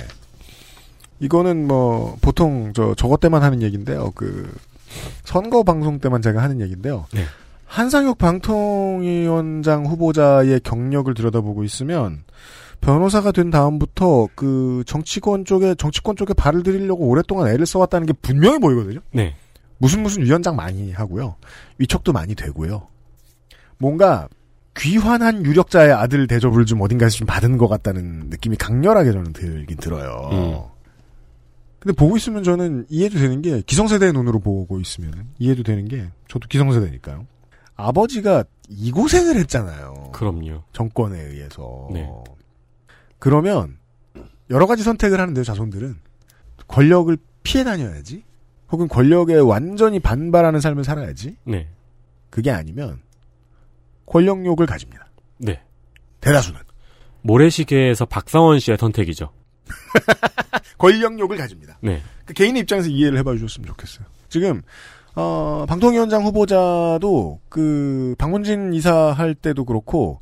[SPEAKER 3] 이거는 뭐 보통 저 저것 때만 하는 얘기인데요. 그 선거 방송 때만 제가 하는 얘기인데요. 한상혁 방통위원장 후보자의 경력을 들여다보고 있으면 변호사가 된 다음부터 그 정치권 쪽에 정치권 쪽에 발을 들이려고 오랫동안 애를 써왔다는 게 분명히 보이거든요.
[SPEAKER 4] 네.
[SPEAKER 3] 무슨 무슨 위원장 많이 하고요. 위촉도 많이 되고요. 뭔가 귀환한 유력자의 아들 대접을 좀 어딘가에서 좀 받은 것 같다는 느낌이 강렬하게 저는 들긴 들어요. 근데 보고 있으면 저는 이해도 되는 게 기성세대의 눈으로 보고 있으면 이해도 되는 게 저도 기성세대니까요. 아버지가 이 고생을 했잖아요.
[SPEAKER 4] 그럼요.
[SPEAKER 3] 정권에 의해서.
[SPEAKER 4] 네.
[SPEAKER 3] 그러면 여러 가지 선택을 하는데요, 자손들은. 권력을 피해 다녀야지. 혹은 권력에 완전히 반발하는 삶을 살아야지.
[SPEAKER 4] 네.
[SPEAKER 3] 그게 아니면 권력욕을 가집니다.
[SPEAKER 4] 네.
[SPEAKER 3] 대다수는.
[SPEAKER 4] 모래시계에서 박상원 씨의 선택이죠.
[SPEAKER 3] 권력욕을 가집니다.
[SPEAKER 4] 네.
[SPEAKER 3] 그 개인의 입장에서 이해를 해봐 주셨으면 좋겠어요. 지금 어, 방통위원장 후보자도 그 박문진 이사 할 때도 그렇고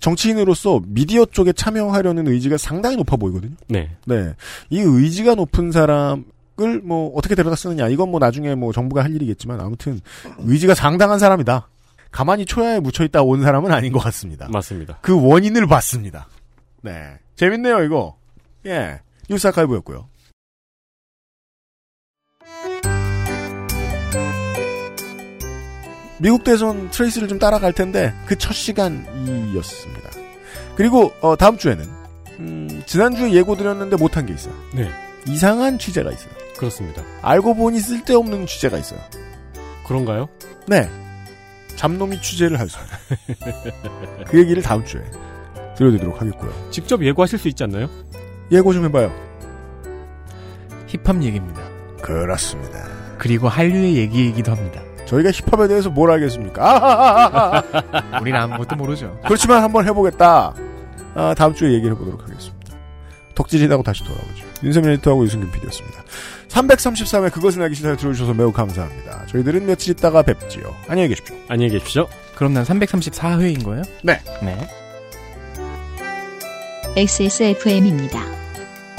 [SPEAKER 3] 정치인으로서 미디어 쪽에 참여하려는 의지가 상당히 높아 보이거든요.
[SPEAKER 4] 네.
[SPEAKER 3] 네. 이 의지가 높은 사람을 뭐 어떻게 데려다 쓰느냐 이건 뭐 나중에 뭐 정부가 할 일이겠지만 아무튼 의지가 상당한 사람이다. 가만히 초야에 묻혀 있다 온 사람은 아닌 것 같습니다.
[SPEAKER 4] 맞습니다.
[SPEAKER 3] 그 원인을 봤습니다. 네. 재밌네요, 이거. 예. 뉴스 아카이브였고요. 미국 대선 트레이스를 좀 따라갈 텐데 그 첫 시간이었습니다. 그리고 어, 다음 주에는 음, 지난주에 예고 드렸는데 못한 게 있어요.
[SPEAKER 4] 네.
[SPEAKER 3] 이상한 취재가 있어요.
[SPEAKER 4] 그렇습니다.
[SPEAKER 3] 알고 보니 쓸데없는 취재가 있어요.
[SPEAKER 4] 그런가요?
[SPEAKER 3] 네. 잡놈이 취재를 할 수. 그 얘기를 다음 주에 들려드리도록 하겠고요.
[SPEAKER 4] 직접 예고하실 수 있지 않나요?
[SPEAKER 3] 예고 좀 해봐요.
[SPEAKER 12] 힙합 얘기입니다.
[SPEAKER 3] 그렇습니다.
[SPEAKER 12] 그리고 한류의 얘기이기도 합니다.
[SPEAKER 3] 저희가 힙합에 대해서 뭘 알겠습니까? 아하하하하.
[SPEAKER 12] 우린 아무것도 모르죠.
[SPEAKER 3] 그렇지만 한번 해보겠다. 아, 다음 주에 얘기를 해보도록 하겠습니다. 덕질이라고 다시 돌아오죠. 윤세민 에디터하고 유승균 PD였습니다. 333회 그것은 알기 싫다 들어주셔서 매우 감사합니다. 저희들은 며칠 있다가 뵙지요. 안녕히 계십시오.
[SPEAKER 4] 안녕히 계십시오.
[SPEAKER 12] 그럼 난 334회인 거예요?
[SPEAKER 3] 네.
[SPEAKER 12] 네.
[SPEAKER 1] XSFM입니다.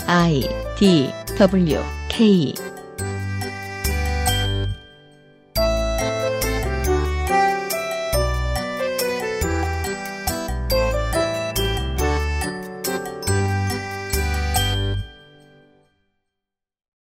[SPEAKER 1] I D W K